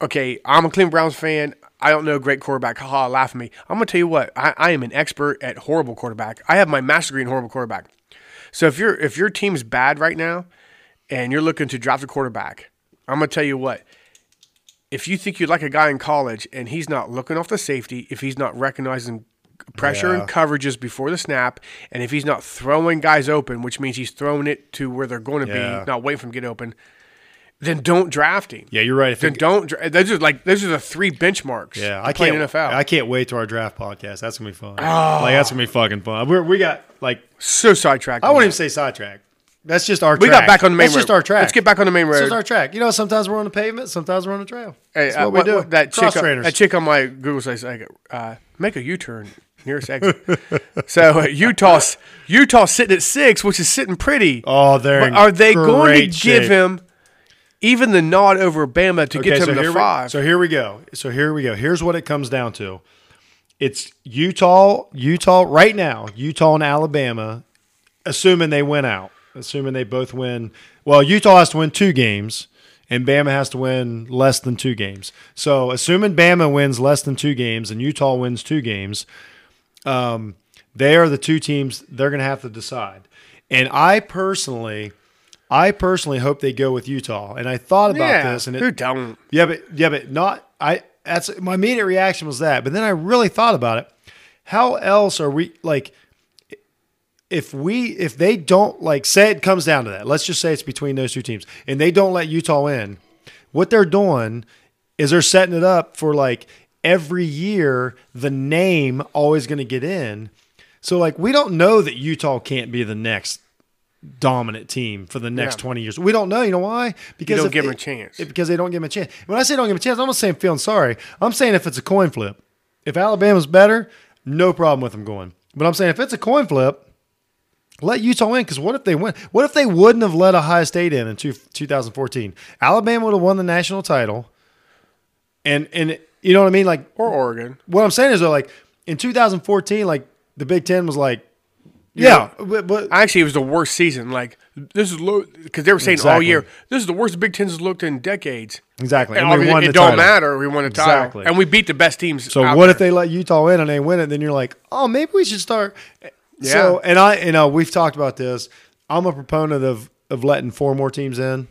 okay, I'm a Cleveland Browns fan. I don't know a great quarterback. Haha, laugh at me. I'm gonna tell you what. I, I am an expert at horrible quarterback. I have my master degree in horrible quarterback. So if your if your team's bad right now, and you're looking to draft a quarterback, I'm gonna tell you what if you think you like a guy in college and he's not looking off the safety, if he's not recognizing pressure and coverages before the snap, and if he's not throwing guys open, which means he's throwing it to where they're going to Yeah. be, not waiting for him to get open, then don't draft him. Yeah, you're right. If Then it- don't. dra- Those are like those are the three benchmarks. Yeah, to I play can't. in NFL. I can't wait to our draft podcast. That's gonna be fun. Like that's gonna be fucking fun. We're, we got like so sidetracked. I wouldn't even say sidetrack. That's just our. We got track. back on the main That's just road. our track. Let's get back on the main That's road. just our track. You know, sometimes we're on the pavement, sometimes we're on the trail. Hey, That's uh, what we what- do. what- that Cross chick, on, trainers. that chick on my Google says, like, uh, make a U turn nearest exit. so uh, Utah's Utah's sitting at six, which is sitting pretty. oh, they're But in are they going to great give shape. him even the nod over Bama to get Okay, him so to here We, five? so here we go. So here we go. Here's what it comes down to. It's Utah, Utah right now, Utah and Alabama, assuming they win out, assuming they both win. Well, Utah has to win two games, and Bama has to win less than two games. So assuming Bama wins less than two games and Utah wins two games, um, they are the two teams they're going to have to decide. And I personally, I personally hope they go with Utah. And I thought about yeah, this, and it, who don't? yeah, but yeah, but not I that's my immediate reaction was that. But then I really thought about it. How else are we like if we if they don't like say it comes down to that. Let's just say it's between those two teams and they don't let Utah in. What they're doing is they're setting it up for like every year the name always going to get in. So like we don't know that Utah can't be the next dominant team for the next Yeah. 20 years. We don't know, you know why? Because don't if give 'em it- a chance. if- because they don't give him a chance. When I say don't give him a chance, I'm not saying feeling sorry. I'm saying if it's a coin flip. If Alabama's better, no problem with them going. But I'm saying if it's a coin flip, let Utah in because what if they win? What if they wouldn't have let Ohio State in in two, 2014? Alabama would have won the national title, and and you know what I mean. Like Or Oregon? what I'm saying is though, like in 2014, like the Big Ten was like, yeah, but, but Actually, it was the worst season. Like this is low because they were saying all Exactly. year this is the worst the Big Ten's looked in decades. Exactly, and, and we obviously, won it the don't title. matter. We won a title, Exactly. and we beat the best teams. So out what there. if they let Utah in and they win it? Then you're like, oh, maybe we should start. So Yeah. and I and uh, we've talked about this. I'm a proponent of of letting four more teams in.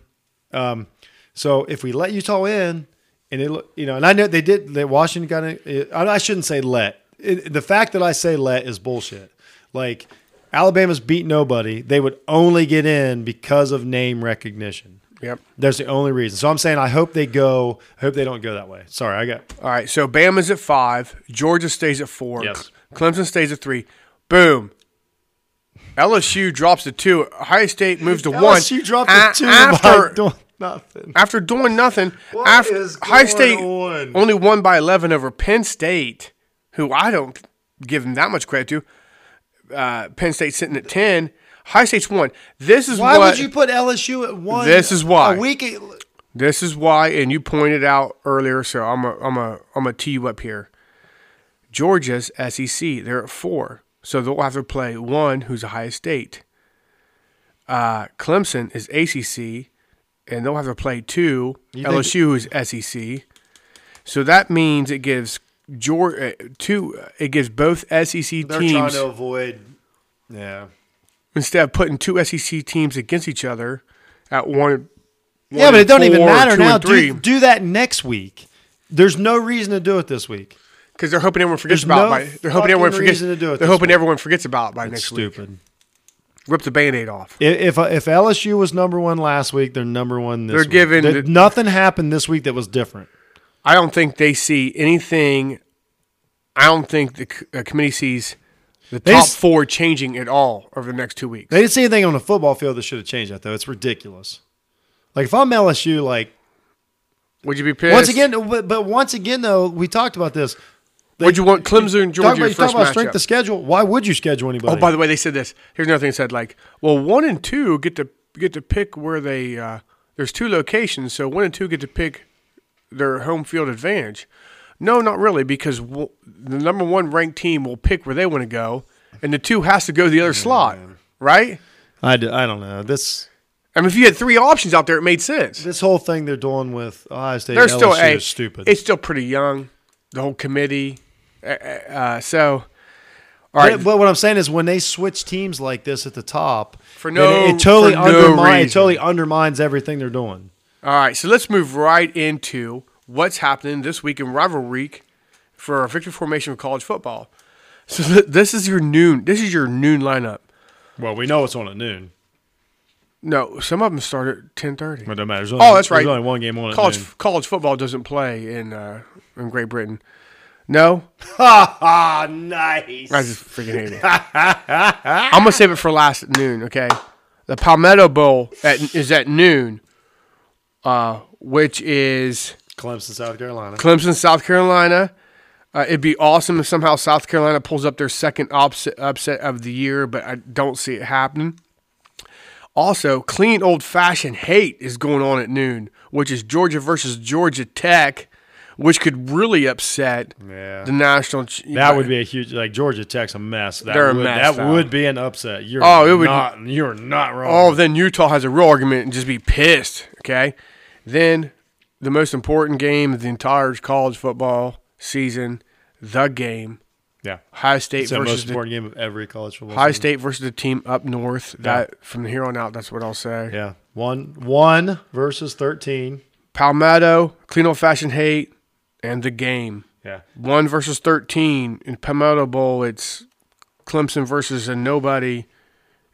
Um, so if we let Utah in, and it look- you know, and I know they did that. Washington got in. I I shouldn't say let. It, the fact that I say let is bullshit. Like Alabama's beat nobody. They would only get in because of name recognition. Yep. That's the only reason. So I'm saying I hope they go. I hope they don't go that way. Sorry, I got All right, so Bama's at five, Georgia stays at four, Yes. Clemson stays at three. Boom. LSU drops to two. Ohio State moves to one. She dropped A- a two after by doing nothing. after doing nothing. What after is Ohio going State on? only won by eleven over Penn State, who I don't give them that much credit to. Uh, Penn State sitting at ten. Ohio State's one. This is Why what, would you put LSU at one? This is why. A week. at- This is why, and you pointed out earlier, so I'm a, I'm a, I'm a tee you up here. Georgia's SEC, they're at four, so they'll have to play one who's Ohio State. Uh, Clemson is ACC, and they'll have to play two think- LSU who's SEC. So that means it gives Georgia two. uh, It gives both SEC They're trying teams to avoid. Yeah. instead of putting two SEC teams against each other at one. Yeah, but it don't even four, matter two, and now. three. Do, do that next week. There's no reason to do it this week. Because they're hoping everyone forgets There's about no it. By, they're hoping everyone fucking forgets. reason to do it they're this hoping everyone forgets about it by next week. Stupid. Rip the band-aid off. If, if if LSU was number one last week, they're number one this They're week. giving There- the- nothing happened this week that was different. I don't think they see anything. I don't think the c- uh, committee sees The They top s- four changing at all over the next two weeks. They didn't see anything on the football field that should have changed that though. It's ridiculous. Like if I'm LSU, like Would you be pissed? once again, but, but once again though, we talked about this. would you want Clemson and Talk Georgia about, your you talk first about matchup? strength of schedule. Why would you schedule anybody? Oh, by the way, they said this. Here's another thing they said: like, well, one and two get to get to pick where they. Uh, there's two locations, so one and two get to pick their home field advantage. No, not really, because w- the number one ranked team will pick where they want to go, and the two has to go to the other slot, right? I, do, I don't know this I mean, if you had three options out there, it made sense. this whole thing they're doing with Ohio State. They're and still LSU a is stupid. It's still pretty young, the whole committee. Uh, uh, uh, so, all right, But, but what I'm saying is when they switch teams like this at the top, For no- it, it totally for no undermines reason. it totally undermines everything they're doing. All right, so let's move right into what's happening this week in rival week for our victory formation of college football. So th- this is your noon. This is your noon lineup. Well, we know it's on at noon. No, some of them start at ten thirty. But it doesn't matter. There's Oh, only- that's right. There's only one game on at college noon. college football doesn't play in uh, in Great Britain. No, Ah, nice. I just freaking hate it. I'm gonna save it for last at noon. Okay, the Palmetto Bowl at, is at noon, uh, which is. Clemson, South Carolina. Clemson, South Carolina. Uh, it'd be awesome if somehow South Carolina pulls up their second upset, upset of the year, but I don't see it happening. Also, clean old fashioned hate is going on at noon, which is Georgia versus Georgia Tech, which could really upset Yeah. the national. ch- That would be a huge like Georgia Tech's a mess. That They're a would, mess, That Al. would be an upset. You're Oh, it would- not. You're not Oh, wrong. then Utah has a real argument and just be pissed. Okay. Then the most important game of the entire college football season, the game, yeah. Ohio State It's the versus most the important game of every college football. Ohio season. State versus the team up north. That from here on out, that's what I'll say. Yeah. One one versus thirteen. Palmetto, clean old fashioned hate, and the game. Yeah. One versus thirteen in Palmetto Bowl. It's Clemson versus a nobody.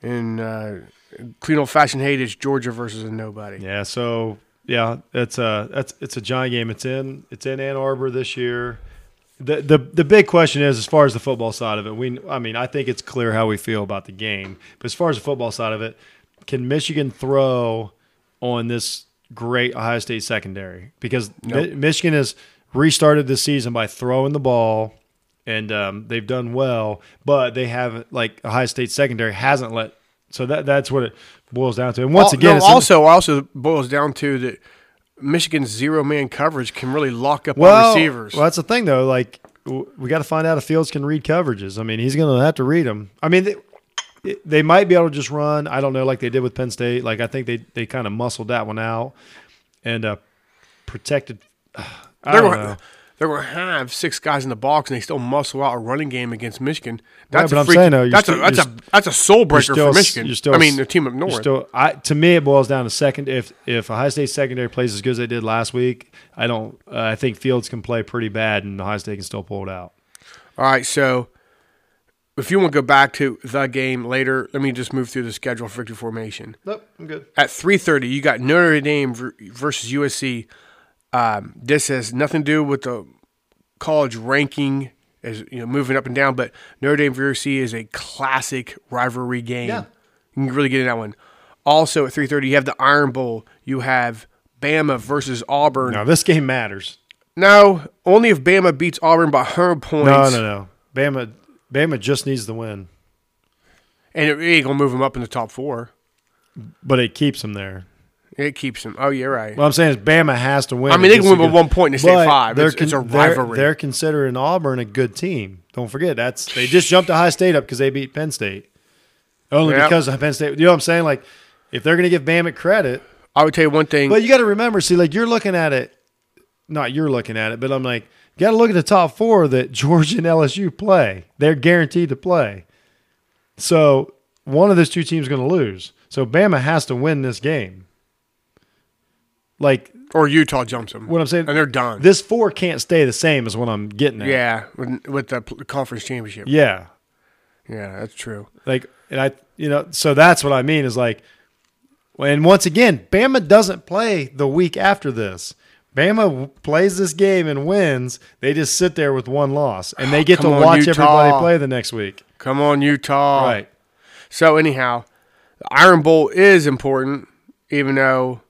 In uh, clean old fashioned hate, it's Georgia versus a nobody. Yeah. So yeah, that's a that's it's a giant game. It's in it's in Ann Arbor this year. The, the the big question is as far as the football side of it. We I mean I think it's clear how we feel about the game, but as far as the football side of it, can Michigan throw on this great Ohio State secondary? Because Mi- Michigan has restarted this season by throwing the ball, and um, they've done well, but they haven't like Ohio State secondary hasn't let. So that that's what it boils down to. And once Al- again, no, it's in- also also boils down to that Michigan's zero man coverage can really lock up well, on receivers. Well, that's the thing though. Like w- we got to find out if Fields can read coverages. I mean, he's going to have to read them. I mean, they, they might be able to just run. I don't know, like they did with Penn State. Like I think they they kind of muscled that one out and uh, protected. I They're don't gonna, know. they're gonna have six guys in the box, and they still muscle out a running game against Michigan. That's but a I'm freak, saying, though, you're that's a still- that's you're a that's a soul breaker for You're still- Michigan. You're still, I mean, the team up north. You're still, I, to me, it boils down to second. If if Ohio State secondary plays as good as they did last week, I don't. Uh, I think Fields can play pretty bad, and Ohio State can still pull it out. All right, so if you want to go back to the game later, let me just move through the schedule for victory formation. Nope, I'm good. At three thirty, you got Notre Dame ver- versus USC. Um, this has nothing to do with the college ranking, as you know, moving up and down. But Notre Dame versus USC is a classic rivalry game. Yeah. You can really get in that one. Also at three thirty, you have the Iron Bowl. You have Bama versus Auburn. Now No, this game matters. only if Bama beats Auburn by hundred points. No, no, no. Bama, Bama just needs the win, And it ain't gonna move them up in the top four. but it keeps them there. It keeps them. Oh, you're right. What I'm saying is Bama has to win. I mean, they It's can win a by good- one point and they stay but five. they're It's- it's a they're- rivalry. They're, considering Auburn a good team. Don't forget that's they just jumped Ohio State up because they beat Penn State. Only Yep. because of Penn State. You know what I'm saying? Like, if they're going to give Bama credit, I would tell you one thing. But you got to remember, see, like you're looking at it, not you're looking at it, but I'm like, you got to look at the top four that Georgia and LSU play. They're guaranteed to play. So one of those two teams going to lose. So Bama has to win this game. Like or Utah jumps them. what I'm saying, and they're done. This four can't stay the same, is what I'm getting at. yeah, with, with the pl- conference championship. Yeah. yeah. that's true. Like, and I, you know, so that's what I mean is like, and once again, Bama doesn't play the week after this. Bama w- plays this game and wins. They just sit there with one loss, and they get to Oh, Come on, watch Utah. Oh. everybody play the next week. Come on, Utah. Right. So anyhow, the Iron Bowl is important, even though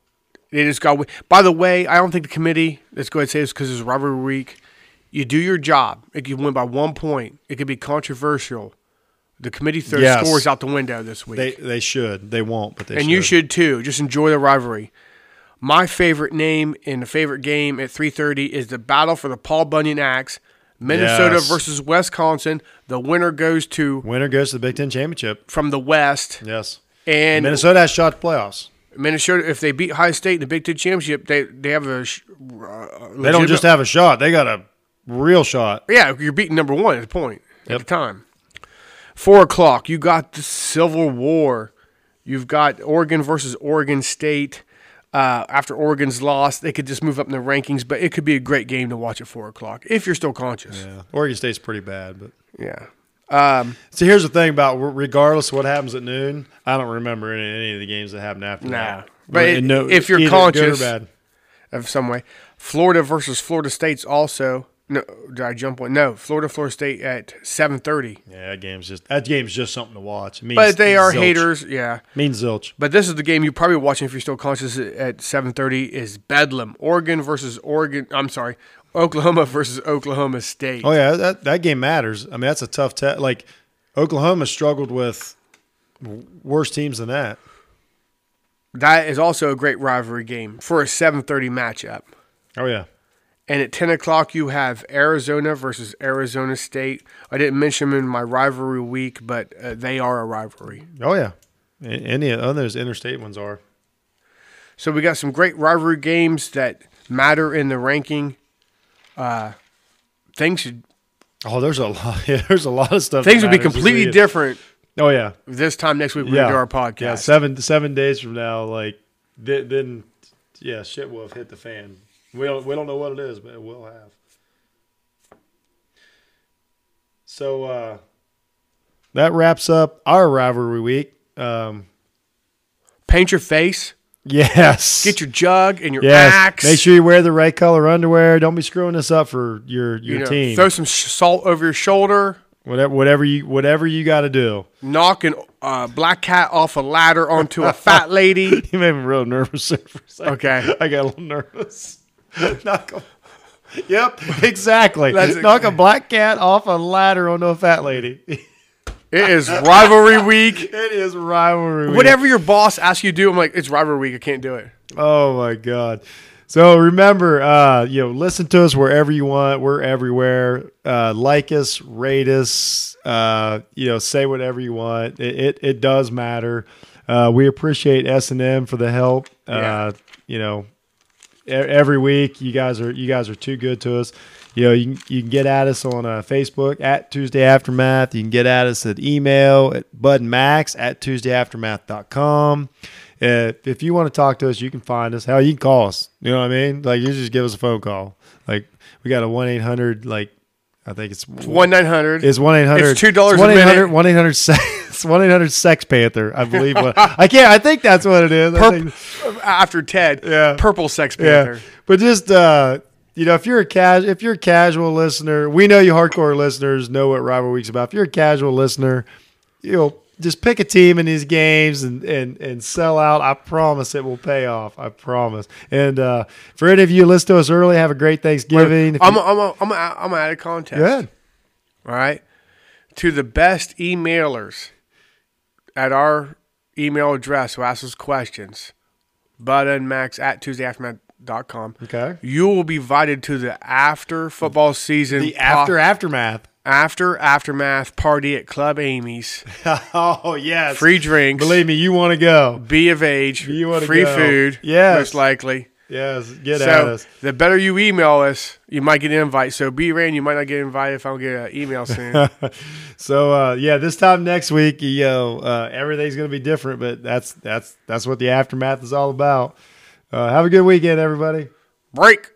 they just got. wi- By the way, I don't think the committee. Let's go ahead and say this because it's rivalry week. You do your job. It could win by one point. It could be controversial. The committee throws Yes. scores out the window this week, They they should. They won't, but they and you should too. Just enjoy the rivalry. My favorite name and the favorite game at 3:30 is the battle for the Paul Bunyan axe, Minnesota Yes. versus Wisconsin. The winner goes to Winner goes to the Big Ten championship. from the West, Yes. and Minnesota has shot the playoffs. Minnesota, if they beat High State in the Big Ten championship, they they have a. sh- Uh, They don't just have a shot. They got a real shot. Yeah, you're beating number one at the point Yep. at the time. Four o'clock. You got the Civil War. You've got Oregon versus Oregon State. Uh, after Oregon's loss, they could just move up in the rankings, but it could be a great game to watch at four o'clock if you're still conscious. Yeah. Oregon State's pretty bad, but Yeah. Um, so here's the thing about regardless of what happens at noon, I don't remember any, any of the games that happened after Nah. that. But And it- if you're either conscious- good or bad. of some way. Florida versus Florida State's also. No, did I jump one? No, Florida, Florida State at seven thirty. yeah, that game's just that game's just something to watch. It means But they are zilch. haters. Yeah. Means zilch. But this is the game you're probably watching if you're still conscious at 7:30 is Bedlam, Oregon versus Oregon. I'm sorry, Oklahoma versus Oklahoma State. Oh yeah, that that game matters. I mean, that's a tough test. Like Oklahoma struggled with w- worse teams than that. That is also a great rivalry game for a 7:30 matchup. Oh yeah, And at 10 o'clock you have Arizona versus Arizona State. I didn't mention them in my rivalry week, but uh, they are a rivalry. oh yeah. A- Any of those interstate ones are. So we got some great rivalry games that matter in the ranking. Uh, things should Oh, there's a lot. Yeah, there's a lot of stuff. that things would be matters. completely different Oh yeah, this time next week when yeah. we do our podcast. Yeah, seven seven days from now, like th- then, yeah, shit will have hit the fan. We don't we don't know what it is, but it will have. So uh, that wraps up our rivalry week. Um, Paint your face. yes, Get your jug and your Yes. axe. Make sure you wear the right color underwear. Don't be screwing this up for your your you know, team. throw some sh- salt over your shoulder. whatever whatever you whatever you got to do. Knock a uh, black cat off a ladder onto a fat lady. You made me real nervous there for a second. Okay. I got a little nervous. Knock a- Yep, exactly. That's it. Knock a black cat off a ladder onto a fat lady. It is rivalry week. It is rivalry. week. Whatever your boss asks you to do, I'm like, it's rivalry week. I can't do it. Oh my god. So remember, uh, you know, listen to us wherever you want. We're everywhere. Uh, like us, rate us. Uh, you know, say whatever you want. It it, it does matter. Uh, we appreciate S and M for the help. Yeah. Uh, you know, e- every week you guys are you guys are too good to us. You know, you can, you can get at us on uh, Facebook at Tuesday Aftermath. You can get at us at email at budmax at tuesdayaftermath.com. Uh, if you want to talk to us, you can find us. Hell, you can call us. You know what I mean? Like, you just give us a phone call. Like, we got a 1 800, like, I think it's One nine hundred. it's one eight hundred. It's $2 a One eight hundred. minute. One eight hundred. Sex. One eight hundred. Sex Panther. I believe. What, I can't. I think that's what it is. I think- after Ted. Yeah. Purple Sex Panther. yeah. But just uh, you know, if you're a cas- if you're a casual listener, we know you hardcore listeners know what Rival Week's about. If you're a casual listener, you know, just pick a team in these games and and and sell out. I promise it will pay off. I promise. And uh, for any of you who listen to us early, have a great Thanksgiving. If I'm you- a, I'm a, I'm a, I'm a out of contest. good. All right. To the best emailers at our email address who ask us questions, Bud and Max at TuesdayAftermath.com. Okay. You will be invited to the after football season, The after aftermath. after aftermath party at Club Amy's. Oh yes. Free drinks, Believe me, you want to go. be of age, You wanna free go. food, Yes. most likely. Yes, get at So us. the better you email us, you might get an invite. So B Ran, you might not get invited if I don't get an email soon. So uh, yeah, this time next week, you know, uh, everything's gonna be different, but that's that's that's what the aftermath is all about. Uh, have a good weekend, everybody. Break.